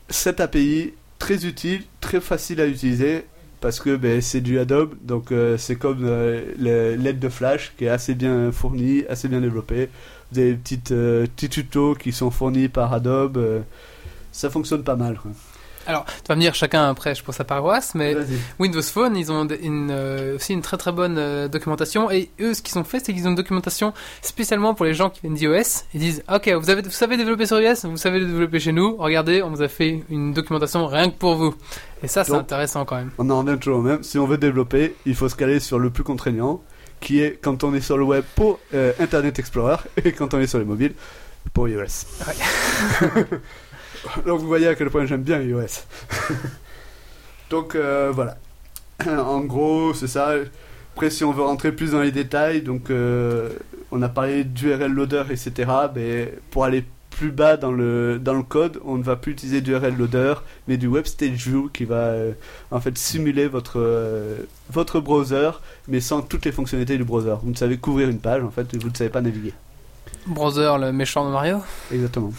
D: cette API, très utile, très facile à utiliser, parce que ben, c'est du Adobe, donc euh, c'est comme euh, le- l'aide de Flash, qui est assez bien fournie, assez bien développée. Vous avez des petites, euh, petits tutos qui sont fournis par Adobe. euh, ça fonctionne pas mal. quoi.
A: Tu vas me dire chacun après, je pour sa paroisse, mais
D: Vas-y.
A: Windows Phone, ils ont des- une, euh, aussi une très très bonne euh, documentation. Et eux, ce qu'ils ont fait, c'est qu'ils ont une documentation spécialement pour les gens qui viennent d'iOS. Ils disent Ok, vous, avez, vous savez développer sur iOS, vous savez le développer chez nous. Regardez, on vous a fait une documentation rien que pour vous. Et ça, c'est
D: Donc-
A: intéressant quand même.
D: On en revient toujours au même. Si on veut développer, il faut se caler sur le plus contraignant, qui est quand on est sur le web pour euh, Internet Explorer *laughs* et quand on est sur les mobiles pour iOS. *laughs* Donc vous voyez à quel point j'aime bien *laughs* *clears throat* iOS. Donc euh, voilà. En gros, c'est ça. Après, si on veut rentrer plus dans les détails, donc euh, on a parlé d'URL loader, etc. Mais pour aller plus bas dans le, dans le code, on ne va plus utiliser d'URL loader, mais du Web Stage View qui va euh, en fait simuler votre, euh, votre browser, mais sans toutes les fonctionnalités du browser. Vous ne savez couvrir une page, en fait, et vous ne savez pas naviguer.
A: Browser, le méchant de Mario.
D: Exactement.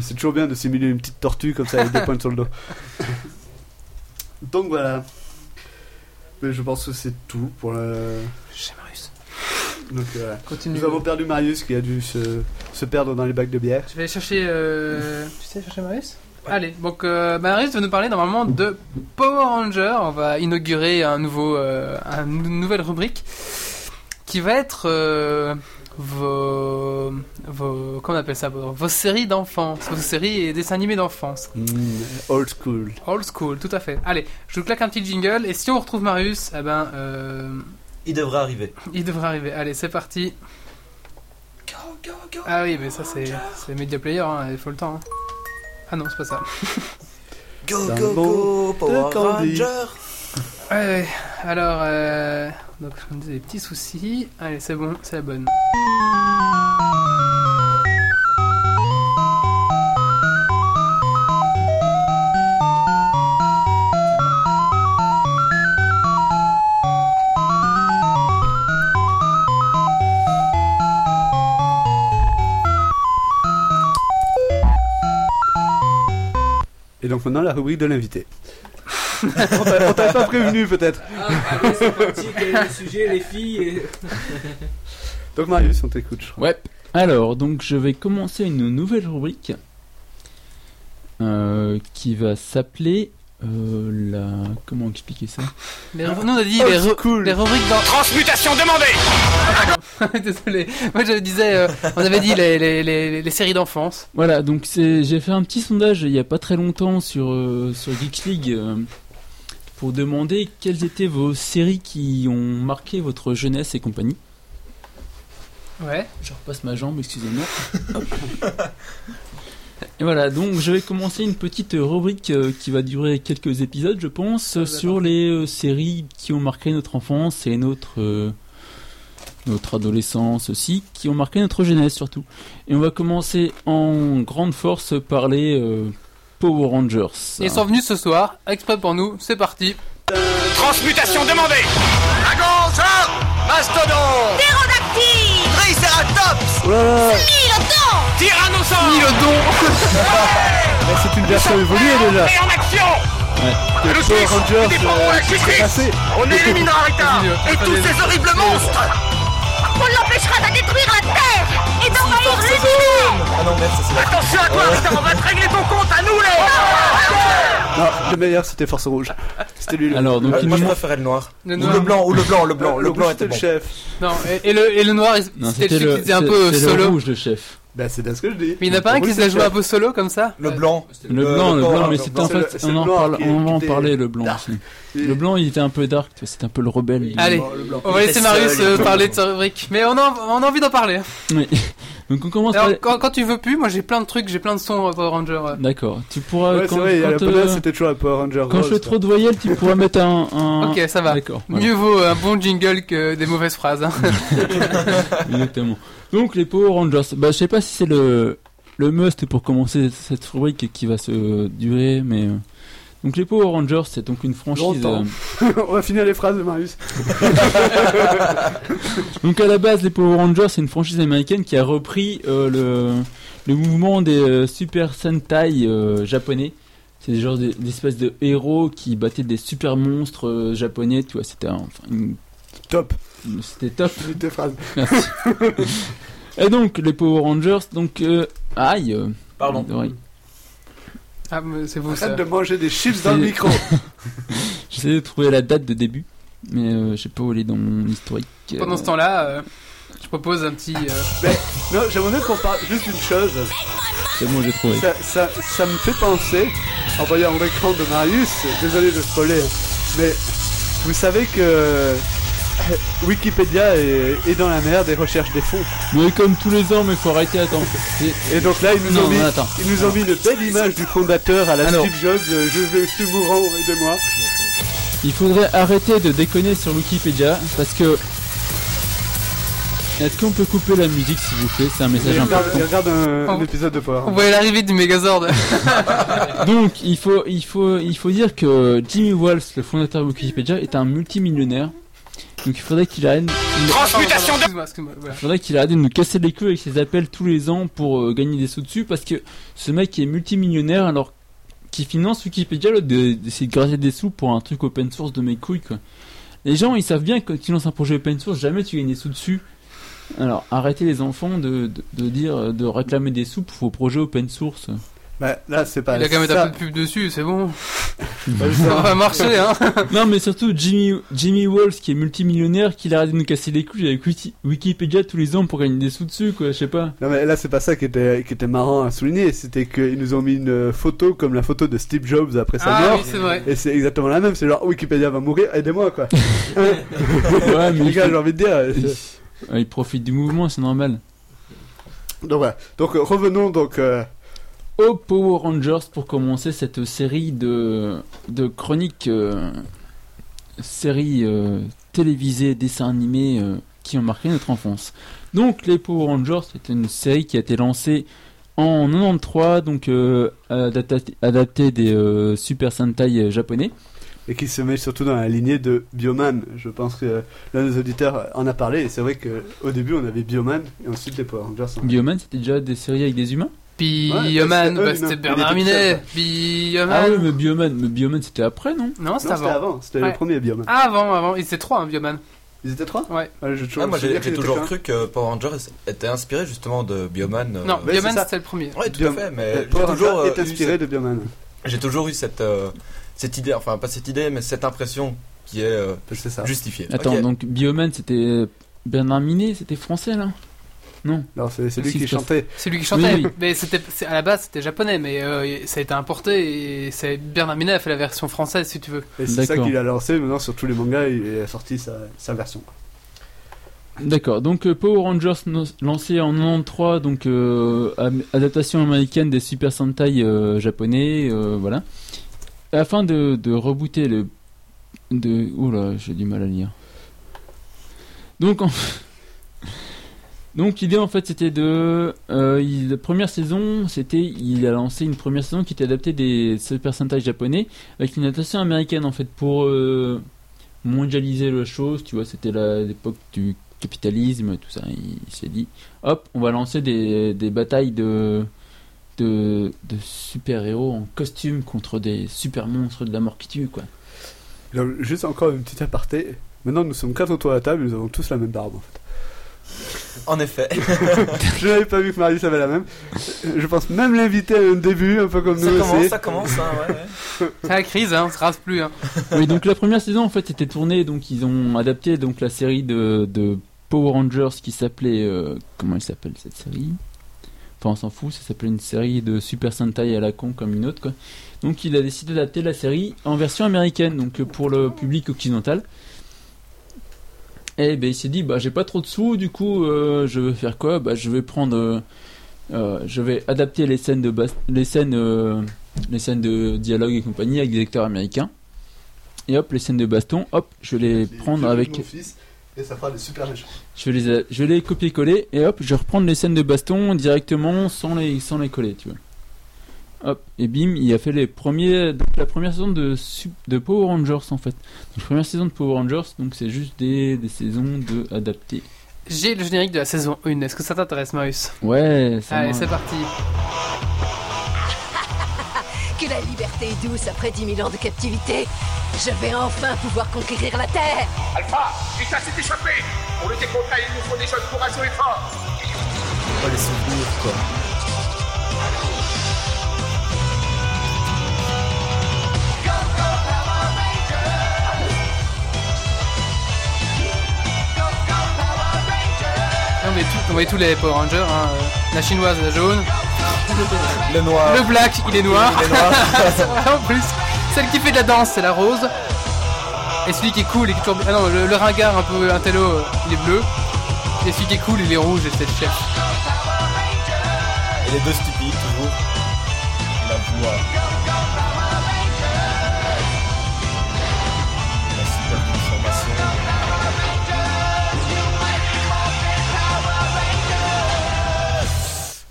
D: C'est toujours bien de simuler une petite tortue comme ça avec des pointes sur le dos. Donc voilà. Mais je pense que c'est tout pour le.
A: Chez Marius.
D: Donc, voilà.
A: Continue.
D: Nous avons perdu Marius qui a dû se, se perdre dans les bacs de bière.
A: Je vais chercher. euh, Tu sais chercher Marius Allez, donc euh, Marius va nous parler normalement de Power Ranger. On va inaugurer un nouveau, euh, un- une nouvelle rubrique qui va être euh, vos, vos, comment on appelle ça, vos, vos séries d'enfance, vos séries et dessins animés d'enfance.
D: Mm, old school.
A: Old school, tout à fait. Allez, je vous claque un petit jingle et si on retrouve Marius, eh ben, euh,
G: Il devrait arriver.
A: il devrait arriver. Allez, c'est parti. Ah oui, mais ça c'est, c'est Media Player, hein, il faut le temps. hein. Ah non, c'est pas ça.
G: Go,
D: Dans
G: go,
D: le monde
G: go, Power
D: de Candy.
G: Ranger
A: Ouais, ouais. alors, euh, donc on a des petits soucis. Allez, c'est bon, c'est la bonne.
D: Et donc maintenant la rubrique de l'invité. *laughs* on t'a on t'a pas prévenu peut-être.
F: Ah, allez, c'est parti, quel est le sujet, les filles et-
D: *laughs* Donc Marius, on t'écoute. je crois.
B: Ouais. Alors, donc je vais commencer une nouvelle rubrique euh, qui va s'appeler euh, la. Comment expliquer ça
A: Les ru- nous on a dit les, ru- les rubriques dans.
H: Transmutation demandée
A: *laughs* Désolé, moi je disais, euh, on avait dit les, les, les, les séries d'enfance.
B: Voilà, donc c'est, j'ai fait un petit sondage il n'y a pas très longtemps sur, euh, sur Geeks League euh, pour demander quelles étaient vos séries qui ont marqué votre jeunesse et compagnie.
A: Ouais.
B: Je repasse ma jambe, excusez-moi. Hop. et voilà, donc je vais commencer une petite rubrique euh, qui va durer quelques épisodes, je pense, euh, sur les euh, séries qui ont marqué notre enfance et notre, euh, notre adolescence aussi, qui ont marqué notre jeunesse surtout. Et on va commencer en grande force par les euh, Power Rangers.
A: Ils sont venus ce soir, exprès pour nous, c'est parti.
H: Transmutation demandée Dragonzor Mastodon Ptérodactyle Triceratops
D: Oh là là,
H: Tyrannosaure
D: bah, c'est une version évoluée déjà.
H: Et en action
D: Le
H: Le
D: Power
H: Suisse
D: Rangers,
H: Des bons
D: euh,
H: à
D: qui s'est
H: Suisse.
D: passé.
H: On éliminera Rita
A: Vas-y,
H: Et
A: vas-y.
H: tous ces horribles monstres
I: On l'empêchera de détruire la Terre et d'envahir l'univers
G: Ah non, merde, ça c'est la
H: Attention à toi Rita, on va te régler ton compte à nous les
D: Non, le meilleur c'était Force Rouge. C'était lui le.
B: Alors, donc
G: Ah,
B: il
G: Moi
B: nous
G: je
B: manque-
G: préférais le noir.
A: Le
G: Ou
A: noir.
G: le blanc, ou le blanc, le blanc, le, blanc
D: Ah, c'était
G: était
D: le
G: bon.
D: chef.
A: Non, et, et le, et le noir, il-
B: Non,
A: c'était le qui faisait un
B: c'est-
A: peu euh,
B: c'est le
A: solo.
B: rouge, le chef.
D: Bah c'est bien ce que je dis.
A: Mais il n'y en a pas un
D: Oui,
A: qui se
D: c'est
A: la
D: le
A: joue
D: chef.
A: un peu solo comme ça
G: Le blanc.
B: Le
G: Euh,
B: blanc,
G: le
B: le
G: Power
B: blanc, mais
G: Ranger
B: c'était
G: blanc.
B: en
D: C'est le-
B: fait,
D: c'est
B: on
D: le
B: en
D: noir
B: parle,
D: qui-
B: on va en
D: qui était
B: parler, le blanc
D: dark.
B: aussi. Le blanc, il était un peu dark, tu vois, c'était un peu le rebelle. il-
A: Allez,
D: Oh, le blanc.
A: on va
G: Il
A: laisser
G: était
A: Marius
G: seul,
A: euh,
G: il-
A: parler de sa rubrique. Mais on a, on a envie d'en parler.
B: Oui. *laughs* Donc on commence par...
A: Alors quand, quand tu veux plus, moi j'ai plein de trucs, j'ai plein de sons euh, Power Ranger. euh.
B: D'accord. Tu pourras
D: Ouais, c'est
B: quand,
D: vrai, à la
B: quand,
D: base,
B: euh,
D: c'était toujours un Power Ranger.
B: quand
D: rose,
B: je fais
D: quoi.
B: trop de voyelles, tu
D: *laughs*
B: pourras mettre un. un-
A: Ok, ça va.
B: D'accord. voilà.
A: Mieux vaut un bon jingle que des mauvaises phrases. hein.
B: Exactement. Donc les Power Rangers. Bah je sais pas si c'est le le must pour commencer cette rubrique qui va se durer, mais euh, donc les Power Rangers, c'est donc une franchise.
D: Longtemps.
B: euh,
D: *laughs* On va finir les phrases de Marius.
B: Donc à la base, les Power Rangers, c'est une franchise américaine qui a repris euh, le, le mouvement des euh, Super Sentai euh, japonais. C'est des genres de- d'espèces de héros qui battaient des super monstres euh, japonais, tu vois, c'était un- enfin, une-
D: Top.
A: *laughs*
B: c'était top.
D: Finis tes phrases.
B: Merci. Et donc les Power Rangers, donc euh, aïe. euh,
G: Pardon.
B: oui.
A: Ah, mais c'est vous ça.
D: Arrête de manger des chips dans le
B: C'est-
D: micro.
B: J'essaie de trouver la date de début, mais euh, je sais pas où elle est dans mon historique. euh,
A: Pendant ce temps-là, euh, je propose un petit. euh,
D: Non, j'aimerais bien qu'on parle juste d'une chose.
B: c'est bon, j'ai trouvé.
D: Ça, ça, ça me fait penser, en voyant l'écran de Marius, désolé de spoiler, mais vous savez que euh, Wikipédia est, est dans la merde et recherche des fonds.
B: Mais comme tous les ans, mais faut
A: *laughs*
B: arrêter, attends. C'est-
D: Et donc là, ils nous
B: Non,
D: ont mis,
B: mais attends.
D: ils nous ont mis une belle image du fondateur à la
B: Alors.
D: Steve Jobs, euh, je vais, je suis mourant, aidez-moi.
B: Il faudrait arrêter de déconner sur Wikipédia parce que. Est-ce qu'on peut couper la musique s'il vous plaît C'est un
D: Il
B: message
D: regarde,
B: important.
D: il regarde un, un
A: Oh.
D: épisode de Power.
A: On voit l'arrivée du Megazord.
B: Donc il faut, il, faut, il faut dire que Jimmy Walsh, le fondateur de Wikipédia, est un multimillionnaire. Donc il faudrait qu'il arrête, il
H: Transmutation de.
A: Excuse-moi, excuse-moi, voilà.
B: faudrait qu'il arrête de nous casser les queues avec ses appels tous les ans pour euh, gagner des sous dessus parce que ce mec est multimillionnaire alors qu'il finance Wikipédia, l'autre de- d'essayer de gratter des sous pour un truc open source de mes couilles quoi. Les gens ils savent bien que quand tu lances un projet open source, jamais tu gagnes des sous dessus. Alors arrêtez les enfants de, de, de dire euh, de réclamer des sous pour vos projets open source.
D: Bah, là, c'est pas
A: Il a quand même
D: ça.
A: un peu de pub dessus, c'est bon.
D: Pas
A: Ça
D: ça.
A: va marcher, hein.
B: Non, mais surtout Jimmy, Jimmy Walls, qui est multimillionnaire, qui arrête de nous casser les couilles avec Wiki- Wikipédia tous les ans pour gagner des sous dessus, quoi, je sais pas.
D: Non mais là c'est pas ça qui était, qui était marrant à souligner, c'était qu'ils nous ont mis une photo comme la photo de Steve Jobs après sa
A: Ah
D: mort.
A: oui, c'est vrai.
D: Et c'est exactement la même, c'est genre Wikipédia va mourir,
A: *laughs*
D: aidez-moi quoi.
B: Ouais,
D: *laughs*
B: mais
D: Les
B: il,
D: gars, j'ai envie de dire.
A: *laughs*
B: il-
D: euh,
B: ouais, il profite du mouvement, c'est normal.
D: Donc voilà. Donc euh, revenons donc. euh,
B: Au Power Rangers pour commencer cette série de, de chroniques, euh, séries euh, télévisées, dessins animés euh, qui ont marqué notre enfance. Donc les Power Rangers, c'était une série qui a été lancée en 93, donc euh, adaptée adaptée des euh, Super Sentai japonais.
D: et qui se met surtout dans la lignée de Bioman. Je pense que euh, l'un des auditeurs euh, en a parlé, et c'est vrai qu'au début on avait Bioman, et ensuite les Power Rangers. hein.
B: Bioman, c'était déjà des séries avec des humains
A: Bioman,
D: Ouais,
A: bah,
D: c'était
A: c'était
D: eux,
A: Bernard
D: il était tout seul,
A: Minet.
B: Ah oui,
A: Bioman.
B: mais Bioman, mais Bioman c'était après, non
A: Non,
D: Non,
A: c'est
D: c'était
A: avant.
D: avant, c'était
A: Ouais.
D: le premier Bioman.
A: Ah, Avant, avant. Et c'est trois, hein, Bioman.
D: Ils étaient trois
A: Ouais.
D: Ah, j'ai toujours,
C: Ah, moi
D: je me
C: j'ai
D: souviens
C: j'ai
D: qu'ils
C: toujours
D: étaient
C: cru que Power Rangers était inspiré justement de Bioman. euh,
A: Non,
D: ouais,
A: Bioman,
D: c'est ça.
A: c'était le premier.
C: Ouais, tout
D: Biom-
C: à fait,
D: qu'un.
C: mais
D: Le
C: j'ai
D: Power
C: toujours,
D: Ranger
C: euh,
D: est
C: eu
D: inspiré de Bioman.
C: cette- j'ai toujours eu cette, euh, cette idée, enfin pas cette idée, mais cette impression qui est euh,
D: C'est ça.
C: justifiée.
B: Attends,
C: Ok.
B: donc Bioman c'était Bernard Minet, c'était français là
D: Non, c'est c'est lui
B: Si,
D: qui
B: c'est pas-
D: chantait.
A: C'est lui qui chantait.
B: Oui, oui.
A: Mais c'était c'est- à la base, c'était japonais, mais euh, ça a été importé et c'est Bernard Minet a fait la version française, si tu veux.
D: Et c'est ça
B: D'accord.
D: qu'il a lancé maintenant sur tous les mangas il a sorti sa, sa version.
B: D'accord, donc euh, Power Rangers no- lancé en 93, donc euh, am- adaptation américaine des Super Sentai euh, japonais, euh, voilà. Afin de, de rebooter le. De... Oula, j'ai du mal à lire. Donc, en... *laughs* donc l'idée en fait c'était de. euh, il- La première saison, c'était. Il a lancé une première saison qui était adaptée des Super Sentai japonais avec une adaptation américaine en fait pour. euh, mondialiser la chose, tu vois, c'était la- l'époque du capitalisme, tout ça. Il, il s'est dit, hop, on va lancer des, des batailles de, de, de super-héros en costume contre des super-monstres de la mort qui tue, quoi.
D: Donc, juste encore une petite aparté. Maintenant, nous sommes quatre autour de la table et nous avons tous la même barbe. En fait. *laughs*
G: En
C: *laughs*
G: effet.
D: Je n'avais pas vu que Marius avait la même. Euh, Je pense même l'inviter à un début, un peu comme
G: Ça
D: nous
G: commence,
D: aussi.
G: ça commence, hein, ouais, ouais.
A: C'est la crise, hein, on se rase plus. Hein.
B: *laughs* Oui, donc la première saison en fait était tournée, donc ils ont adapté donc la série de, de Power Rangers qui s'appelait euh, comment elle s'appelle cette série Enfin, on s'en fout, ça s'appelait une série de Super Sentai à la con comme une autre quoi. Donc il a décidé d'adapter la série en version américaine, donc euh, pour le public occidental. Et ben il s'est dit bah j'ai pas trop de sous, du coup euh, je vais faire quoi Bah je vais prendre, euh, euh, je vais adapter les scènes de bas- les scènes, euh, les scènes de dialogue et compagnie avec des acteurs américains. Et hop, les scènes de baston, hop, je vais les prendre avec.
D: et ça fera des super méchants.
B: Je vais les, je vais les copier-coller et hop, je vais reprendre les scènes de baston directement sans les, sans les coller, tu vois. Hop, et bim, il a fait les premiers, donc la première saison de, Sup- de Power Rangers en fait. Donc, la première saison de Power Rangers, donc c'est juste des, des saisons de adaptées.
A: J'ai le générique de la saison 1. Est-ce que ça t'intéresse, Marius
B: Ouais, Ah, ça
A: Allez,
B: marche.
A: c'est parti.
I: Que la liberté est douce après 10 000 ans de captivité. Je vais enfin pouvoir conquérir la Terre.
H: Alpha, Vita s'est échappé. Pour lutter contre elle, il nous faut des jeunes courageux et forts.
G: Oh, les souvenirs, quoi.
A: Non, mais tout- on voyait tous les Power Rangers. Hein. euh, La chinoise, la jaune.
G: Le
C: Ah.
G: noir.
A: Le black, il est noir.
G: Il est
A: *laughs*
G: noir.
A: en plus, celle qui fait de la danse, c'est la rose. Et celui qui est cool, et qui est toujours... ah non, le, le ringard un peu intello, euh, il est bleu. Et celui qui est cool, il est rouge, et c'est le chef.
G: Et les deux stupides, toujours. La voix.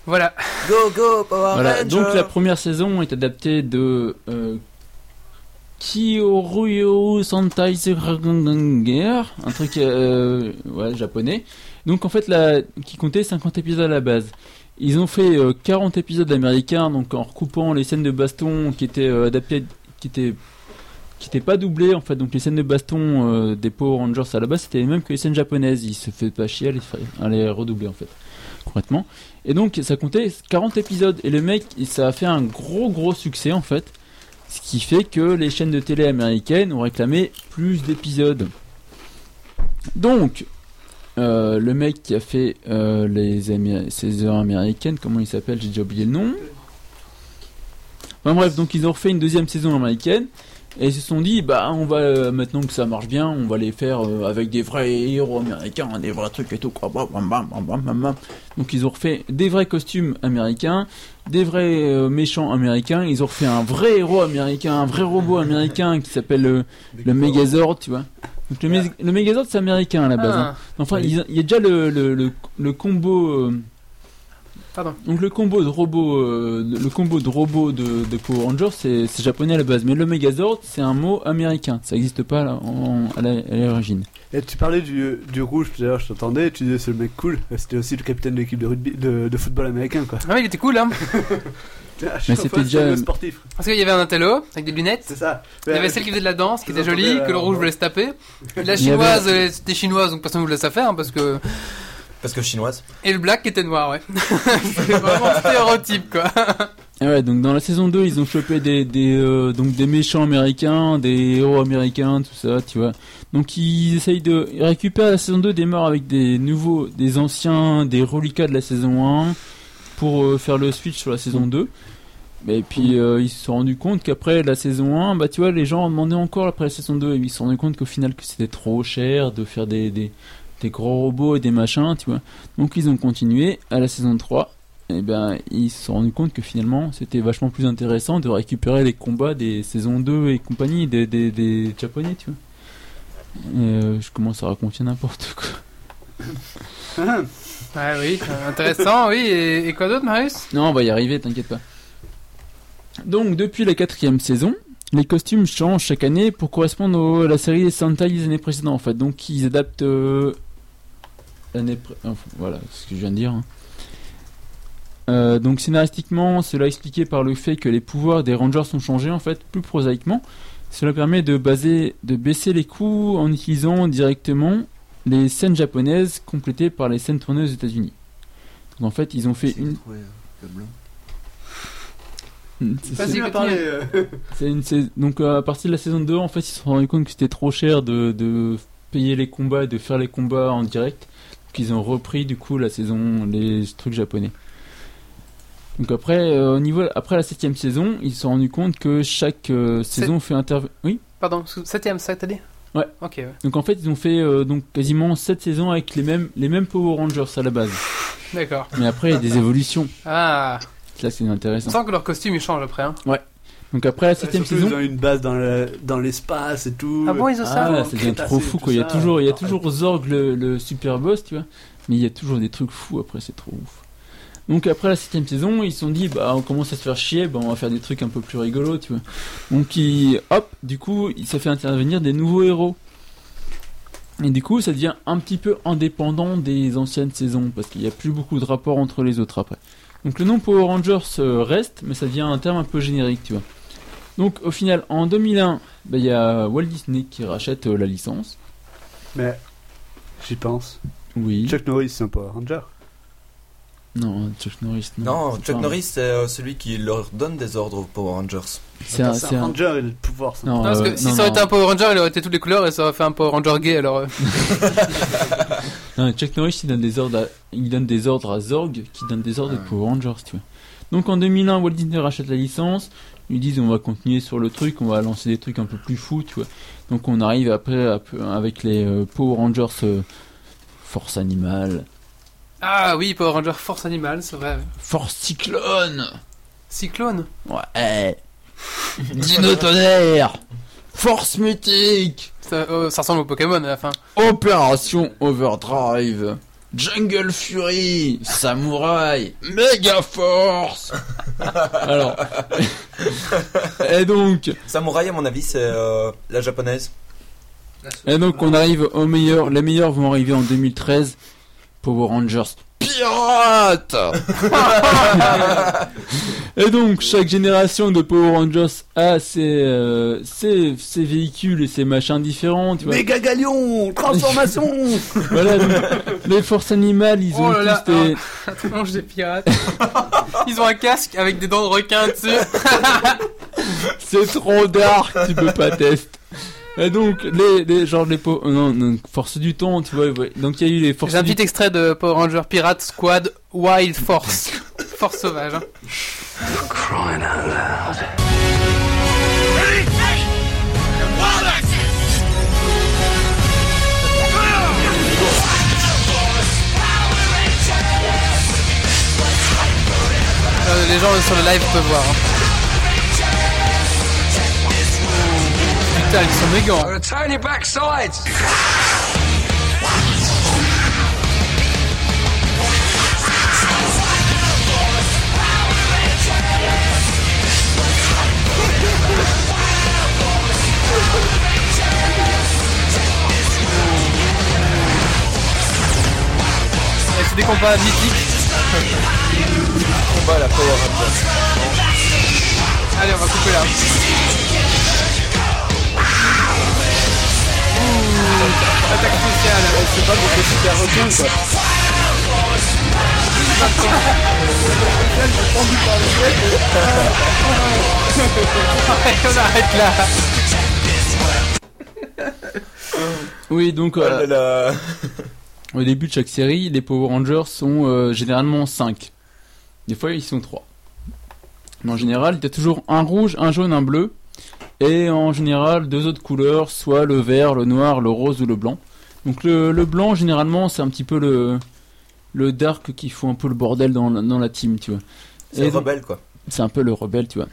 A: Voilà.
C: Go, go, Power
B: Voilà,
C: Ranger
B: donc la première saison est adaptée de euh, Kiyoruyo Sentai Seranger, un truc euh, ouais, japonais. Donc en fait, la, qui comptait 50 épisodes à la base. Ils ont fait euh, 40 épisodes américains, donc en recoupant les scènes de baston qui étaient euh, adaptées, qui étaient qui n'étaient pas doublées en fait. Donc les scènes de baston euh, des Power Rangers à la base c'était les mêmes que les scènes japonaises. Ils se fait pas chier à les, à les redoubler en fait, concrètement. Et donc ça comptait 40 épisodes et le mec il- ça a fait un gros gros succès en fait. Ce qui fait que les chaînes de télé américaines ont réclamé plus d'épisodes. Donc euh, le mec qui a fait euh, les Amé- ces heures américaines, comment il s'appelle J'ai déjà oublié le nom. Enfin bref, donc ils ont refait une deuxième saison américaine et ils se sont dit bah on va euh, maintenant que ça marche bien, on va les faire euh, avec des vrais héros américains, des vrais trucs et tout quoi. Bam, bam, bam, bam, bam, bam, bam. Donc ils ont refait des vrais costumes américains, des vrais euh, méchants américains, ils ont refait un vrai héros américain, un vrai robot américain qui s'appelle euh, le Megazord, tu vois. Donc le, Meg- le Megazord c'est américain à la base. hein.
A: Ah,
B: Enfin, il il y a déjà le, le, le, le combo. euh,
A: Pardon.
B: Donc le combo de robots, euh, de- le combo de robots de, de Power Rangers, c'est c'est japonais à la base, mais le Megazord, c'est un mot américain. Ça n'existe pas là, en- à la- à l'origine.
D: Et tu parlais du, du rouge tout à l'heure, je t'entendais, tu disais c'est le mec cool. Euh, C'était aussi le capitaine de l'équipe de, rugby, de, de football américain, quoi.
A: Ah oui, il était cool, hein.
D: Ah, je
B: Mais
D: suis
B: c'était
D: fan,
B: déjà-
D: c'est le sportif,
A: Parce qu'il y avait un intello avec des lunettes.
D: c'est ça. Euh,
A: Il y avait celle qui faisait de la danse, qui était jolie, que le rouge voulait se taper. La
B: Il y avait-
A: chinoise, euh, c'était chinoise, donc personne ne voulait ça faire, hein, parce que.
C: Parce que chinoise.
A: Et le black qui était noir, ouais. *laughs* c'est vraiment un stéréotype, quoi.
B: Et Ah ouais, donc dans la saison 2, ils ont chopé des, des, euh, donc des méchants américains, des héros américains, tout ça, tu vois. Donc ils essayent de ils récupèrent la saison 2 démarre avec des nouveaux, des anciens, des reliquats de la saison 1 pour euh, faire le switch sur la saison 2. Mais puis euh, ils se sont rendus compte qu'après la saison 1, bah tu vois, les gens en demandaient encore après la saison 2 et ils se sont rendus compte qu'au final que c'était trop cher de faire des, des, des gros robots et des machins, tu vois. Donc ils ont continué à la saison 3 et ben ils se sont rendus compte que finalement c'était vachement plus intéressant de récupérer les combats des saisons 2 et compagnie des, des, des japonais tu vois. Et, euh, je commence à raconter n'importe quoi.
A: Ah oui, euh, intéressant, oui. Et, et quoi d'autre, Marius
B: Non, on va y arriver, t'inquiète pas. Donc, depuis la quatrième saison, les costumes changent chaque année pour correspondre au- à la série des Sentai des années précédentes, en fait. Donc, ils adaptent... euh, l'année pré- enfin, voilà ce que je viens de dire. hein. Euh, donc, scénaristiquement, cela est expliqué par le fait que les pouvoirs des Rangers sont changés, en fait, plus prosaïquement. Cela permet de, baser, de baisser les coûts en utilisant directement les scènes japonaises complétées par les scènes tournées aux États-Unis. Donc, en fait, ils ont fait une. Hmm, c'est ça.
A: Vas-y, continue.
D: Vas-y, parler. euh,
B: C'est une sais- Donc euh, à partir de la saison 2, en fait, ils se sont rendus compte que c'était trop cher de, de payer les combats et de faire les combats en direct. Donc ils ont repris du coup la saison, les trucs japonais. Donc après, euh, au niveau, après la septième saison, ils se sont rendus compte que chaque euh,
A: C'est-
B: saison fait intervenir... Oui
A: Pardon, sous- septième, ça que t'as dit
B: Ouais.
A: Ok, ouais.
B: Donc en fait, ils ont fait euh, donc quasiment 7 saisons avec les mêmes, les mêmes Power Rangers à la base.
A: D'accord.
B: Mais après, il y a des évolutions.
A: Ah,
B: Là, c'est
A: on
B: intéressant.
A: sent que leur costume, il change après, hein.
B: Donc après la septième
D: surtout,
B: saison...
D: Ils ont une base dans le- dans l'espace et tout.
A: Ah bon, ils ont ça
B: Ah,
D: en
B: ça devient
D: Crétacé,
B: trop fou
D: tout
B: quoi. Il y a
D: ça.
B: toujours, il y a
D: Ah,
B: toujours Zorg le, le super boss, tu vois. Mais il y a toujours des trucs fous après, c'est trop ouf. Donc après la septième saison, ils se sont dit bah on commence à se faire chier, bah on va faire des trucs un peu plus rigolos, tu vois. Donc ils, hop, du coup, il ça fait intervenir des nouveaux héros. Et du coup, ça devient un petit peu indépendant des anciennes saisons parce qu'il n'y a plus beaucoup de rapports entre les autres après. Donc le nom Power Rangers euh, reste, mais ça devient un terme un peu générique, tu vois. Donc au final, en 2001, bah, il y a Walt Disney qui rachète euh, la licence.
D: Mais j'y pense.
B: Oui.
D: Chuck Norris, c'est un Power Ranger.
B: Non, Chuck Norris.
C: Non,
B: c'est
C: Chuck
B: pas un-
C: Norris, c'est euh, celui qui leur donne des ordres aux Power Rangers.
B: C'est un.
D: Attends,
B: c'est
D: C'est un
B: un-
D: Ranger, il a le pouvoir. ça.
B: Non,
A: Non, parce que
B: euh,
A: si
B: non,
A: ça aurait
B: non.
A: été un Power Ranger, il aurait été toutes les couleurs et ça aurait fait un Power Ranger gay, alors. euh,
B: Non, Chuck Norris, il donne des ordres à, il donne des ordres à Zorg, qui donne des ordres aux
C: Ah.
B: Power Rangers, tu vois. Donc en 2001, Walt Disney rachète la licence. Ils disent on va continuer sur le truc, on va lancer des trucs un peu plus fous, tu vois. Donc on arrive après à- avec les euh, Power Rangers euh, Force Animale,
A: Ah oui, Power Ranger Force Animal, c'est vrai.
B: Force Cyclone,
A: Cyclone
B: ouais, Eh. Dino Tonnerre, Force Mythique.
A: ça, euh, ça ressemble au Pokémon à la fin.
B: Opération Overdrive. Jungle Fury, Samouraï, Mega Force. Alors, *laughs* et donc,
C: Samouraï, à mon avis, c'est euh, la japonaise.
B: et donc on arrive au meilleur. Les meilleurs vont arriver en 2013. Power Rangers.
A: *laughs*
B: Pirate Et donc, chaque génération de Power Rangers a ses, euh, ses, ses véhicules et ses machins différents. Tu vois.
D: Méga
B: *laughs*
D: Galion Transformation
B: Voilà,
A: *laughs*
B: donc, les forces animales, ils
A: Oh
B: ont
A: là là,
B: tous des...
A: Tronche de pirate. *laughs* Ils ont un casque avec des dents de requin dessus.
B: C'est trop dark, tu peux pas tester. Et donc, les, les, genre, les po- non, non, force du temps, tu vois, ouais. donc il y a eu les forces
A: J'ai un
B: du
A: petit extrait de Power Ranger Pirate Squad Wild Force. *laughs* Force sauvage. hein. Euh, les gens sur le live peuvent voir. hein. Putain, ils sont méga. hein. Et C'est des combats mythiques.
C: Combat à la Power Rangers.
A: Allez, on va couper là. Ouh, Attaque spéciale.
D: C'est pas pour que c'est un requin, quoi.
A: on arrête là.
B: Oui, donc,
C: Oh
B: euh,
C: là là.
B: au début de chaque série, les Power Rangers sont euh, généralement 5. Des fois, ils sont 3. Mais en général, il y a toujours un rouge, un jaune, un bleu. Et en général, deux autres couleurs, soit le vert, le noir, le rose ou le blanc. Donc le, le blanc, généralement, c'est un petit peu le, le dark qui fout un peu le bordel dans, la- dans la team, tu vois.
C: *laughs* C'est
B: Et donc-
C: rebelle, quoi.
B: c'est un peu le rebelle, tu vois.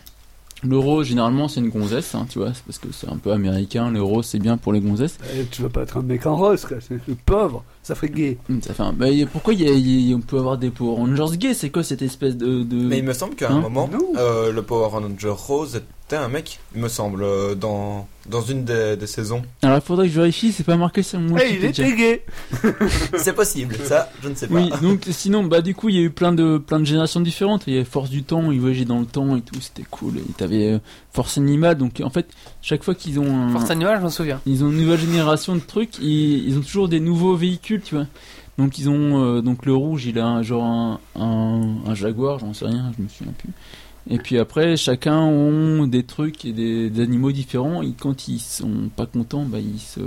B: Le rose, généralement, c'est une gonzesse, hein, tu vois, c'est parce que c'est un peu américain. Le rose, c'est bien pour les gonzesses.
D: Eh, Tu vas pas être un mec en rose, quoi. C'est le pauvre. Ça ferait gay.
B: Hum, Ça fait un- Mais pourquoi il y a- il y a- on peut avoir des Power Rangers gays C'est quoi cette espèce de. de-
C: Mais il me semble qu'à
B: Hein
C: un moment,
D: Non.
C: euh, le Power Ranger Rose était un mec, il me semble, euh, dans, dans une des, des saisons.
B: Alors, il faudrait que je vérifie, c'est pas marqué sur mon
D: Eh, il
B: Wikipédia.
D: était gay
C: C'est possible, ça, je ne sais pas.
B: Oui, donc sinon, bah du coup, il y a eu plein de plein de générations différentes. Il y avait Force du temps, ils voyageaient dans le temps et tout, c'était cool. Et t'avais euh, Force animale, donc en fait, chaque fois qu'ils ont un,
A: Force animale, je m'en souviens.
B: Ils ont une nouvelle génération de trucs, ils, ils ont toujours des nouveaux véhicules, tu vois. Donc ils ont euh, donc le rouge, il a un, genre un, un, un Jaguar, j'en sais rien, je me souviens plus. Et puis après, chacun ont des trucs et des, des animaux différents. Et quand ils sont pas contents, bah ils se,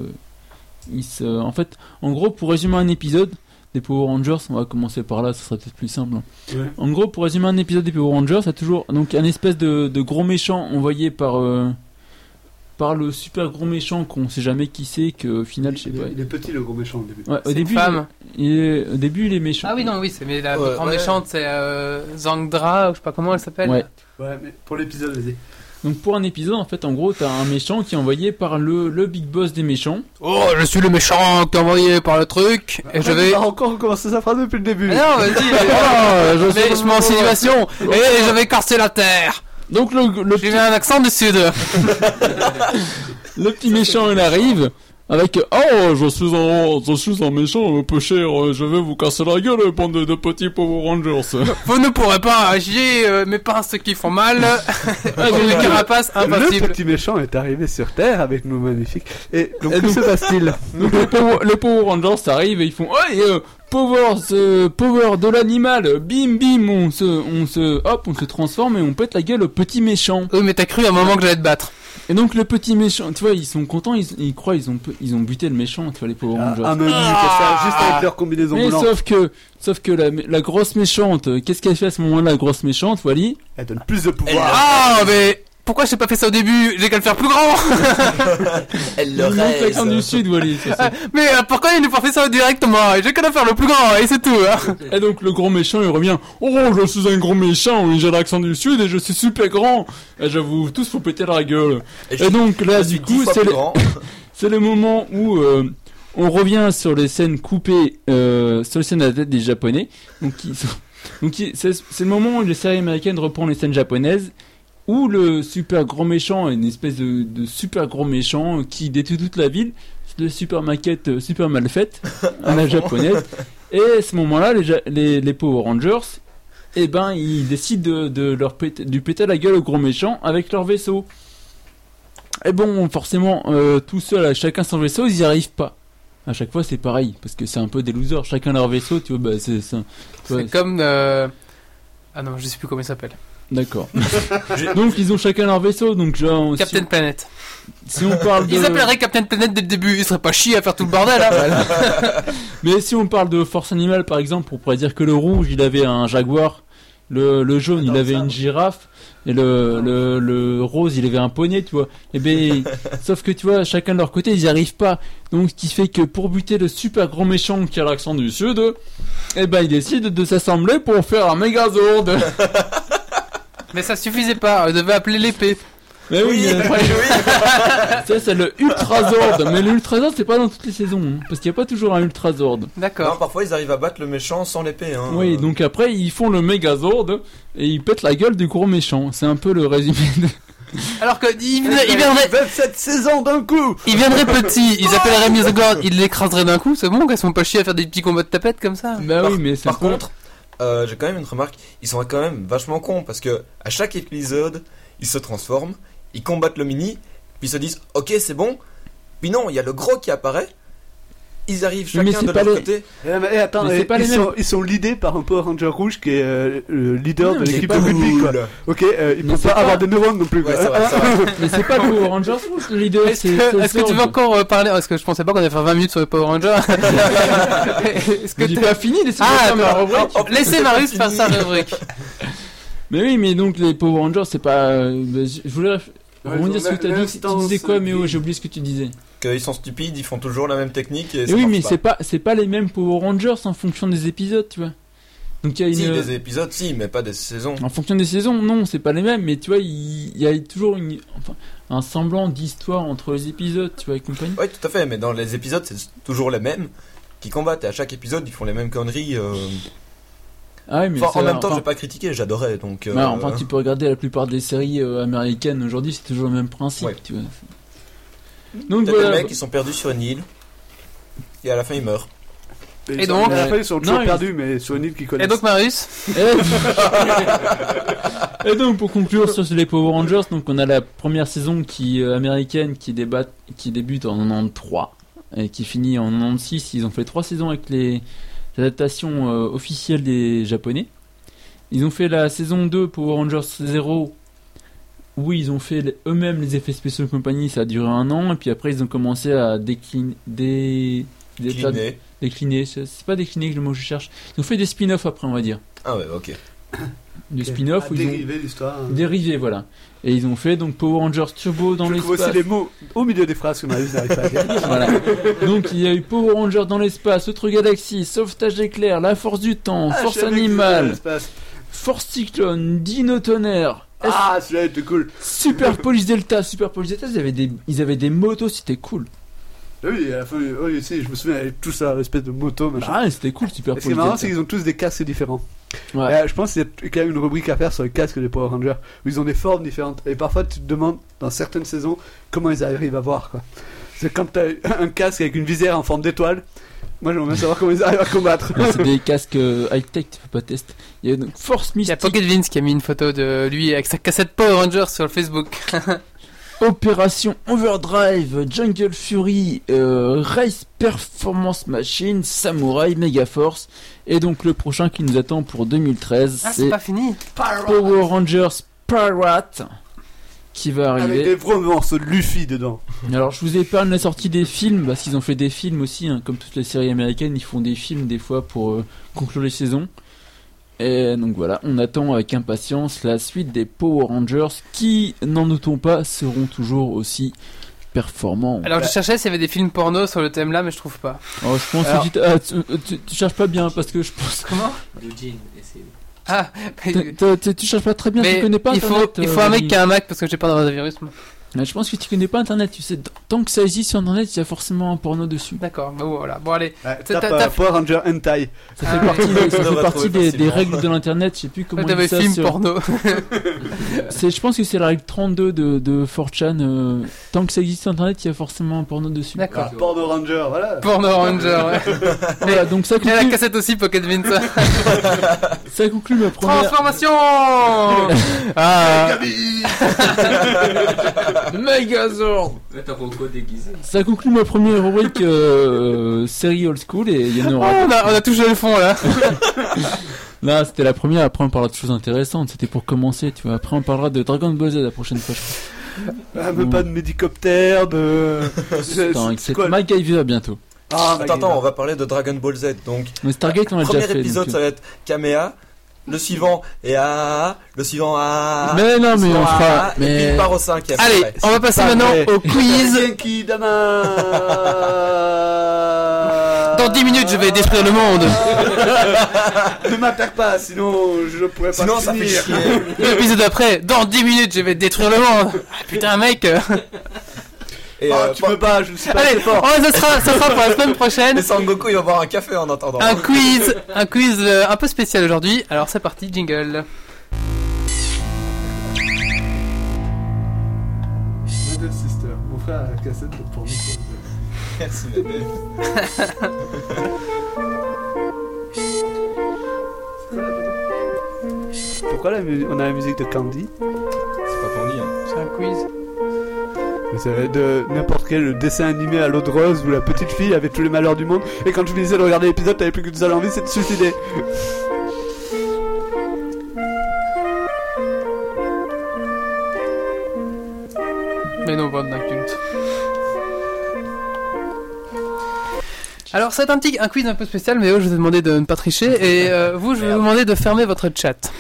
B: ils se, en fait, en gros, pour résumer un épisode des Power Rangers, on va commencer par là, ça sera peut-être plus simple. hein.
D: Ouais.
B: En gros, pour résumer un épisode des Power Rangers, t'as toujours donc un espèce de, de gros méchant envoyé par euh, par le super gros méchant qu'on sait jamais qui c'est, que au final, je sais
D: Il
B: pas.
D: est- il est petit, le gros méchant, au début.
B: Ouais, au
A: C'est une
B: début,
A: femme.
B: il est- au début, il est méchant.
A: Ah oui, non, oui, c'est mais la
C: Ouais,
A: grande
C: ouais.
A: méchante, c'est euh, Zangdra, ou je sais pas comment elle s'appelle.
B: Ouais.
D: Ouais, mais pour l'épisode, vas-y.
B: Donc pour un épisode, en fait, en gros, t'as un méchant qui est envoyé par le, le big boss des méchants.
A: Oh, je suis le méchant que t'as envoyé par le truc, et je vais.
D: Ah, On va encore commencer sa phrase depuis le début.
A: Ah non, *laughs* vas-y, Ah, je mais je m'en insinuation, et je vais casser la terre.
B: Donc le, le,
A: J'ai mis un accent du sud.
B: le petit méchant, il arrive avec « Oh, je suis un, je suis un méchant un peu cher, je vais vous casser la gueule, bande de petits Power Rangers.
A: Vous ne pourrez pas agir, euh, mes pinces qui font mal. *laughs* J'ai une carapace
D: Le
A: Ah, impossible.
D: petit méchant est arrivé sur Terre avec nous magnifiques. Et donc, que se
A: *laughs*
D: passe-t-il »
B: Donc les Power, les Power Rangers arrivent et ils font « Hey, euh, power, ce- power de l'animal, bim, bim, on se, on se, hop, on se transforme et on pète la gueule au petit méchant. »
A: Oui, mais t'as cru à un moment que j'allais te battre.
B: Et donc le petit méchant, tu vois, ils sont contents, ils, ils croient, ils ont, ils ont buté le méchant, tu vois, les Power
D: Ah,
B: Rangers.
D: ah, mais oui, ça, juste avec leur combinaison
B: Mais
D: volante.
B: sauf que, sauf que la, la grosse méchante, euh, qu'est-ce qu'elle fait à ce moment-là, la grosse méchante, Wally
D: Elle donne plus de pouvoir.
A: Ah, mais pourquoi j'ai pas fait ça au début J'ai qu'à le faire plus grand. *laughs*
C: Elle le
B: Le
C: reste.
B: l'accent du sud, Wally. ça, ça.
A: Mais euh, pourquoi il nous pas fait ça directement J'ai qu'à le faire le plus grand, et c'est tout. hein.
B: et donc le gros méchant, il revient. Oh, je suis un gros méchant, j'ai l'accent du sud et je suis super grand. Et je vous tous vous péter la gueule.
C: Et je-
B: Et donc là,
C: je suis
B: du
C: dix
B: coup,
C: fois
B: c'est
C: plus
B: le,
C: grand.
B: c'est le moment où euh, On revient sur les scènes coupées, euh, sur les scènes à la tête des Japonais. Donc, ils sont- donc ils- c'est c'est le moment où les séries américaines reprennent les scènes japonaises, où le super grand méchant est une espèce de, de super grand méchant qui détruit toute la ville. C'est de super maquette euh, super mal
C: *laughs*
B: faite à la japonaise. Et à ce moment-là, les, Ja- les, les Power Rangers, eh ben, ils décident de, de leur péter, du péter la gueule au grand méchant avec leur vaisseau. Et Eh bon, forcément, euh, tout seul, à chacun son vaisseau, ils n'y arrivent pas. À chaque fois, c'est pareil, parce que c'est un peu des losers. Chacun leur vaisseau, tu vois, bah, c'est c'est un-
A: C'est
B: ouais,
A: comme. euh, Ah non, je sais plus comment il s'appelle.
B: D'accord. donc, ils ont chacun leur vaisseau, donc genre. si-
A: Captain Planet.
B: Si, on parle de.
A: Ils appelleraient Captain Planet dès le début, ils seraient pas chiés à faire tout le bordel. hein.
B: Mais si on parle de force animale, par exemple, on pourrait dire que le rouge, il avait un jaguar. Le, le jaune, il avait une girafe. Et le, le, le rose, il avait un poney, tu vois. Et ben, sauf que tu vois, chacun de leur côté, ils n'y arrivent pas. Donc, ce qui fait que pour buter le super grand méchant qui a l'accent du sud, eh ben, ils décident de s'assembler pour faire un mégazord.
A: Mais ça suffisait pas, on devait appeler l'épée.
B: Mais *laughs* oui, euh, mais après- ça, c'est le ultrazord. Mais l'ultrazord, c'est pas dans toutes les saisons. hein, parce qu'il n'y a pas toujours un ultrazord.
C: Non,
A: D'accord.
C: parfois ils arrivent à battre le méchant sans l'épée. Hein.
B: Oui, donc après ils font le Megazord et ils pètent la gueule du gros méchant. C'est un peu le résumé. De...
A: Alors que il, venait- il viendrait,
D: cette saison d'un coup
A: il viendrait petit, ils appelleraient Mizogord, ils l'écraseraient d'un coup, c'est bon, qu'ils sont pas chiés à faire des petits combats de tapette comme ça.
B: *laughs* Bah oui, mais c'est
C: Par
B: un peu-
C: contre, euh, j'ai quand même une remarque. Ils sont quand même vachement cons parce que à chaque épisode, ils se transforment, ils combattent le mini, puis ils se disent OK, c'est bon. Puis non, il y a le gros qui apparaît. Ils arrivent
B: Mais
C: chacun
B: c'est
C: de
B: pas
C: leur
B: les-
C: côté.
D: Eh, mais, eh, attends,
B: Mais c'est
D: eh,
B: pas
D: ils,
B: les mêmes.
D: sont, ils sont leadés par un Power Ranger rouge qui est euh, le leader
B: Non,
D: de
B: mais
D: l'équipe
B: c'est
D: de
B: pas
D: rugby. quoi.
C: Cool.
D: Ok, euh, ils
B: Mais
D: peuvent
B: c'est
D: pas,
B: pas-
D: avoir de neurones non plus.
C: Ouais,
D: quoi. Ah,
C: ça va, ça va.
B: *laughs* mais c'est pas le Power Rangers Rouge, le leader.
A: Est-ce
B: c'est-
A: que,
B: c'est
A: est-ce que tu veux
B: Zord.
A: encore euh, parler Parce que je pensais pas qu'on allait faire 20 minutes sur les Power Rangers. *laughs* est-ce que
B: Mais J'ai
A: t'es-
B: pas fini, laissez-moi
A: Ah,
B: faire ma
A: attends,
B: rubrique.
A: oh, Laissez Marius faire sa rubrique.
B: Mais oui, mais donc les Power Rangers, c'est pas. euh, bah, Je je voulais rebondir
D: ils ont
B: sur ce que t'as dit. Tu
D: l'instance
B: disais quoi, Méo
D: vive.
B: J'ai oublié ce que tu disais.
C: Qu'ils sont stupides, ils font toujours la même technique. Et
B: Et
C: ça
B: oui,
C: marche
B: mais
C: pas.
B: c'est pas, c'est pas les mêmes Power Rangers en fonction des épisodes, tu vois. Donc il y a une. euh,
C: Si, des épisodes, si, mais pas des saisons.
B: En fonction des saisons, non, c'est pas les mêmes, mais tu vois, il il y a toujours une, enfin, un semblant d'histoire entre les épisodes, tu vois, et compagnie.
C: Oui, tout à fait, mais dans les épisodes, c'est toujours les mêmes qui combattent. Et à chaque épisode, ils font les mêmes conneries. euh.
B: Ah ouais, mais
C: Enfin, en
B: ça-
C: même temps,
B: enfin,
C: j'ai pas critiqué, j'adorais. Donc, euh,
B: bah, enfin, tu peux regarder la plupart des séries euh, américaines aujourd'hui, c'est toujours le même principe,
C: Ouais.
B: tu vois. Donc
C: T'as des
B: voilà.
C: mecs qui sont perdus sur une île. Et à la fin, ils meurent.
A: Et donc-
D: à la fin, ils sont toujours
B: Non, ils-
D: perdus, mais sur une île qu'ils connaissent.
A: Et donc Marius
B: *laughs* Et- Et donc pour conclure sur les Power Rangers, donc on a la première saison qui euh, américaine qui débat, qui débute en 93 et qui finit en 96. Ils ont fait trois saisons avec les adaptations euh, officielles des Japonais. Ils ont fait la saison 2 Power Rangers 0 où ils ont fait les- eux-mêmes les effets spéciaux et compagnie. Ça a duré un an et puis après ils ont commencé à décliner des
C: Cliné.
B: décliner. C'est c'est pas décliner que le mot que je cherche. Ils ont fait des spin-offs après on va dire.
C: Ah ouais, ok.
B: Des spin-offs
D: Ah,
B: où ils ont
D: dérivé l'histoire. hein.
B: Dérivé, voilà. Et ils ont fait donc Power Rangers Turbo dans
D: Je trouve aussi
B: l'espace. Ah,
D: les mots au milieu des phrases que Marius n'arrive pas
B: *laughs*
D: à dire.
B: Voilà. Donc il y a eu Power Rangers dans l'espace, Autre Galaxie, Sauvetage éclair, La Force du Temps,
D: Ah, je
B: Force
D: savais que
B: Animale,
D: c'était dans l'espace.
B: Force Cyclone, Dino Tonnerre,
D: Ah, celui-là était cool.
B: Super Police Delta. Super Police Delta, ils avaient des, ils avaient des motos, c'était cool.
D: Ah Oui, à la fin, oui, si, je me souviens, avec tout ça, l'espèce de moto, machin.
B: Ah, c'était cool, Super
D: Et ce qui est
B: Police
D: marrant,
B: Delta.
D: c'est qu'ils ont tous des casques différents.
B: Ouais.
D: Euh, je pense qu'il y a quand même une rubrique à faire sur les casques des Power Rangers, où ils ont des formes différentes. Et parfois, tu te demandes, dans certaines saisons, comment ils arrivent à voir. quoi. C'est quand t'as un casque avec une visière en forme d'étoile, moi j'aimerais bien savoir comment ils arrivent
B: *laughs*
D: à combattre.
B: Non, C'est des casques euh, high-tech, tu peux pas tester. Il y a donc Force
A: Il y a
B: Mystique,
A: Pocket Vince qui a mis une photo de lui avec sa cassette Power Rangers sur le Facebook.
B: Opération Overdrive, Jungle Fury, euh, Race Performance Machine, Samurai, Mega Force. Et donc le prochain qui nous attend pour 2013,
A: Ah,
B: c'est
A: c'est pas fini
B: Power Rangers Pirate qui va
D: Avec
B: arriver.
D: des gros morceaux de Luffy dedans.
B: Alors je vous épargne la sortie des films, parce qu'ils ont fait des films aussi, hein, comme toutes les séries américaines, ils font des films des fois pour euh, conclure les saisons. Et donc voilà, on attend avec impatience la suite des Power Rangers qui, n'en doutons pas, seront toujours aussi performants.
A: Alors je cherchais s'il y avait des films porno sur le thème là, mais je trouve pas.
B: Oh, je pense
A: Alors-
B: que tu, t- ah, tu, euh, tu- tu cherches pas bien parce que je pense.
A: Comment
F: Le jean, essayez.
A: Ah
B: *laughs* T'as- t'as- t'as- tu cherches pas très bien,
A: mais
B: tu connais pas.
A: il faut,
B: Internet,
A: il
B: euh,
A: faut un mec
B: Denis.
A: qui a un Mac parce que j'ai pas de virus. moi.
B: Là, je pense que tu connais pas Internet. Tu sais, t- tant que ça existe sur Internet, il y a forcément un porno dessus.
A: D'accord, bon voilà. Bon allez,
D: Ah,
A: T'as-
D: tape,
A: t'as-
D: euh, Power Ranger Hentai.
B: Ça
A: Ah
B: fait
A: oui.
B: partie,
C: *laughs*
B: des, ça
C: On
B: fait
C: va
B: partie
C: trouver
B: des,
C: facilement.
B: des règles de l'Internet. Je sais plus comment
A: vous
B: on
A: avez
B: dit ça.
A: Ah, film
B: sur-
A: porno. *laughs*
B: C'est- Je pense que c'est la règle 32 de, de 4chan. euh, tant que ça existe sur Internet, il y a forcément un porno dessus.
A: D'accord.
D: Ah, Porno Ranger, voilà.
A: Porno Ranger,
B: *laughs*
A: ouais.
B: Voilà, donc ça
A: Il y a la
B: conclut,
A: cassette aussi, Pocket Vince.
B: ça conclut ma *laughs* première.
A: Transformation
B: *laughs*
A: Ah Megazord
F: Attends, Rocco déguisé.
B: Ça conclut ma première rubrique euh, euh, série old school et il y en
A: Oh,
B: aura.
A: on, a, on a touché le fond là
B: Là, c'était la première. Après, on parlera de choses intéressantes. C'était pour commencer, tu vois. Après, on parlera de Dragon Ball Z la prochaine fois. je crois.
D: Ah, mais pas de médicoptère, de. C'est-
B: Attends,
D: c'est
B: except
D: quoi le-
B: MacGyver à bientôt.
D: Ah,
C: Attends, attends, on
D: Maggie.
C: va parler de Dragon Ball Z. Donc,
B: Mais Stargate, on l'a déjà
C: premier
B: fait. donc,
C: épisode,
B: euh,
C: ça va être Kamea. Le suivant est A. Le suivant A.
B: euh. Mais non, mais
C: le
B: on
C: suivant
B: fera.
C: A, Et puis
B: Mais
C: il part au cinquième.
A: Allez,
C: Ouais.
A: on va passer
D: pas
A: maintenant
D: vrai.
A: au quiz
D: Genki Dama
A: *laughs* Dans 10 minutes, je vais détruire le monde
D: Ne m'attaque pas, sinon je ne pourrais pas
C: Sinon, ça fait
D: finir.
C: chier.
A: L'épisode d'après, dans 10 minutes, je vais détruire le monde Ah, Putain, mec
B: *laughs*
C: Et,
D: Ah,
C: euh,
D: tu
C: pas-
D: me bats, je ne suis pas
A: Allez,
D: assez fort.
A: oh, ça, sera, ça sera pour la semaine
C: et
A: prochaine
C: Sangoku, il va boire un café en attendant.
B: Ah.
A: un quiz, un quiz euh, un peu spécial aujourd'hui. Alors c'est parti, jingle.
D: Model Sister, mon frère a la cassette de porno.
C: Merci, bébé.
D: Pourquoi la mu- on a la musique de Candy
C: C'est pas qu'on dit, hein.
A: C'est un quiz.
D: C'est de n'importe quel dessin animé à l'eau de rose où la petite fille avait tous les malheurs du monde et quand tu finissais de regarder l'épisode, t'avais plus qu'une seule envie, c'est de te suicider.
A: Mais non, bande d'incultes. Alors, c'est un petit un quiz un peu spécial, mais oh, je vous ai demandé de ne pas tricher, et euh, vous, je vais vous demander de fermer votre chat.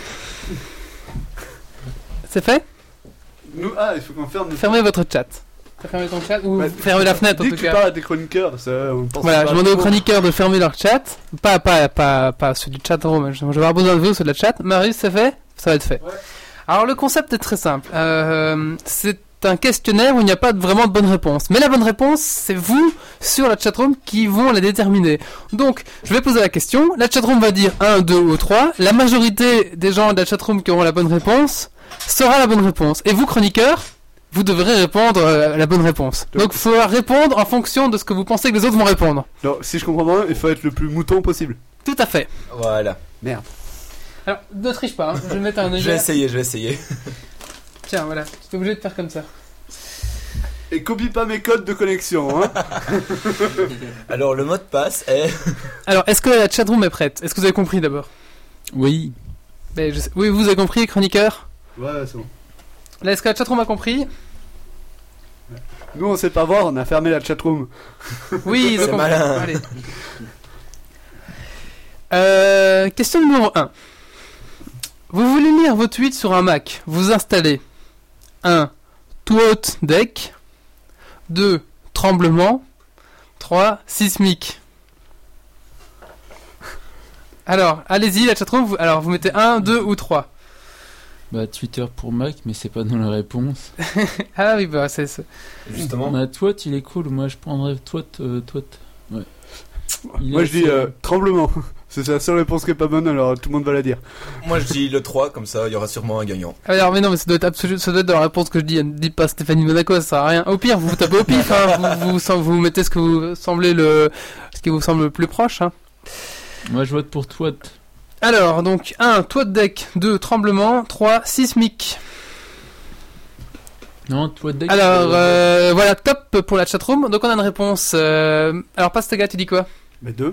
A: C'est fait
D: Nous, ah, il faut qu'on ferme.
A: Fermez votre chat. Fermez ton chat ou
D: Bah,
A: fermez la fenêtre en
D: Dès que
A: tout
D: tu
A: cas.
D: parles à des chroniqueurs, ça, on pense
A: Voilà,
D: pas
A: je demandais
D: à
A: aux
D: tout.
A: chroniqueurs de fermer leur chat. Pas, pas, pas, pas ceux du chat en room, je je vais avoir besoin de vous, ceux de la chat. Marius, c'est fait Ça va être fait. Alors, le concept est très simple. Euh, c'est un questionnaire où il n'y a pas de- vraiment de bonne réponse. Mais la bonne réponse, c'est vous, sur la chatroom, qui vont la déterminer. Donc, je vais poser la question. La chatroom va dire 1, 2 ou 3. La majorité des gens de la chatroom qui auront la bonne réponse sera la bonne réponse. Et vous, chroniqueurs, vous devrez répondre euh, à la bonne réponse. Donc, il faut répondre en fonction de ce que vous pensez que les autres vont répondre.
D: Non, si je comprends bien, il faut être le plus mouton possible.
A: Tout à fait.
C: Voilà.
A: Alors, ne triche pas, hein. je vais mettre *laughs* un
C: Je
A: œil.
C: vais essayer, je vais essayer.
A: Tiens, voilà, tu es obligé de faire comme ça.
D: Et copie pas mes codes de connexion, hein.
C: Alors, le mot de passe est.
A: Alors, est-ce que la chatroom est prête Est-ce que vous avez compris d'abord
B: oui.
A: Ben, je sais- Oui, vous avez compris, chroniqueur
D: ouais, c'est bon.
A: Là, est-ce que la chatroom a compris
D: Nous, on sait pas voir, on a fermé la chatroom.
A: Oui, ils ont
C: C'est
A: compris.
C: malin.
A: Allez. *laughs* Euh, question numéro 1. Vous voulez lire vos tweets sur un Mac. Vous installez 1. Tweet deck 2. Tremblement 3. Sismique Alors, allez-y, la chatroom. Vous, alors, vous mettez 1, 2 ou 3.
B: Bah, Twitter pour Mac, mais c'est pas dans la réponse.
A: *laughs* Ah oui, bah, c'est c'est-
C: Justement.
B: Bah, toi, il est cool. Moi, je prendrais toi, euh, toi. Ouais. Il
D: Moi,
B: est
D: je dis
B: assez-
D: euh, tremblement. *laughs* C'est la seule réponse qui est pas bonne, alors tout le monde va la dire.
C: Moi, je dis le 3, comme ça, il y aura sûrement un gagnant.
A: Alors, Ah, mais non, mais ça doit être absolu, ça doit être dans la réponse que je dis. Ne dites pas Stéphanie Monaco, ça sert à rien. Au pire, vous vous tapez au pif, hein, vous, vous, sem- vous mettez ce que vous semblez le, ce qui vous semble le plus proche, hein.
B: Moi, je vote pour toi.
A: Alors, donc, 1, toit de deck, 2, tremblement, 3, sismique.
B: Non, toi, Deck.
A: Alors,
B: euh,
A: euh, voilà, top pour la chatroom. Donc, on a une réponse, euh, alors, Pastaga, tu dis quoi
D: Mais deux.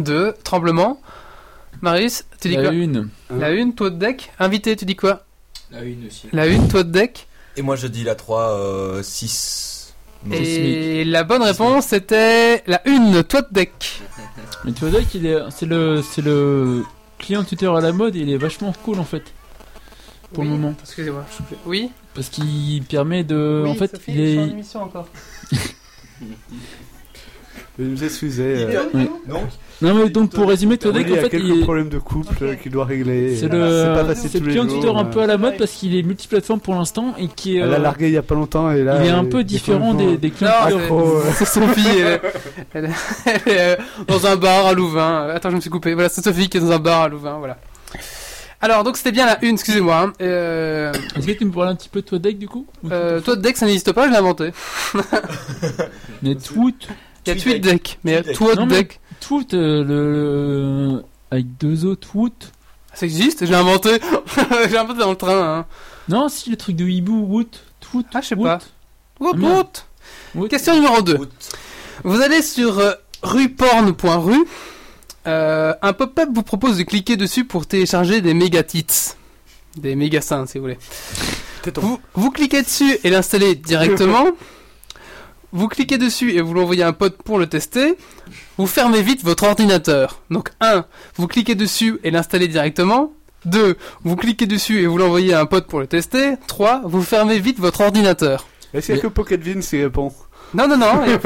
A: 2, tremblement. Marius, tu dis
B: la
A: quoi
B: une.
A: La 1, toit de deck. Invité, tu dis quoi
F: La une aussi.
A: La 1, toit de deck.
C: Et moi, je dis la euh, 3, 6.
A: Et la bonne réponse, c'était la 1, toit de deck.
B: Mais toi, Deck, il est, c'est le, c'est le client Twitter à la mode. et Il est vachement cool en fait. Pour le
A: Oui,
B: moment.
A: Excusez-moi. je- Oui.
B: Parce qu'il permet de, Euh, en fait,
A: Sophie,
B: il
A: je suis en
B: est,
A: émission encore.
D: Veuillez nous excuser. euh,
B: Ouais.
C: Donc,
B: Non, mais donc pour résumer, Todek,
D: Willy
B: en
D: a
B: fait,
D: quelques
B: il est-
D: problèmes de couple euh, qu'il doit régler.
B: c'est
D: C'est pas
B: le,
D: facile
B: c'est
D: tous
B: le
D: les
B: client
D: jours,
B: tuteur un
D: euh.
B: peu à la mode parce qu'il est multiplateforme pour l'instant et qui est,
D: Elle
B: euh,
D: a largué il y a pas longtemps et là.
B: il est un
D: euh,
B: peu
D: il
B: différent
D: complètement-
B: des, des clients
A: Non,
B: tuteurs.
A: c'est-
D: Oh, ouais.
A: c'est Sophie, elle, elle- elle est euh, dans un bar à Louvain. Attends, je me suis coupé. Voilà, c'est Sophie qui est dans un bar à Louvain, voilà. Alors, donc c'était bien la une, excusez-moi. hein. Euh,
B: Est-ce que tu me parles un petit peu de Todek du coup Ou
A: euh, toi, deck, ça n'existe pas, je l'ai inventé.
B: Mais tout,
A: Il y a
C: Tweet
A: tweet deck, mais
C: Tweet deck.
A: toi,
B: Non, mais-
A: deck,
B: tout euh, le, le- avec deux autres Woot.
A: ça existe, je l'ai inventé. *laughs* j'ai inventé dans le train. Hein.
B: Non, si le truc de hibou Woot, tout.
A: Ah, je sais pas. Wout,
B: Ah, merde.
A: wout. Question numéro 2.
C: Woot.
A: Vous allez sur euh, ruporn.ru. Euh, un pop-up vous propose de cliquer dessus pour télécharger des méga tits. Des méga seins, si vous voulez. Vous, vous cliquez dessus et l'installez directement. vous cliquez dessus et vous l'envoyez à un pote pour le tester. Vous fermez vite votre ordinateur. Donc 1. Vous cliquez dessus et l'installez directement. 2. Vous cliquez dessus et vous l'envoyez à un pote pour le tester. 3. Vous fermez vite votre ordinateur.
D: Est-ce qu'il y a que Pocket Vince qui répond
A: Non, non, non. et-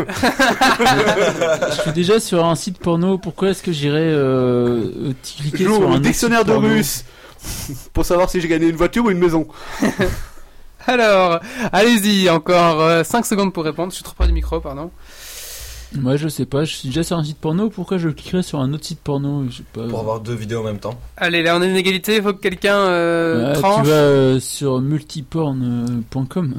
B: Je suis déjà sur un site porno, pourquoi est-ce que j'irais euh, euh, cliquer
D: Joue
B: sur
D: au
B: un
D: dictionnaire de
B: autre site porno
D: russe *laughs* pour savoir si j'ai gagné une voiture ou une maison.
A: Alors, allez-y, encore 5 secondes pour répondre. Je suis trop près du micro, pardon.
B: Moi je sais pas, je suis déjà sur un site porno, pourquoi je cliquerais sur un autre site porno Je sais pas.
C: Pour avoir deux vidéos en même temps.
A: Allez, là, on est une égalité. Il faut que quelqu'un euh,
B: Ah,
A: tranche.
B: tu vas euh, sur multiporn.com.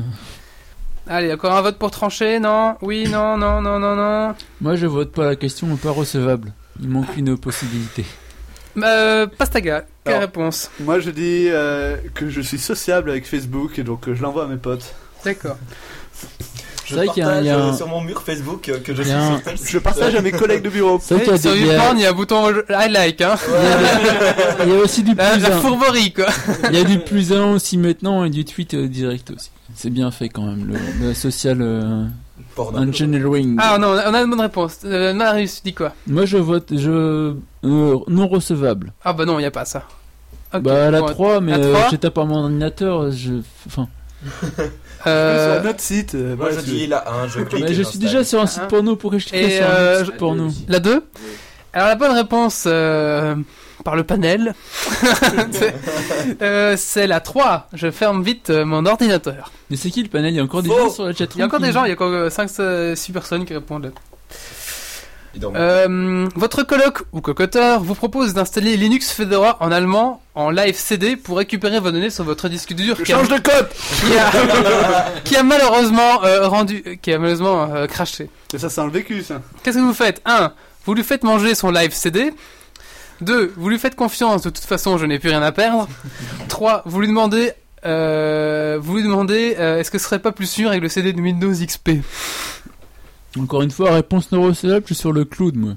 A: Allez, encore un vote pour trancher. Non, oui, non, non, non, non, non.
B: Moi je vote pas la question, pas recevable. Il manque une possibilité.
A: Euh, Pastaga, quelle
D: Alors.
A: réponse
D: Moi je dis euh, que je suis sociable avec Facebook et donc euh, je l'envoie à mes potes.
A: D'accord.
B: C'est
C: Je
B: vrai
C: partage
B: qu'il y a un- il y a
C: euh,
B: un-
C: sur mon mur Facebook euh, que je
B: Il y
C: suis
B: a un-
C: sur tel site.
D: Je partage à mes collègues de bureau.
B: C'est vrai
A: Eh,
B: qu'il y
A: sur
B: a des- il y a-
A: YouPorn, il y a un bouton I like,
B: *laughs*
A: hein.
B: il y a- il y a aussi du plus hein.
A: La, la
B: un.
A: fourberie, quoi.
B: Il y a du plus un aussi maintenant et du tweet euh, direct aussi. C'est bien fait quand même, le, le social euh,
C: Porno.
B: engineering.
A: Ah non, on a on a une bonne réponse. Euh, Marius, dis quoi
B: Moi je vote je euh, non recevable.
A: Ah bah non, il n'y a pas ça. Ok,
B: bah la
A: bon,
B: 3 mais
A: la
B: euh,
A: 3.
B: j'étais pas mon ordinateur, je enfin
D: Je suis
A: euh,
D: Sur notre site. euh,
C: Moi je
D: voilà,
C: dis là 1, je clique.
B: bah,
C: et
B: je suis déjà sur un
A: Ah.
B: site porno pourquoi je cliquerais
A: Et,
B: sur un
A: euh,
B: autre site porno
A: La 2 Alors la bonne réponse euh, par le panel, *laughs* c'est euh, c'est la 3. Je ferme vite euh, mon ordinateur.
B: Mais c'est qui le panel Il y a encore des
C: Faux.
B: gens sur la chatroom.
A: Il y a encore
B: qui-
A: des gens, il y a encore euh, 5 6 personnes qui répondent.
C: Il dort.
A: Euh, votre coloc ou cocoteur vous propose d'installer Linux Fedora en allemand en live CD pour récupérer vos données sur votre disque dur
D: Je
A: qui a,
D: change de code
A: qui a- *laughs* qui a malheureusement euh, rendu euh, qui a malheureusement euh, craché.
D: Mais ça sent le vécu ça.
A: Qu'est-ce que vous faites 1. Vous lui faites manger son live CD. 2. Vous lui faites confiance, de toute façon, je n'ai plus rien à *laughs* perdre. 3. Vous lui demandez, euh, vous lui demandez euh, est-ce que ce serait pas plus sûr avec le CD de Windows XP
B: Encore une fois réponse non recevable, je suis sur le cloud moi.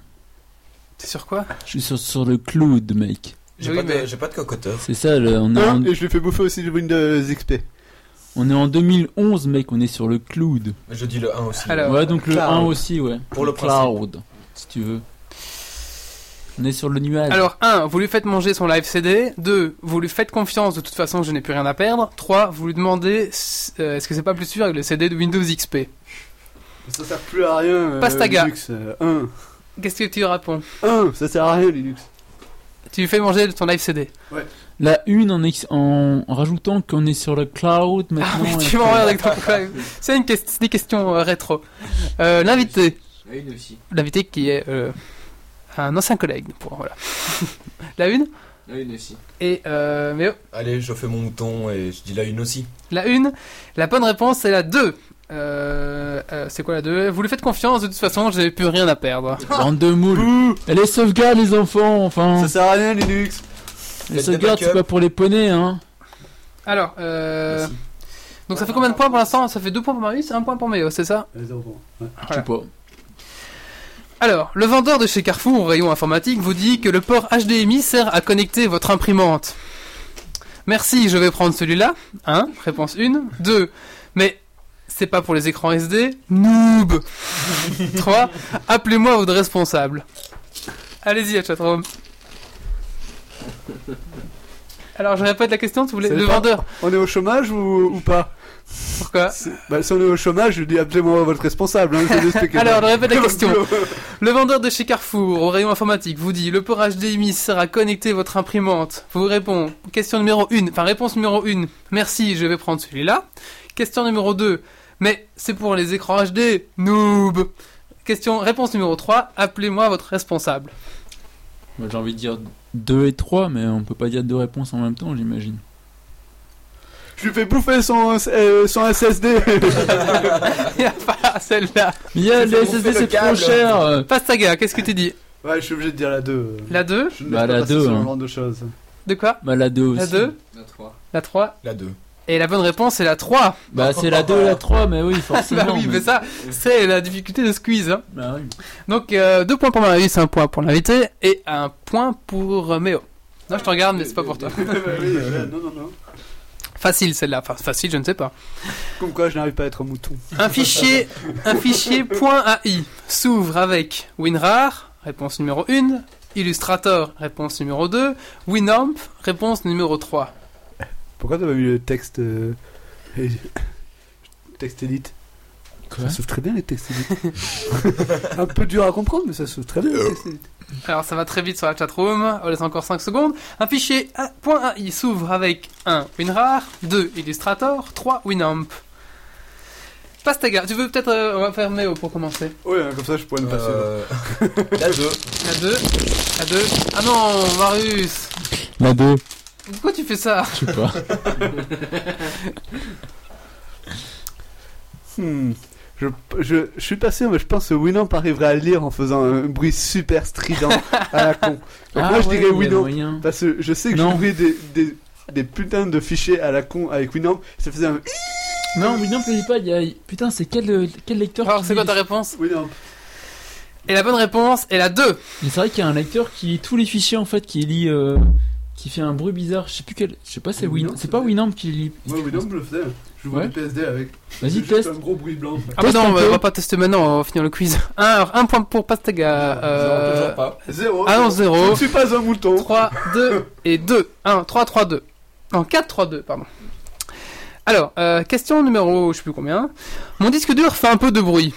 A: C'est sur quoi
B: Je suis sur, sur le cloud mec.
C: J'ai
A: oui,
C: pas, de-
A: mais-
C: j'ai pas de cocoteur.
B: C'est ça là, on, est
D: Hein
B: en,
D: et je lui fais bouffer aussi du Windows XP.
B: on est en 2011 mec, on est sur le cloud.
C: Mais Je dis le 1 aussi.
A: Alors,
B: ouais donc le
D: cloud.
B: 1 aussi ouais.
C: Pour le principe.
B: cloud si tu veux. On est sur le nuage.
A: Alors 1. Vous lui faites manger son live CD. 2. Vous lui faites confiance, de toute façon, je n'ai plus rien à perdre. 3. Vous lui demandez euh, est-ce que c'est pas plus sûr avec le CD de Windows XP
D: Ça sert plus à rien. euh,
A: Pastaga.
D: Linux. 1.
A: Qu'est-ce que tu réponds
D: 1. Ça sert à rien Linux.
A: Tu lui fais manger ton live CD.
B: La une en, ex- en rajoutant qu'on est sur le cloud maintenant.
A: Ah oui,
B: et
A: tu
B: que-
A: m'emmerdes avec ton C'est une question, des questions euh, rétro. Euh, l'invité,
F: La une aussi.
A: l'invité qui est euh, un ancien collègue. Pour, voilà. *laughs* la une
F: La une aussi.
A: et euh, mais oh,
C: Allez, je fais mon mouton et je dis la une aussi.
A: la une. La bonne réponse c'est la 2. Euh, euh, c'est quoi la 2 Vous lui faites confiance, de toute façon, j'ai plus rien à perdre.
B: Bande de moules. Et les sauvegardes, les enfants, enfin.
D: Ça sert à rien Linux.
B: Les
C: Faites des
B: sauvegardes, c'est
C: backups.
B: pas pour les poneys, hein.
A: Alors, euh,
C: Merci.
A: donc ça fait combien de points pour l'instant Ça fait 2 points pour Marius, 1 point pour Méo, c'est ça
B: Je sais pas.
A: Alors, le vendeur de chez Carrefour au rayon informatique vous dit que le port HDMI sert à connecter votre imprimante. Merci, je vais prendre celui-là. 1. Réponse 1. 2. Mais c'est pas pour les écrans SD.
D: *laughs*
A: Noob 3. Appelez-moi votre responsable. Allez-y, la chatroom. Alors, je répète la question, si vous voulez.
D: Ça
A: Le
D: dépend.
A: vendeur.
D: On est au chômage ou, ou pas
A: Pourquoi
D: Bah, si on est au chômage, je dis appelez-moi votre responsable. Hein, je vais vous expliquer.
A: Alors, on répète la question. Le vendeur de chez Carrefour au rayon informatique vous dit le port HDMI sert à connecter votre imprimante. Vous répond question numéro 1, enfin réponse numéro 1, merci, je vais prendre celui-là. Question numéro 2, mais c'est pour les écrans HD, noob. Question réponse numéro 3, appelez-moi votre responsable. *laughs*
B: Moi, j'ai envie de dire 2 et 3, mais on peut pas dire deux réponses en même temps, j'imagine.
D: *laughs* Je lui fais bouffer son, euh, son SSD.
A: Il y a pas celle-là.
B: Mais yeah, le
C: Ça vous
B: SSD
C: fait
B: c'est
C: le
B: trop
C: câble.
B: cher euh.
A: Pastaga, qu'est-ce que tu dis
D: *laughs* ouais, je suis obligé de dire la 2.
A: La 2
D: Je ne
B: Bah,
D: laisse
B: la
D: pas passer
B: deux,
D: ce
B: hein.
D: genre de choses.
A: De quoi
B: Bah la 2 aussi.
A: La 2
F: La 3.
A: La 3
C: La 2.
A: Et la bonne réponse c'est la 3.
B: Bah c'est la 2 la 3, mais oui, forcément.
A: bah oui, mais ça, c'est la difficulté de squeeze. hein.
B: Bah oui.
A: Donc, euh, deux points pour Marius, un point pour l'invité et un point pour euh, Méo. Non, je te regarde, mais c'est pas pour toi.
D: Bah *laughs* oui, euh, non, non, non.
A: Facile celle-là, enfin facile, je ne sais pas.
D: Comme quoi, je n'arrive pas à être un mouton.
A: Un fichier, un fichier .ai s'ouvre avec WinRAR, réponse numéro 1, Illustrator, réponse numéro 2, Winamp, réponse numéro 3.
D: Pourquoi t'as pas mis le texte. euh, *laughs* Texte élite
B: Quoi
D: Ça s'ouvre très bien les textes élites. *laughs* un peu dur à comprendre, mais ça s'ouvre très bien les textes élites.
A: Alors ça va très vite sur la chatroom, on laisse encore 5 secondes. Un fichier A- .ai s'ouvre avec 1 WinRAR, 2 Illustrator, 3 Winamp. Pastaga, tu veux peut-être... euh, on va faire Méo pour commencer.
D: Ouais, comme ça je pourrais me passer.
C: Euh, *laughs* la 2.
A: La 2, la 2. Ah non, Marius
B: La 2,
A: Pourquoi tu fais ça
B: je sais pas.
D: Hmm. Je, je, je suis pas sûr, mais je pense que Winamp arriverait à le lire en faisant un bruit super strident à
B: *laughs*
D: la con. Donc moi je
B: Ah ouais,
D: dirais
B: il y a
D: Winamp.
B: moyen.
D: Parce que je sais que
B: Non.
D: j'ouvrais des, des, des putains de fichiers à la con avec Winamp. Ça faisait un
B: Non, Winamp le dit pas, il y a... Putain, c'est quel, euh, quel lecteur
A: Alors,
B: qui
A: c'est quoi
B: lit-
A: ta réponse
D: Winamp.
A: Et la bonne réponse est la 2.
B: Mais c'est vrai qu'il y a un lecteur qui lit tous les fichiers en fait, qui lit... euh, Qui fait un bruit bizarre, je sais plus quel... Je sais pas, c'est
D: Winamp,
B: Winamp... C'est pas
D: c'est-
B: Winamp qui lit...
D: Moi Winamp je le faisais. Je
B: Ouais.
D: des PSD avec.
B: Vas-y,
D: juste
B: teste
D: un gros bruit blanc.
A: Ah bah
B: Teste
A: non,
B: un
A: on va,
B: peu.
A: on va pas tester maintenant, on va finir le quiz. 1 un point pour Pastaga.
C: Non,
A: Euh...
C: toujours pas.
D: Zéro.
A: Ah non,
D: Je
A: 0.
D: ne suis pas un mouton.
A: 3, 2 et 2. 1, 3, 3, 2. Non, 4, 3, 2, pardon. Alors, euh, question numéro, je sais plus combien. Mon disque dur fait un peu de bruit.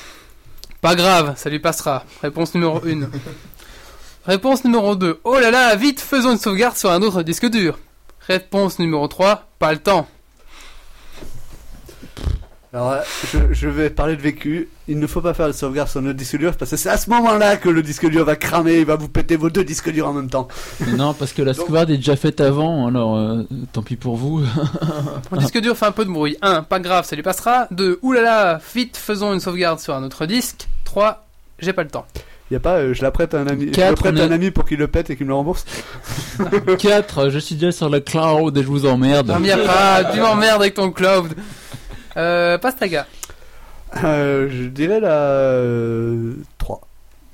A: Pas grave, ça lui passera. Réponse numéro 1. Réponse numéro 2. Oh là là, vite, faisons une sauvegarde sur un autre disque dur. Réponse numéro 3. Pas le temps.
D: Alors, euh, je, je vais parler de vécu. Il ne faut pas faire de sauvegarde sur notre disque dur parce que c'est à ce moment-là que le disque dur va cramer. Il va vous péter vos deux disques durs en même temps.
B: Mais Non, parce que la
D: euh, Donc-
B: squad est déjà faite avant, alors euh, tant pis pour
D: *laughs*
B: vous. *laughs*
A: Mon disque dur fait un peu de bruit. 1. Pas grave, ça lui passera. 2. Ouh là là, vite, faisons une sauvegarde sur un autre disque. 3. J'ai pas le temps.
D: Y a pas, euh, je la prête à un ami. je le
B: Quatre,
D: prête
B: on
D: à
B: est-
D: un ami pour qu'il le pète et qu'il me le rembourse.
B: 4, je suis déjà sur la cloud et je vous emmerde.
A: Non, mais y a pas, tu m'emmerdes avec ton cloud. Euh, Pastaga.
D: Euh, je dirais la euh, 3.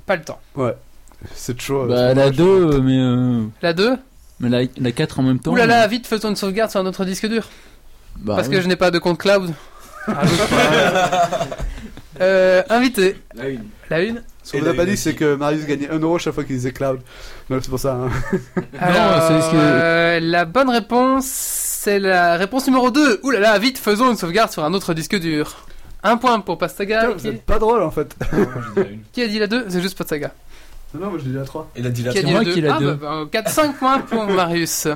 A: Pas le temps.
D: C'est chaud.
B: Bah la 2, mais, euh,
A: La 2
B: mais la, la 4 en même temps. euh,
A: Ouh là là, vite, faisons une sauvegarde sur un autre disque dur.
B: bah,
A: parce
B: oui.
A: que je n'ai pas de compte cloud. Ah, l'autre, pas. *laughs* euh, invité.
F: La 1.
A: La une.
D: Ce qu'on
C: Et
D: vous a
C: la
D: pas
C: une
D: dit,
C: aussi.
D: c'est que Marius gagnait 1€ euro chaque fois qu'il disait cloud. Donc c'est pour ça. hein.
A: Alors,
B: c'est ce que-
A: euh, la bonne réponse, c'est la réponse numéro 2. Ouh là là, vite, faisons une sauvegarde sur un autre disque dur. Un point pour Pastaga.
D: *laughs* Putain, vous
A: Qui,
D: êtes pas drôle en fait.
A: qui a dit la 2 C'est juste Pastaga.
D: Non, non, moi je dis la 3.
C: Il a dit la
A: Qui a
B: c'est
A: dit
B: moi
A: la 2
B: qui l'ai
A: Ah,
B: deux.
A: bah, 4-5 points
B: *laughs*
A: pour Marius.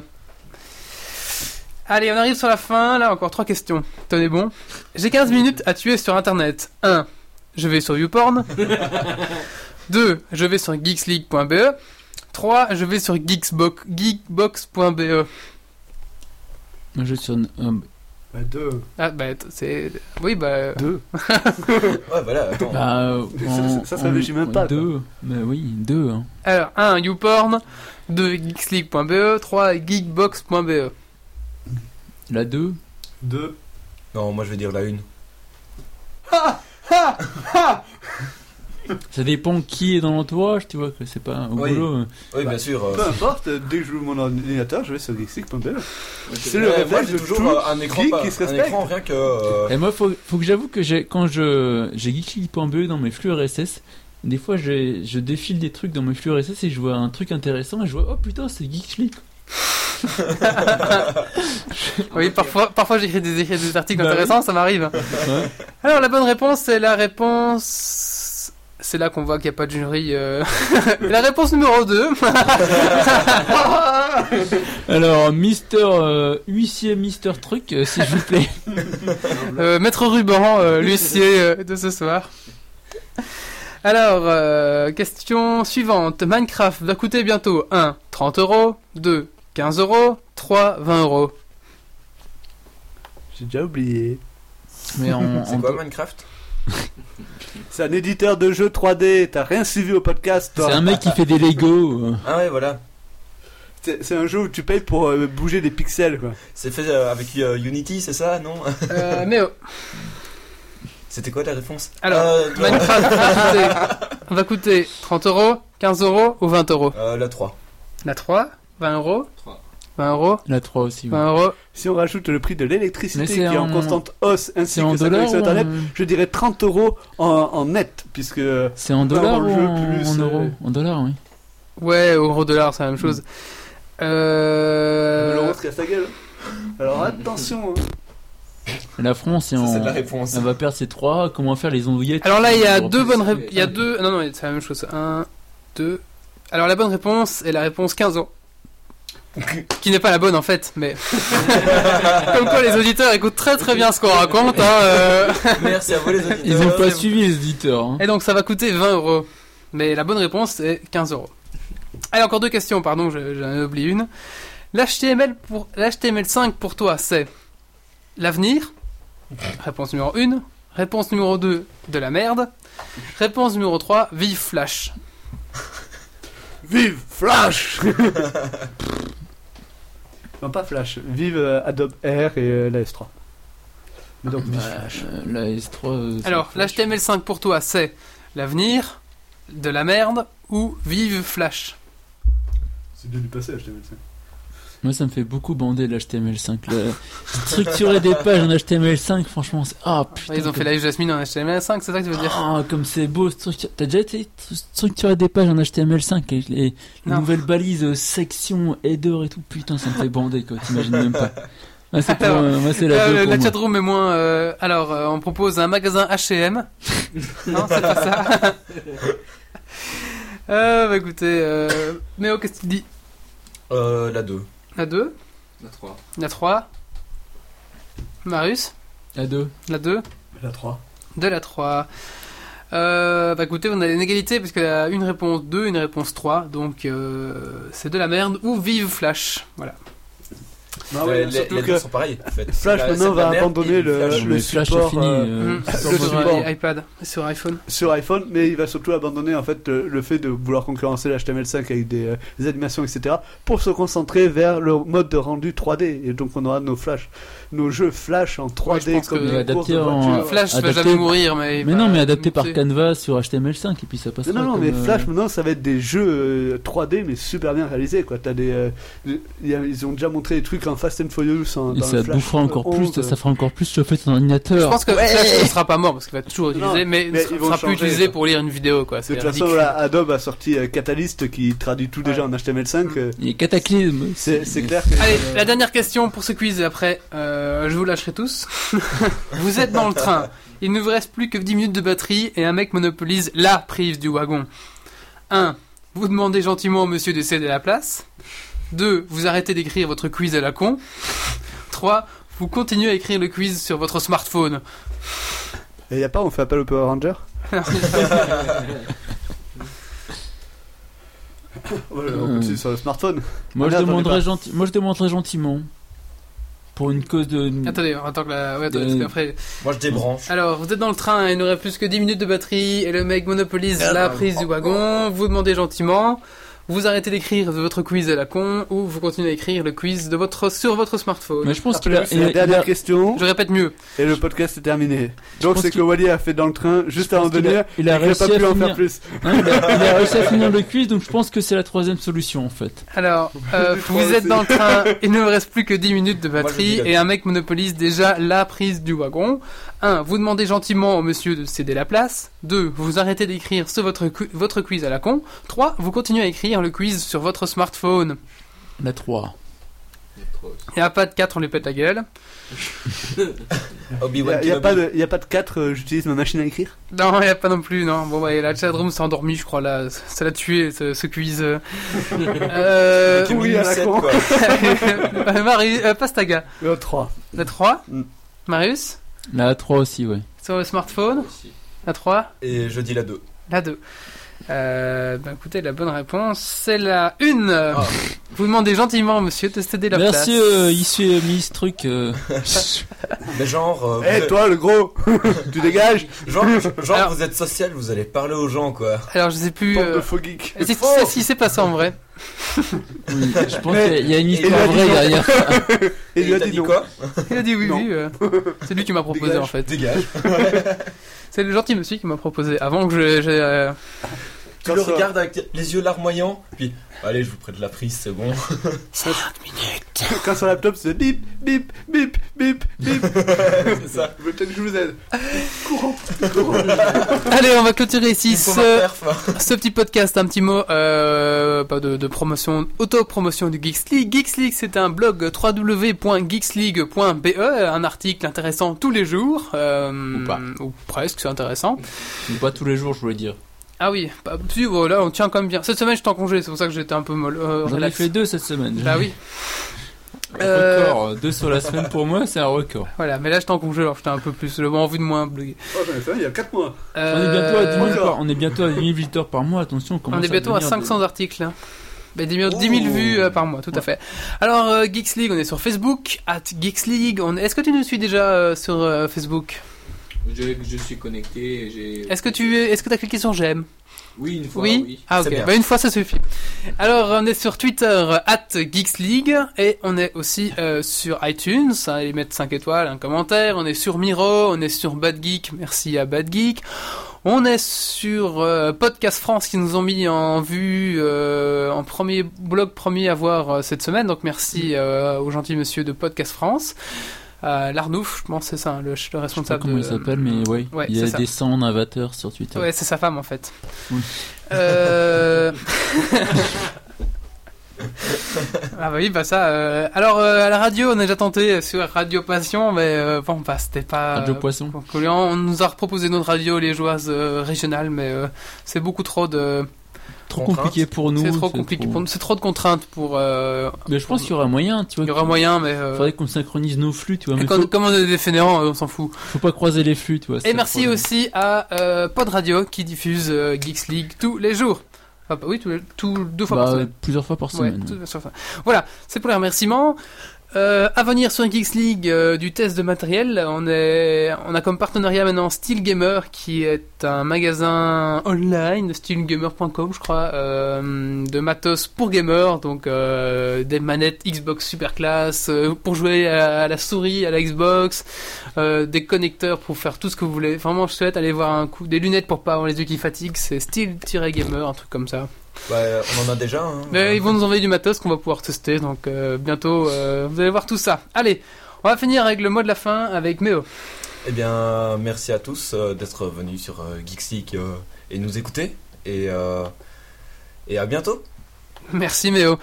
A: Allez, on arrive sur la fin. Là, encore 3 questions. Tenez bon. J'ai 15 minutes à tuer sur internet. 1. Je vais sur YouPorn.
B: *laughs*
A: 2. Je vais sur geeksleague.be. 3. E. Je vais sur geeksbox- E. geekbox.be.
B: Moi, je suis sur... une- euh,
D: Bah 2.
A: Ah, bah, t- c'est. Oui, bah.
D: 2.
C: Ouais, voilà, attends.
B: bah, euh,
D: Ça,
B: en-
D: *laughs* ça, ça
B: en-
D: réfléchit même pas,
B: 2, bah oui, 2. Hein.
A: Alors, 1. YouPorn. 2. Geeksleague.be. 3. Geekbox.be.
B: La 2.
D: 2.
C: Non, moi je vais dire la 1.
B: Ça dépend qui est dans l'entourage, tu vois, que c'est pas au
C: Oui.
B: boulot.
C: Oui,
B: Bah.
C: bien sûr. euh,
D: Peu importe, euh, dès que j'ouvre mon ordinateur, je vais sur geeksic.be. C'est
C: ouais,
D: le
C: moi
D: réflexe
C: j'ai
D: de
C: toujours
D: tout
C: euh, un écran,
D: geek
C: pas-
D: qui se
C: un
D: respecte.
C: écran rien que. euh,
B: Et moi, faut, faut que j'avoue que j'ai, quand je, j'ai geekly.be dans mes flux RSS, des fois j'ai- je défile des trucs dans mes flux RSS et je vois un truc intéressant et je vois, oh putain, c'est geekly.
A: Ah Oui, parfois, parfois j'écris des, des articles intéressants, ça m'arrive. Alors la bonne réponse, c'est la réponse. C'est là qu'on voit qu'il n'y a pas de jury. euh. *laughs* la réponse numéro *laughs* 2.
B: Alors, Mister euh, huissier, Mister truc, euh, s'il vous plaît.
A: Maître Ruban, euh, l'huissier euh, de ce soir. Alors, euh, question suivante. Minecraft va coûter bientôt 1. 30 euros. 2. 15 euros. 3. 20 euros.
D: J'ai déjà oublié.
B: Mais on,
C: C'est
B: on-
C: quoi Minecraft
D: C'est un éditeur de jeux 3D, t'as rien suivi au podcast
B: c'est
D: toi.
B: un mec qui fait des Lego. euh.
C: Ah ouais, voilà.
D: C'est c'est un jeu où tu payes pour euh, bouger des pixels quoi.
C: C'est fait euh, avec euh, Unity, c'est ça Non
A: Euh, Néo.
C: C'était quoi la réponse
A: Alors,
C: Euh, toi.
A: Minecraft va coûter, va coûter 30 euros, 15 euros ou 20 euros
C: Euh, la 3.
A: La 3, 20 euros,
F: Trois.
A: 20 euros,
B: La 3 aussi. ouais.
A: 20 euros.
D: Si on rajoute le prix de l'électricité
B: Mais c'est
D: qui est en
B: en-
D: constante hausse ainsi
B: C'est en
D: que sa
B: dollars
D: connexion
B: ou en-
D: internet, je dirais 30 euros en, en net puisque euh,
B: C'est en
D: Dans
B: dollars
D: le
B: ou
D: jeu,
B: en,
D: plus,
B: en
D: euh,
B: euros En dollars, oui.
A: Ouais, euro dollar, c'est la même chose.
D: l'euro
A: Euh...
D: se casse la gueule.
B: *laughs*
D: Alors attention. hein.
B: La France, c'est
C: Ça,
B: en...
C: c'est de la réponse.
D: Ah
B: elle va perdre ses 3. Comment faire les andouillettes
A: Alors là, il y a
B: Bon,
A: deux bonnes
F: c'est-
A: réponses. Il y a deux. Non, non, c'est la même chose. 1, 2. Alors la bonne réponse est la réponse 15 euros. Qui n'est pas la bonne en fait, mais. Comme quoi les auditeurs écoutent très très bien ce qu'on raconte. Hein, euh.
D: bah.
C: *laughs* Merci à vous les auditeurs.
B: Ils ont pas
C: C'est-
B: suivi les éditeurs. hein.
A: Et donc ça va coûter 20 euros. Mais la bonne réponse est 15 euros. Allez, encore deux questions, pardon, je- j'en ai oublié une. L'HTML pour, L'HTML5 pour toi, c'est l'avenir Réponse numéro 1. Réponse numéro 2, de la merde. Réponse numéro 3, vive Flash.
D: Vive Flash *laughs* Non pas Flash, vive euh, Adobe Air et euh, la S3. Mais donc vive Flash.
B: Euh, la S3. euh, ça
A: Alors,
B: fait-
A: l'HTML5 pour toi, c'est l'avenir, de la merde ou vive Flash
D: C'est bien du passé HTML5.
B: Moi, ça me fait beaucoup bander l'HTML5. Le- Structurer des pages en HTML5, franchement, c'est. Ah putain.
A: Ils ont fait
B: comme-
A: Live Jasmine en HTML5, c'est ça que tu veux dire
B: Ah, comme c'est beau. structure- T'as déjà été structurer des pages en HTML5 et les, les
A: Non.
B: nouvelles balises, euh, sections, header et tout. Putain, ça me fait bander, quoi. T'imagines même pas. Ah, c'est pour,
A: Alors,
B: euh, moi, c'est la
A: Euh,
B: deux
A: le-
B: pour
A: la
B: moi.
A: chatroom est moins. euh, alors, euh, on propose un magasin
B: *laughs*
A: HM. non, c'est pas ça. *laughs* euh, bah écoutez, euh, Méo, qu'est-ce que tu dis
C: Euh, la 2.
A: La 2,
F: La 3.
A: la 3. Marius,
B: La deux.
A: la 2,
D: La 3.
A: de la 3. Euh, bah écoutez, on a une égalité parce qu'il y a une réponse 2, une réponse 3. Donc, euh, c'est de la merde ou vive Flash. Voilà.
B: Euh,
D: Bah
C: Les-
D: ouais,
C: les,
D: surtout
C: les
D: que
C: deux sont pareils. En fait.
D: Flash,
C: C'est la-
D: maintenant,
C: c'est de la
D: va
C: merde
D: abandonner
C: et du
D: le-
C: Flash.
B: Le Flash a
D: support,
B: fini. euh,
A: Hum,
B: sans
D: le
B: support.
A: sur
D: support.
A: i- iPad, sur iPhone.
D: sur iPhone, mais il va surtout abandonner en fait euh, le, le fait de vouloir concurrencer l'HTML5 avec des, euh, des animations, etc. pour se concentrer vers le mode de rendu 3D. Et donc on aura nos flash, nos jeux flash en 3D
A: Ouais, je pense
D: comme
A: que-
D: des
B: Mais
D: courses de
B: adapté en-
D: voitures.
A: Flash va
B: Adapté-
A: jamais mourir, mais. bah, il
B: Mais
A: va
B: non, mais adapté par
A: muter.
B: Canva sur HTML5 et puis ça euh, passe.
D: Non, non, mais Flash maintenant ça va être des jeux euh, 3D mais super bien réalisés quoi. T'as des, euh, des- y a- ils ont déjà montré des trucs en Fast and Furious en,
B: Et
D: dans
B: ça
D: le Flash,
B: bouffera encore
D: euh,
B: plus,
D: 11,
B: ça fera encore plus chauffer
A: Je
B: ton ordinateur.
A: pense que Flash ne sera pas mort parce qu'il va toujours utiliser,
D: Non,
A: mais,
D: mais
A: il ne
D: ils vont
A: sera plus
D: changer,
A: utilisé
D: quoi.
A: pour lire une vidéo. Quoi.
D: De
A: C'est
D: toute façon,
A: ridicule.
D: voilà, Adobe a sorti euh, Catalyst qui traduit tout déjà en HTML5. euh,
B: Il y a Cataclysme.
D: c'est c'est clair que. euh,
A: Allez, la dernière question pour ce quiz et après, euh, je vous lâcherai tous. *laughs* vous êtes dans le train. Il ne vous reste plus que 10 minutes de batterie et un mec monopolise LA prive du wagon. 1. Vous demandez gentiment au monsieur de céder la place. 2. Vous arrêtez d'écrire votre quiz à la con. 3. Vous continuez à écrire le quiz sur votre smartphone.
D: Et y a pas, on fait appel au Power Ranger Ouais, Oh on
B: Euh.
D: continue sur le smartphone.
B: Moi,
D: Ah,
B: je
D: attendez pas.
B: demanderais gentil... Moi, je demanderais gentiment. Pour une cause de.
A: Attendez, attends que la... ouais, attendez,
B: Hmm. Euh,
A: parce qu'après-
C: Moi je débranche.
A: Alors, vous êtes dans le train, il n'aurait plus que 10 minutes de batterie, et le mec monopolise
C: Ah
A: la prise du wagon, vous demandez gentiment, vous arrêtez d'écrire votre quiz à la con, ou vous continuez à écrire le quiz de votre, sur votre smartphone.
B: Mais je pense qu'il a.
D: C'est la
B: il a- il
D: dernière
B: a-
D: question
A: Je répète mieux.
D: et le podcast est terminé. Donc
B: pense
D: c'est que
B: qu'il-
D: Wally a fait dans le train
B: je
D: juste
B: pense
D: avant de
B: qu'il
D: venir.
B: Il a
D: et qu'il
B: réussi
D: pas
B: à
D: pu en
B: finir.
D: faire plus.
B: hein, il a- il a réussi à finir le quiz, donc je pense que c'est la troisième solution en fait.
C: *laughs*
A: Alors, euh,
D: Je crois
A: vous êtes
D: aussi.
A: dans le train, il ne vous reste plus que 10 minutes de
C: je dis
A: batterie,
C: la-
A: et un mec monopolise déjà la prise du wagon. 1. Vous demandez gentiment au monsieur de céder la place. 2. Vous arrêtez d'écrire sur votre, cu- votre quiz à la con. 3. Vous continuez à écrire le quiz sur votre smartphone.
B: La 3.
A: Il n'y a pas de 4, on lui pète la gueule.
D: Il n'y
C: Obi-Wan
D: a, y a
C: Kenobi.
D: pas de- y a pas de 4, j'utilise ma machine à écrire.
A: Non, il n'y a pas non plus, non. Bon, bah, et la chatroom s'est endormie, je crois, là. Ça l'a tué, ce, ce quiz.
B: *laughs*
A: euh...
C: Qui est
D: oui, à la
C: 2007,
D: con.
C: quoi.
A: *laughs* euh, Marius, euh, Pastaga.
D: Le 3.
A: La 3
D: Mm.
A: Marius
B: La 3 aussi, ouais.
A: Sur le smartphone
F: Aussi.
A: La 3
C: Et je dis la 2.
A: La 2. Euh, bah, écoutez, la bonne réponse, c'est la 1. Vous demandez gentiment, monsieur, de céder la place.
B: Merci, euh, Issu et Miss Truc.
D: *laughs*
B: euh.
C: Mais genre, euh,
D: Eh
C: vous êtes-
D: toi le gros, *laughs* tu dégages.
C: genre, genre
A: Alors-
C: vous êtes social, vous allez parler aux gens quoi.
A: Alors, je sais plus.
D: Bande de
A: Euh...
D: faux geeks. Oh
A: Est-ce que tu
C: Faux
A: sais ce qui s'est passé en vrai
B: Oui, je pense
D: Mais-
B: qu'il y a une
C: il
B: histoire
C: a
B: vraie
C: dit non.
B: derrière.
D: *laughs* Et il
C: il
D: a
C: t'a
D: dit non.
C: quoi
A: Il a dit oui,
D: Non.
A: oui. euh, C'est lui qui
D: *laughs*
A: m'a proposé
D: Dégage.
A: en fait.
C: Dégage.
D: *laughs*
A: C'est le gentil monsieur qui m'a proposé avant que je- j'ai. euh,
C: Tu le regardes avec les yeux larmoyants, puis allez, je vous prête la prise, c'est bon.
D: Quand sur la laptop c'est bip, bip, bip, bip, bip.
C: *laughs* c'est ça.
D: Je veux peut-être que je vous aide. Courant.
A: Allez, on va clôturer ici
C: Il faut ma
A: ce,
C: perf. *laughs*
A: ce petit podcast. Un petit mot euh, pas de, de promotion, auto-promotion du Geeks League. Geeks League, c'est un blog www.geeksleague.be, un article intéressant tous les jours. euh,
B: Ou pas.
A: Ou presque, c'est intéressant.
B: Pas tous les jours, je voulais dire.
A: Ah oui, bah, si, voilà, on tient quand même bien. Cette semaine, j'étais en congé, c'est pour ça que j'étais un peu molle. euh,
B: J'en ai
A: relax.
B: fait deux cette semaine.
A: Bah oui, Euh,
B: Record, deux sur la semaine pour moi, c'est un record.
A: voilà, mais là j'étais en congé, alors j'étais un peu plus, le en vue de moins blogué.
D: Oh, ben, ça, il y a 4 mois.
B: On est bientôt à 10 000
A: Euh,
B: par- on est bientôt à 10 000 visiteurs par mois, attention.
A: On est bientôt à 500 articles. hein. Ben, 10 000, 10 000
C: Ouh.
A: vues euh, par mois, tout à fait. Alors, euh, Geeks League, on est sur Facebook, at Geeks League. On... Est-ce que tu nous suis déjà euh, sur euh, Facebook
F: Je, je suis connecté. et j'ai-
A: Est-ce que tu es... Est-ce que as cliqué sur j'aime
F: Oui, une fois.
A: oui,
F: oui.
A: Ah
C: C'est
A: ok,
C: bien.
A: bah, une fois ça suffit. Alors on est sur Twitter, at Geeks League, et on est aussi euh, sur iTunes, hein, ils mettent 5 étoiles, un commentaire, on est sur Miro, on est sur Bad Geek, merci à Bad Geek. On est sur euh, Podcast France qui nous ont mis en vue euh, en premier blog premier à voir euh, cette semaine, donc merci euh, au gentil monsieur de Podcast France. Euh, Larnouf, je pense c'est ça, hein, le, le
B: Je sais pas
A: responsable
B: comment
A: de-
B: il s'appelle, mais ouais.
A: Ouais,
B: il y
A: c'est
B: a
A: ça.
B: des 100 avatars sur Twitter.
A: Ouais, c'est sa femme en fait.
B: Oui. *laughs*
A: Euh... ah bah oui, bah ça. euh, Alors euh, à la radio, on a déjà tenté sur Radio Passion, mais euh, bon, bah c'était pas.
B: Radio
A: euh,
B: Poisson.
A: concluant. On nous a proposé notre radio liégeoise euh, régionale, mais euh, c'est beaucoup trop de.
B: Trop
C: Contrainte.
B: compliqué pour nous.
A: C'est trop compliqué.
B: trop-
A: pour nous, C'est trop de contraintes pour. euh,
B: Mais je pense qu'il y aura moyen, tu vois.
A: Il y aura
B: qu'il-
A: moyen, mais. euh,
B: Faudrait qu'on synchronise nos flux, tu vois. Mais
A: quand-
B: faut,
A: Comme on est des fainéants, euh, on s'en fout.
B: faut pas croiser les flux, tu vois. c'est
A: Et
B: le
A: merci
B: problème.
A: aussi à euh, Pod Radio qui diffuse euh, Geeks League tous les jours. Enfin, oui, tous les- tous- deux fois
B: Bah,
A: par semaine.
B: plusieurs fois par
A: Ouais,
B: semaine.
A: tout- sur ça. Voilà, c'est pour les remerciements. Euh, à venir sur Geeks League euh, du test de matériel, on, est, on a comme partenariat maintenant Steel Gamer qui est un magasin online, steelgamer.com je crois, euh, de matos pour gamers, donc euh, des manettes Xbox Super Class euh, pour jouer à, la souris, à la Xbox, euh, des connecteurs pour faire tout ce que vous voulez. Vraiment, je souhaite aller voir un coup, des lunettes pour pas avoir les yeux qui fatiguent, c'est steel-gamer, un truc comme ça.
C: Bah, on en a déjà. Hein.
A: Mais ils vont nous envoyer du matos qu'on va pouvoir tester, donc euh, bientôt euh, vous allez voir tout ça. Allez, on va finir avec le mot de la fin avec Méo. *laughs*
C: Eh bien, merci à tous euh, d'être venus sur euh, Geeks League, euh, et nous écouter. Et, euh, et à bientôt.
A: Merci Méo.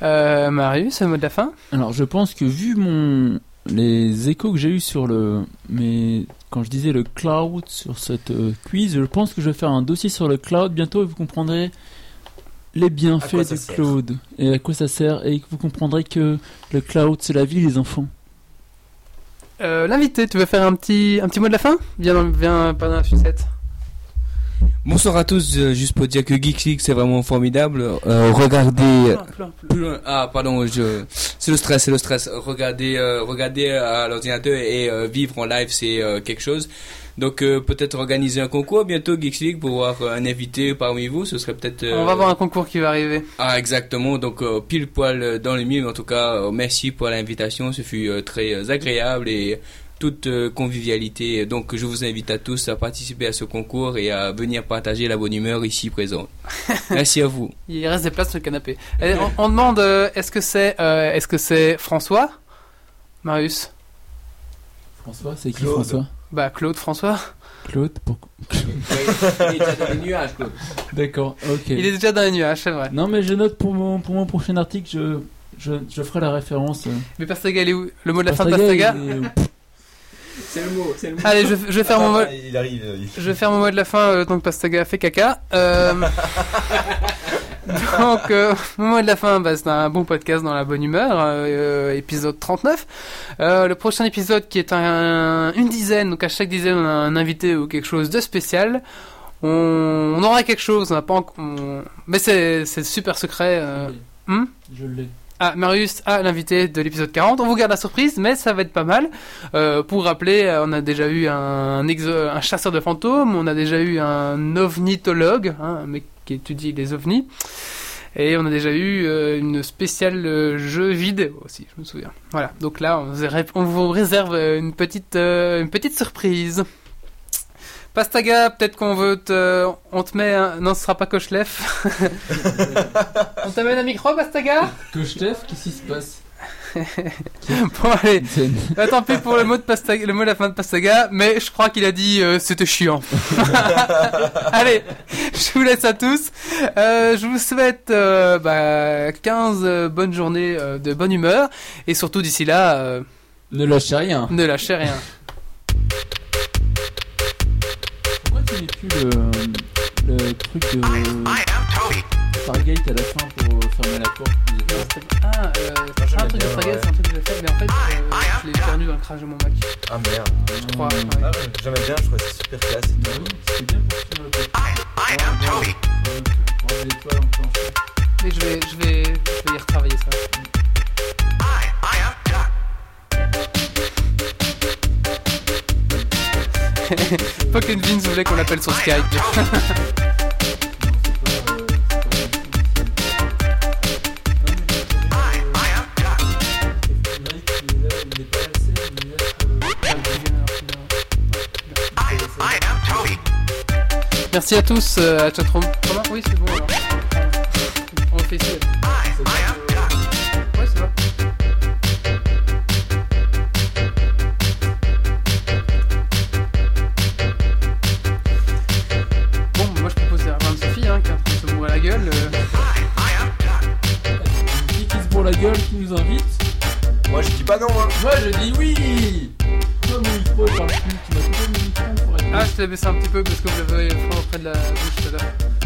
A: Euh, Marius, le mot de la fin
B: Alors, je pense que vu mon les échos que j'ai eu sur le mais quand je disais le cloud sur cette euh, quiz, je pense que je vais faire un dossier sur le cloud bientôt et vous comprendrez les
C: À quoi
B: bienfaits
C: ça
B: du
C: sert.
B: cloud et à quoi ça sert et que vous comprendrez que le cloud c'est la vie les enfants.
A: Euh, L'invité, tu veux faire un petit, un petit mot de la fin Viens, dans- viens pas dans la sucette.
E: Bonsoir à tous, euh, juste pour dire que Geeks League c'est vraiment formidable. Euh,
A: Plein,
E: regardez.
A: plein, plein.
E: Plus loin- Ah, pardon, je... c'est le stress, c'est le stress. Regardez, euh, regardez à l'ordinateur et euh, vivre en live c'est euh, quelque chose. Donc euh, peut-être organiser un concours bientôt Geeks League pour avoir euh, un invité parmi vous, ce serait peut-être. euh,
A: On va voir un concours qui va arriver.
E: Ah, exactement, donc euh, pile poil euh, dans le milieu, mais en tout cas, euh, merci pour l'invitation, ce fut euh, très euh, agréable et toute euh, convivialité. Donc je vous invite à tous à participer à ce concours et à venir partager la bonne humeur ici présente. merci à vous.
A: Il reste des places sur le canapé. Et on, on demande euh, est-ce que c'est euh, est-ce que c'est François Marius
B: François, c'est qui
C: Claude.
B: François
A: Bah Claude, François.
B: Claude, pourquoi
F: Il est déjà dans les nuages, Claude.
B: D'accord, ok.
A: Il est déjà dans les nuages, c'est vrai.
B: Non mais je note pour mon, pour mon prochain article, je, je, je ferai la référence. euh.
A: Mais Pastaga, il est où Le mot de la fin de
B: Pastaga,
A: Pastaga
B: il est-
F: C'est le mot, c'est le mot.
A: Allez, je, je vais faire mon mot.
C: Ah, Il arrive. euh, il-
A: Je vais faire mon mot de la fin, euh, donc Pastaga fait caca. Euh, *laughs* donc, euh, mon mot de la fin, bah, c'est un bon podcast dans la bonne humeur, euh, épisode 39. Euh, le prochain épisode qui est un, une dizaine, donc à chaque dizaine on a un invité ou quelque chose de spécial. On, on aura quelque chose, on n'a pas enc- on- mais c'est c'est super secret. euh. Hmm
B: Je l'ai.
A: Ah, Marius a l'invité de l'épisode 40. On vous garde la surprise, mais ça va être pas mal. Euh, pour rappeler, euh, on a déjà eu un, exo- un chasseur de fantômes, on a déjà eu un ovnitologue, hein, un mec qui étudie les ovnis, et on a déjà eu euh, une spéciale euh, jeu vidéo aussi, je me souviens. Voilà, donc là, on, vous ré- on vous réserve euh, une petite, euh, une petite surprise. Pastaga, peut-être qu'on veut te... On te met un... Non, ce sera pas Kochlef. *laughs* on t'amène un micro, Pastaga
B: Que je t'aime, qu'est-ce qui se passe
A: Bon, allez. Ah, tant pis pour le mot de Pastaga, le mot de la fin de Pastaga, mais je crois qu'il a dit euh, c'était chiant. *laughs* Allez, je vous laisse à tous. Euh, je vous souhaite euh, bah, 15 euh, bonnes journées euh, de bonne humeur et surtout d'ici là, euh,
B: Ne lâchez rien.
A: ne lâchez rien.
B: Pourquoi tu mets plus le, le truc de Stargate à la fin pour euh, fermer la porte
A: Ah, euh, c'est pas un truc de
C: bien,
A: Stargate,
C: ouais.
A: c'est un truc que j'ai fait, mais en fait, euh, je l'ai perdu dans le crash de mon Mac.
C: Ah merde.
A: Je crois.
B: Hum,
A: ouais.
C: Ah, J'aimais bien, je trouvais ça super classe. et
B: bah
C: tout.
B: oui, c'est bien pour finir le podcast. Ouais, ouais, ouais, l'étoile en planche.
A: Mais je vais, je vais, je vais y retravailler ça. Fucking Vince voulait qu'on l'appelle sur Skype. Merci à tous, euh, à Chatroom. Comment Oui, c'est bon alors. On le fait ici. Ouais, c'est bon. Bon, moi je propose derrière de Sophie, hein, qui est en train de se mourir la gueule. euh.
B: Qui qui se bourre la gueule, qui nous invite
C: Moi, je dis pas non, hein.
B: Moi je dis oui Toi mon micro il parle plus, tu m'as coupé mon micro pour être...
A: Ah, je te l'ai baissé un petit peu parce que vous l'avez fait auprès de la bouche tout à l'heure.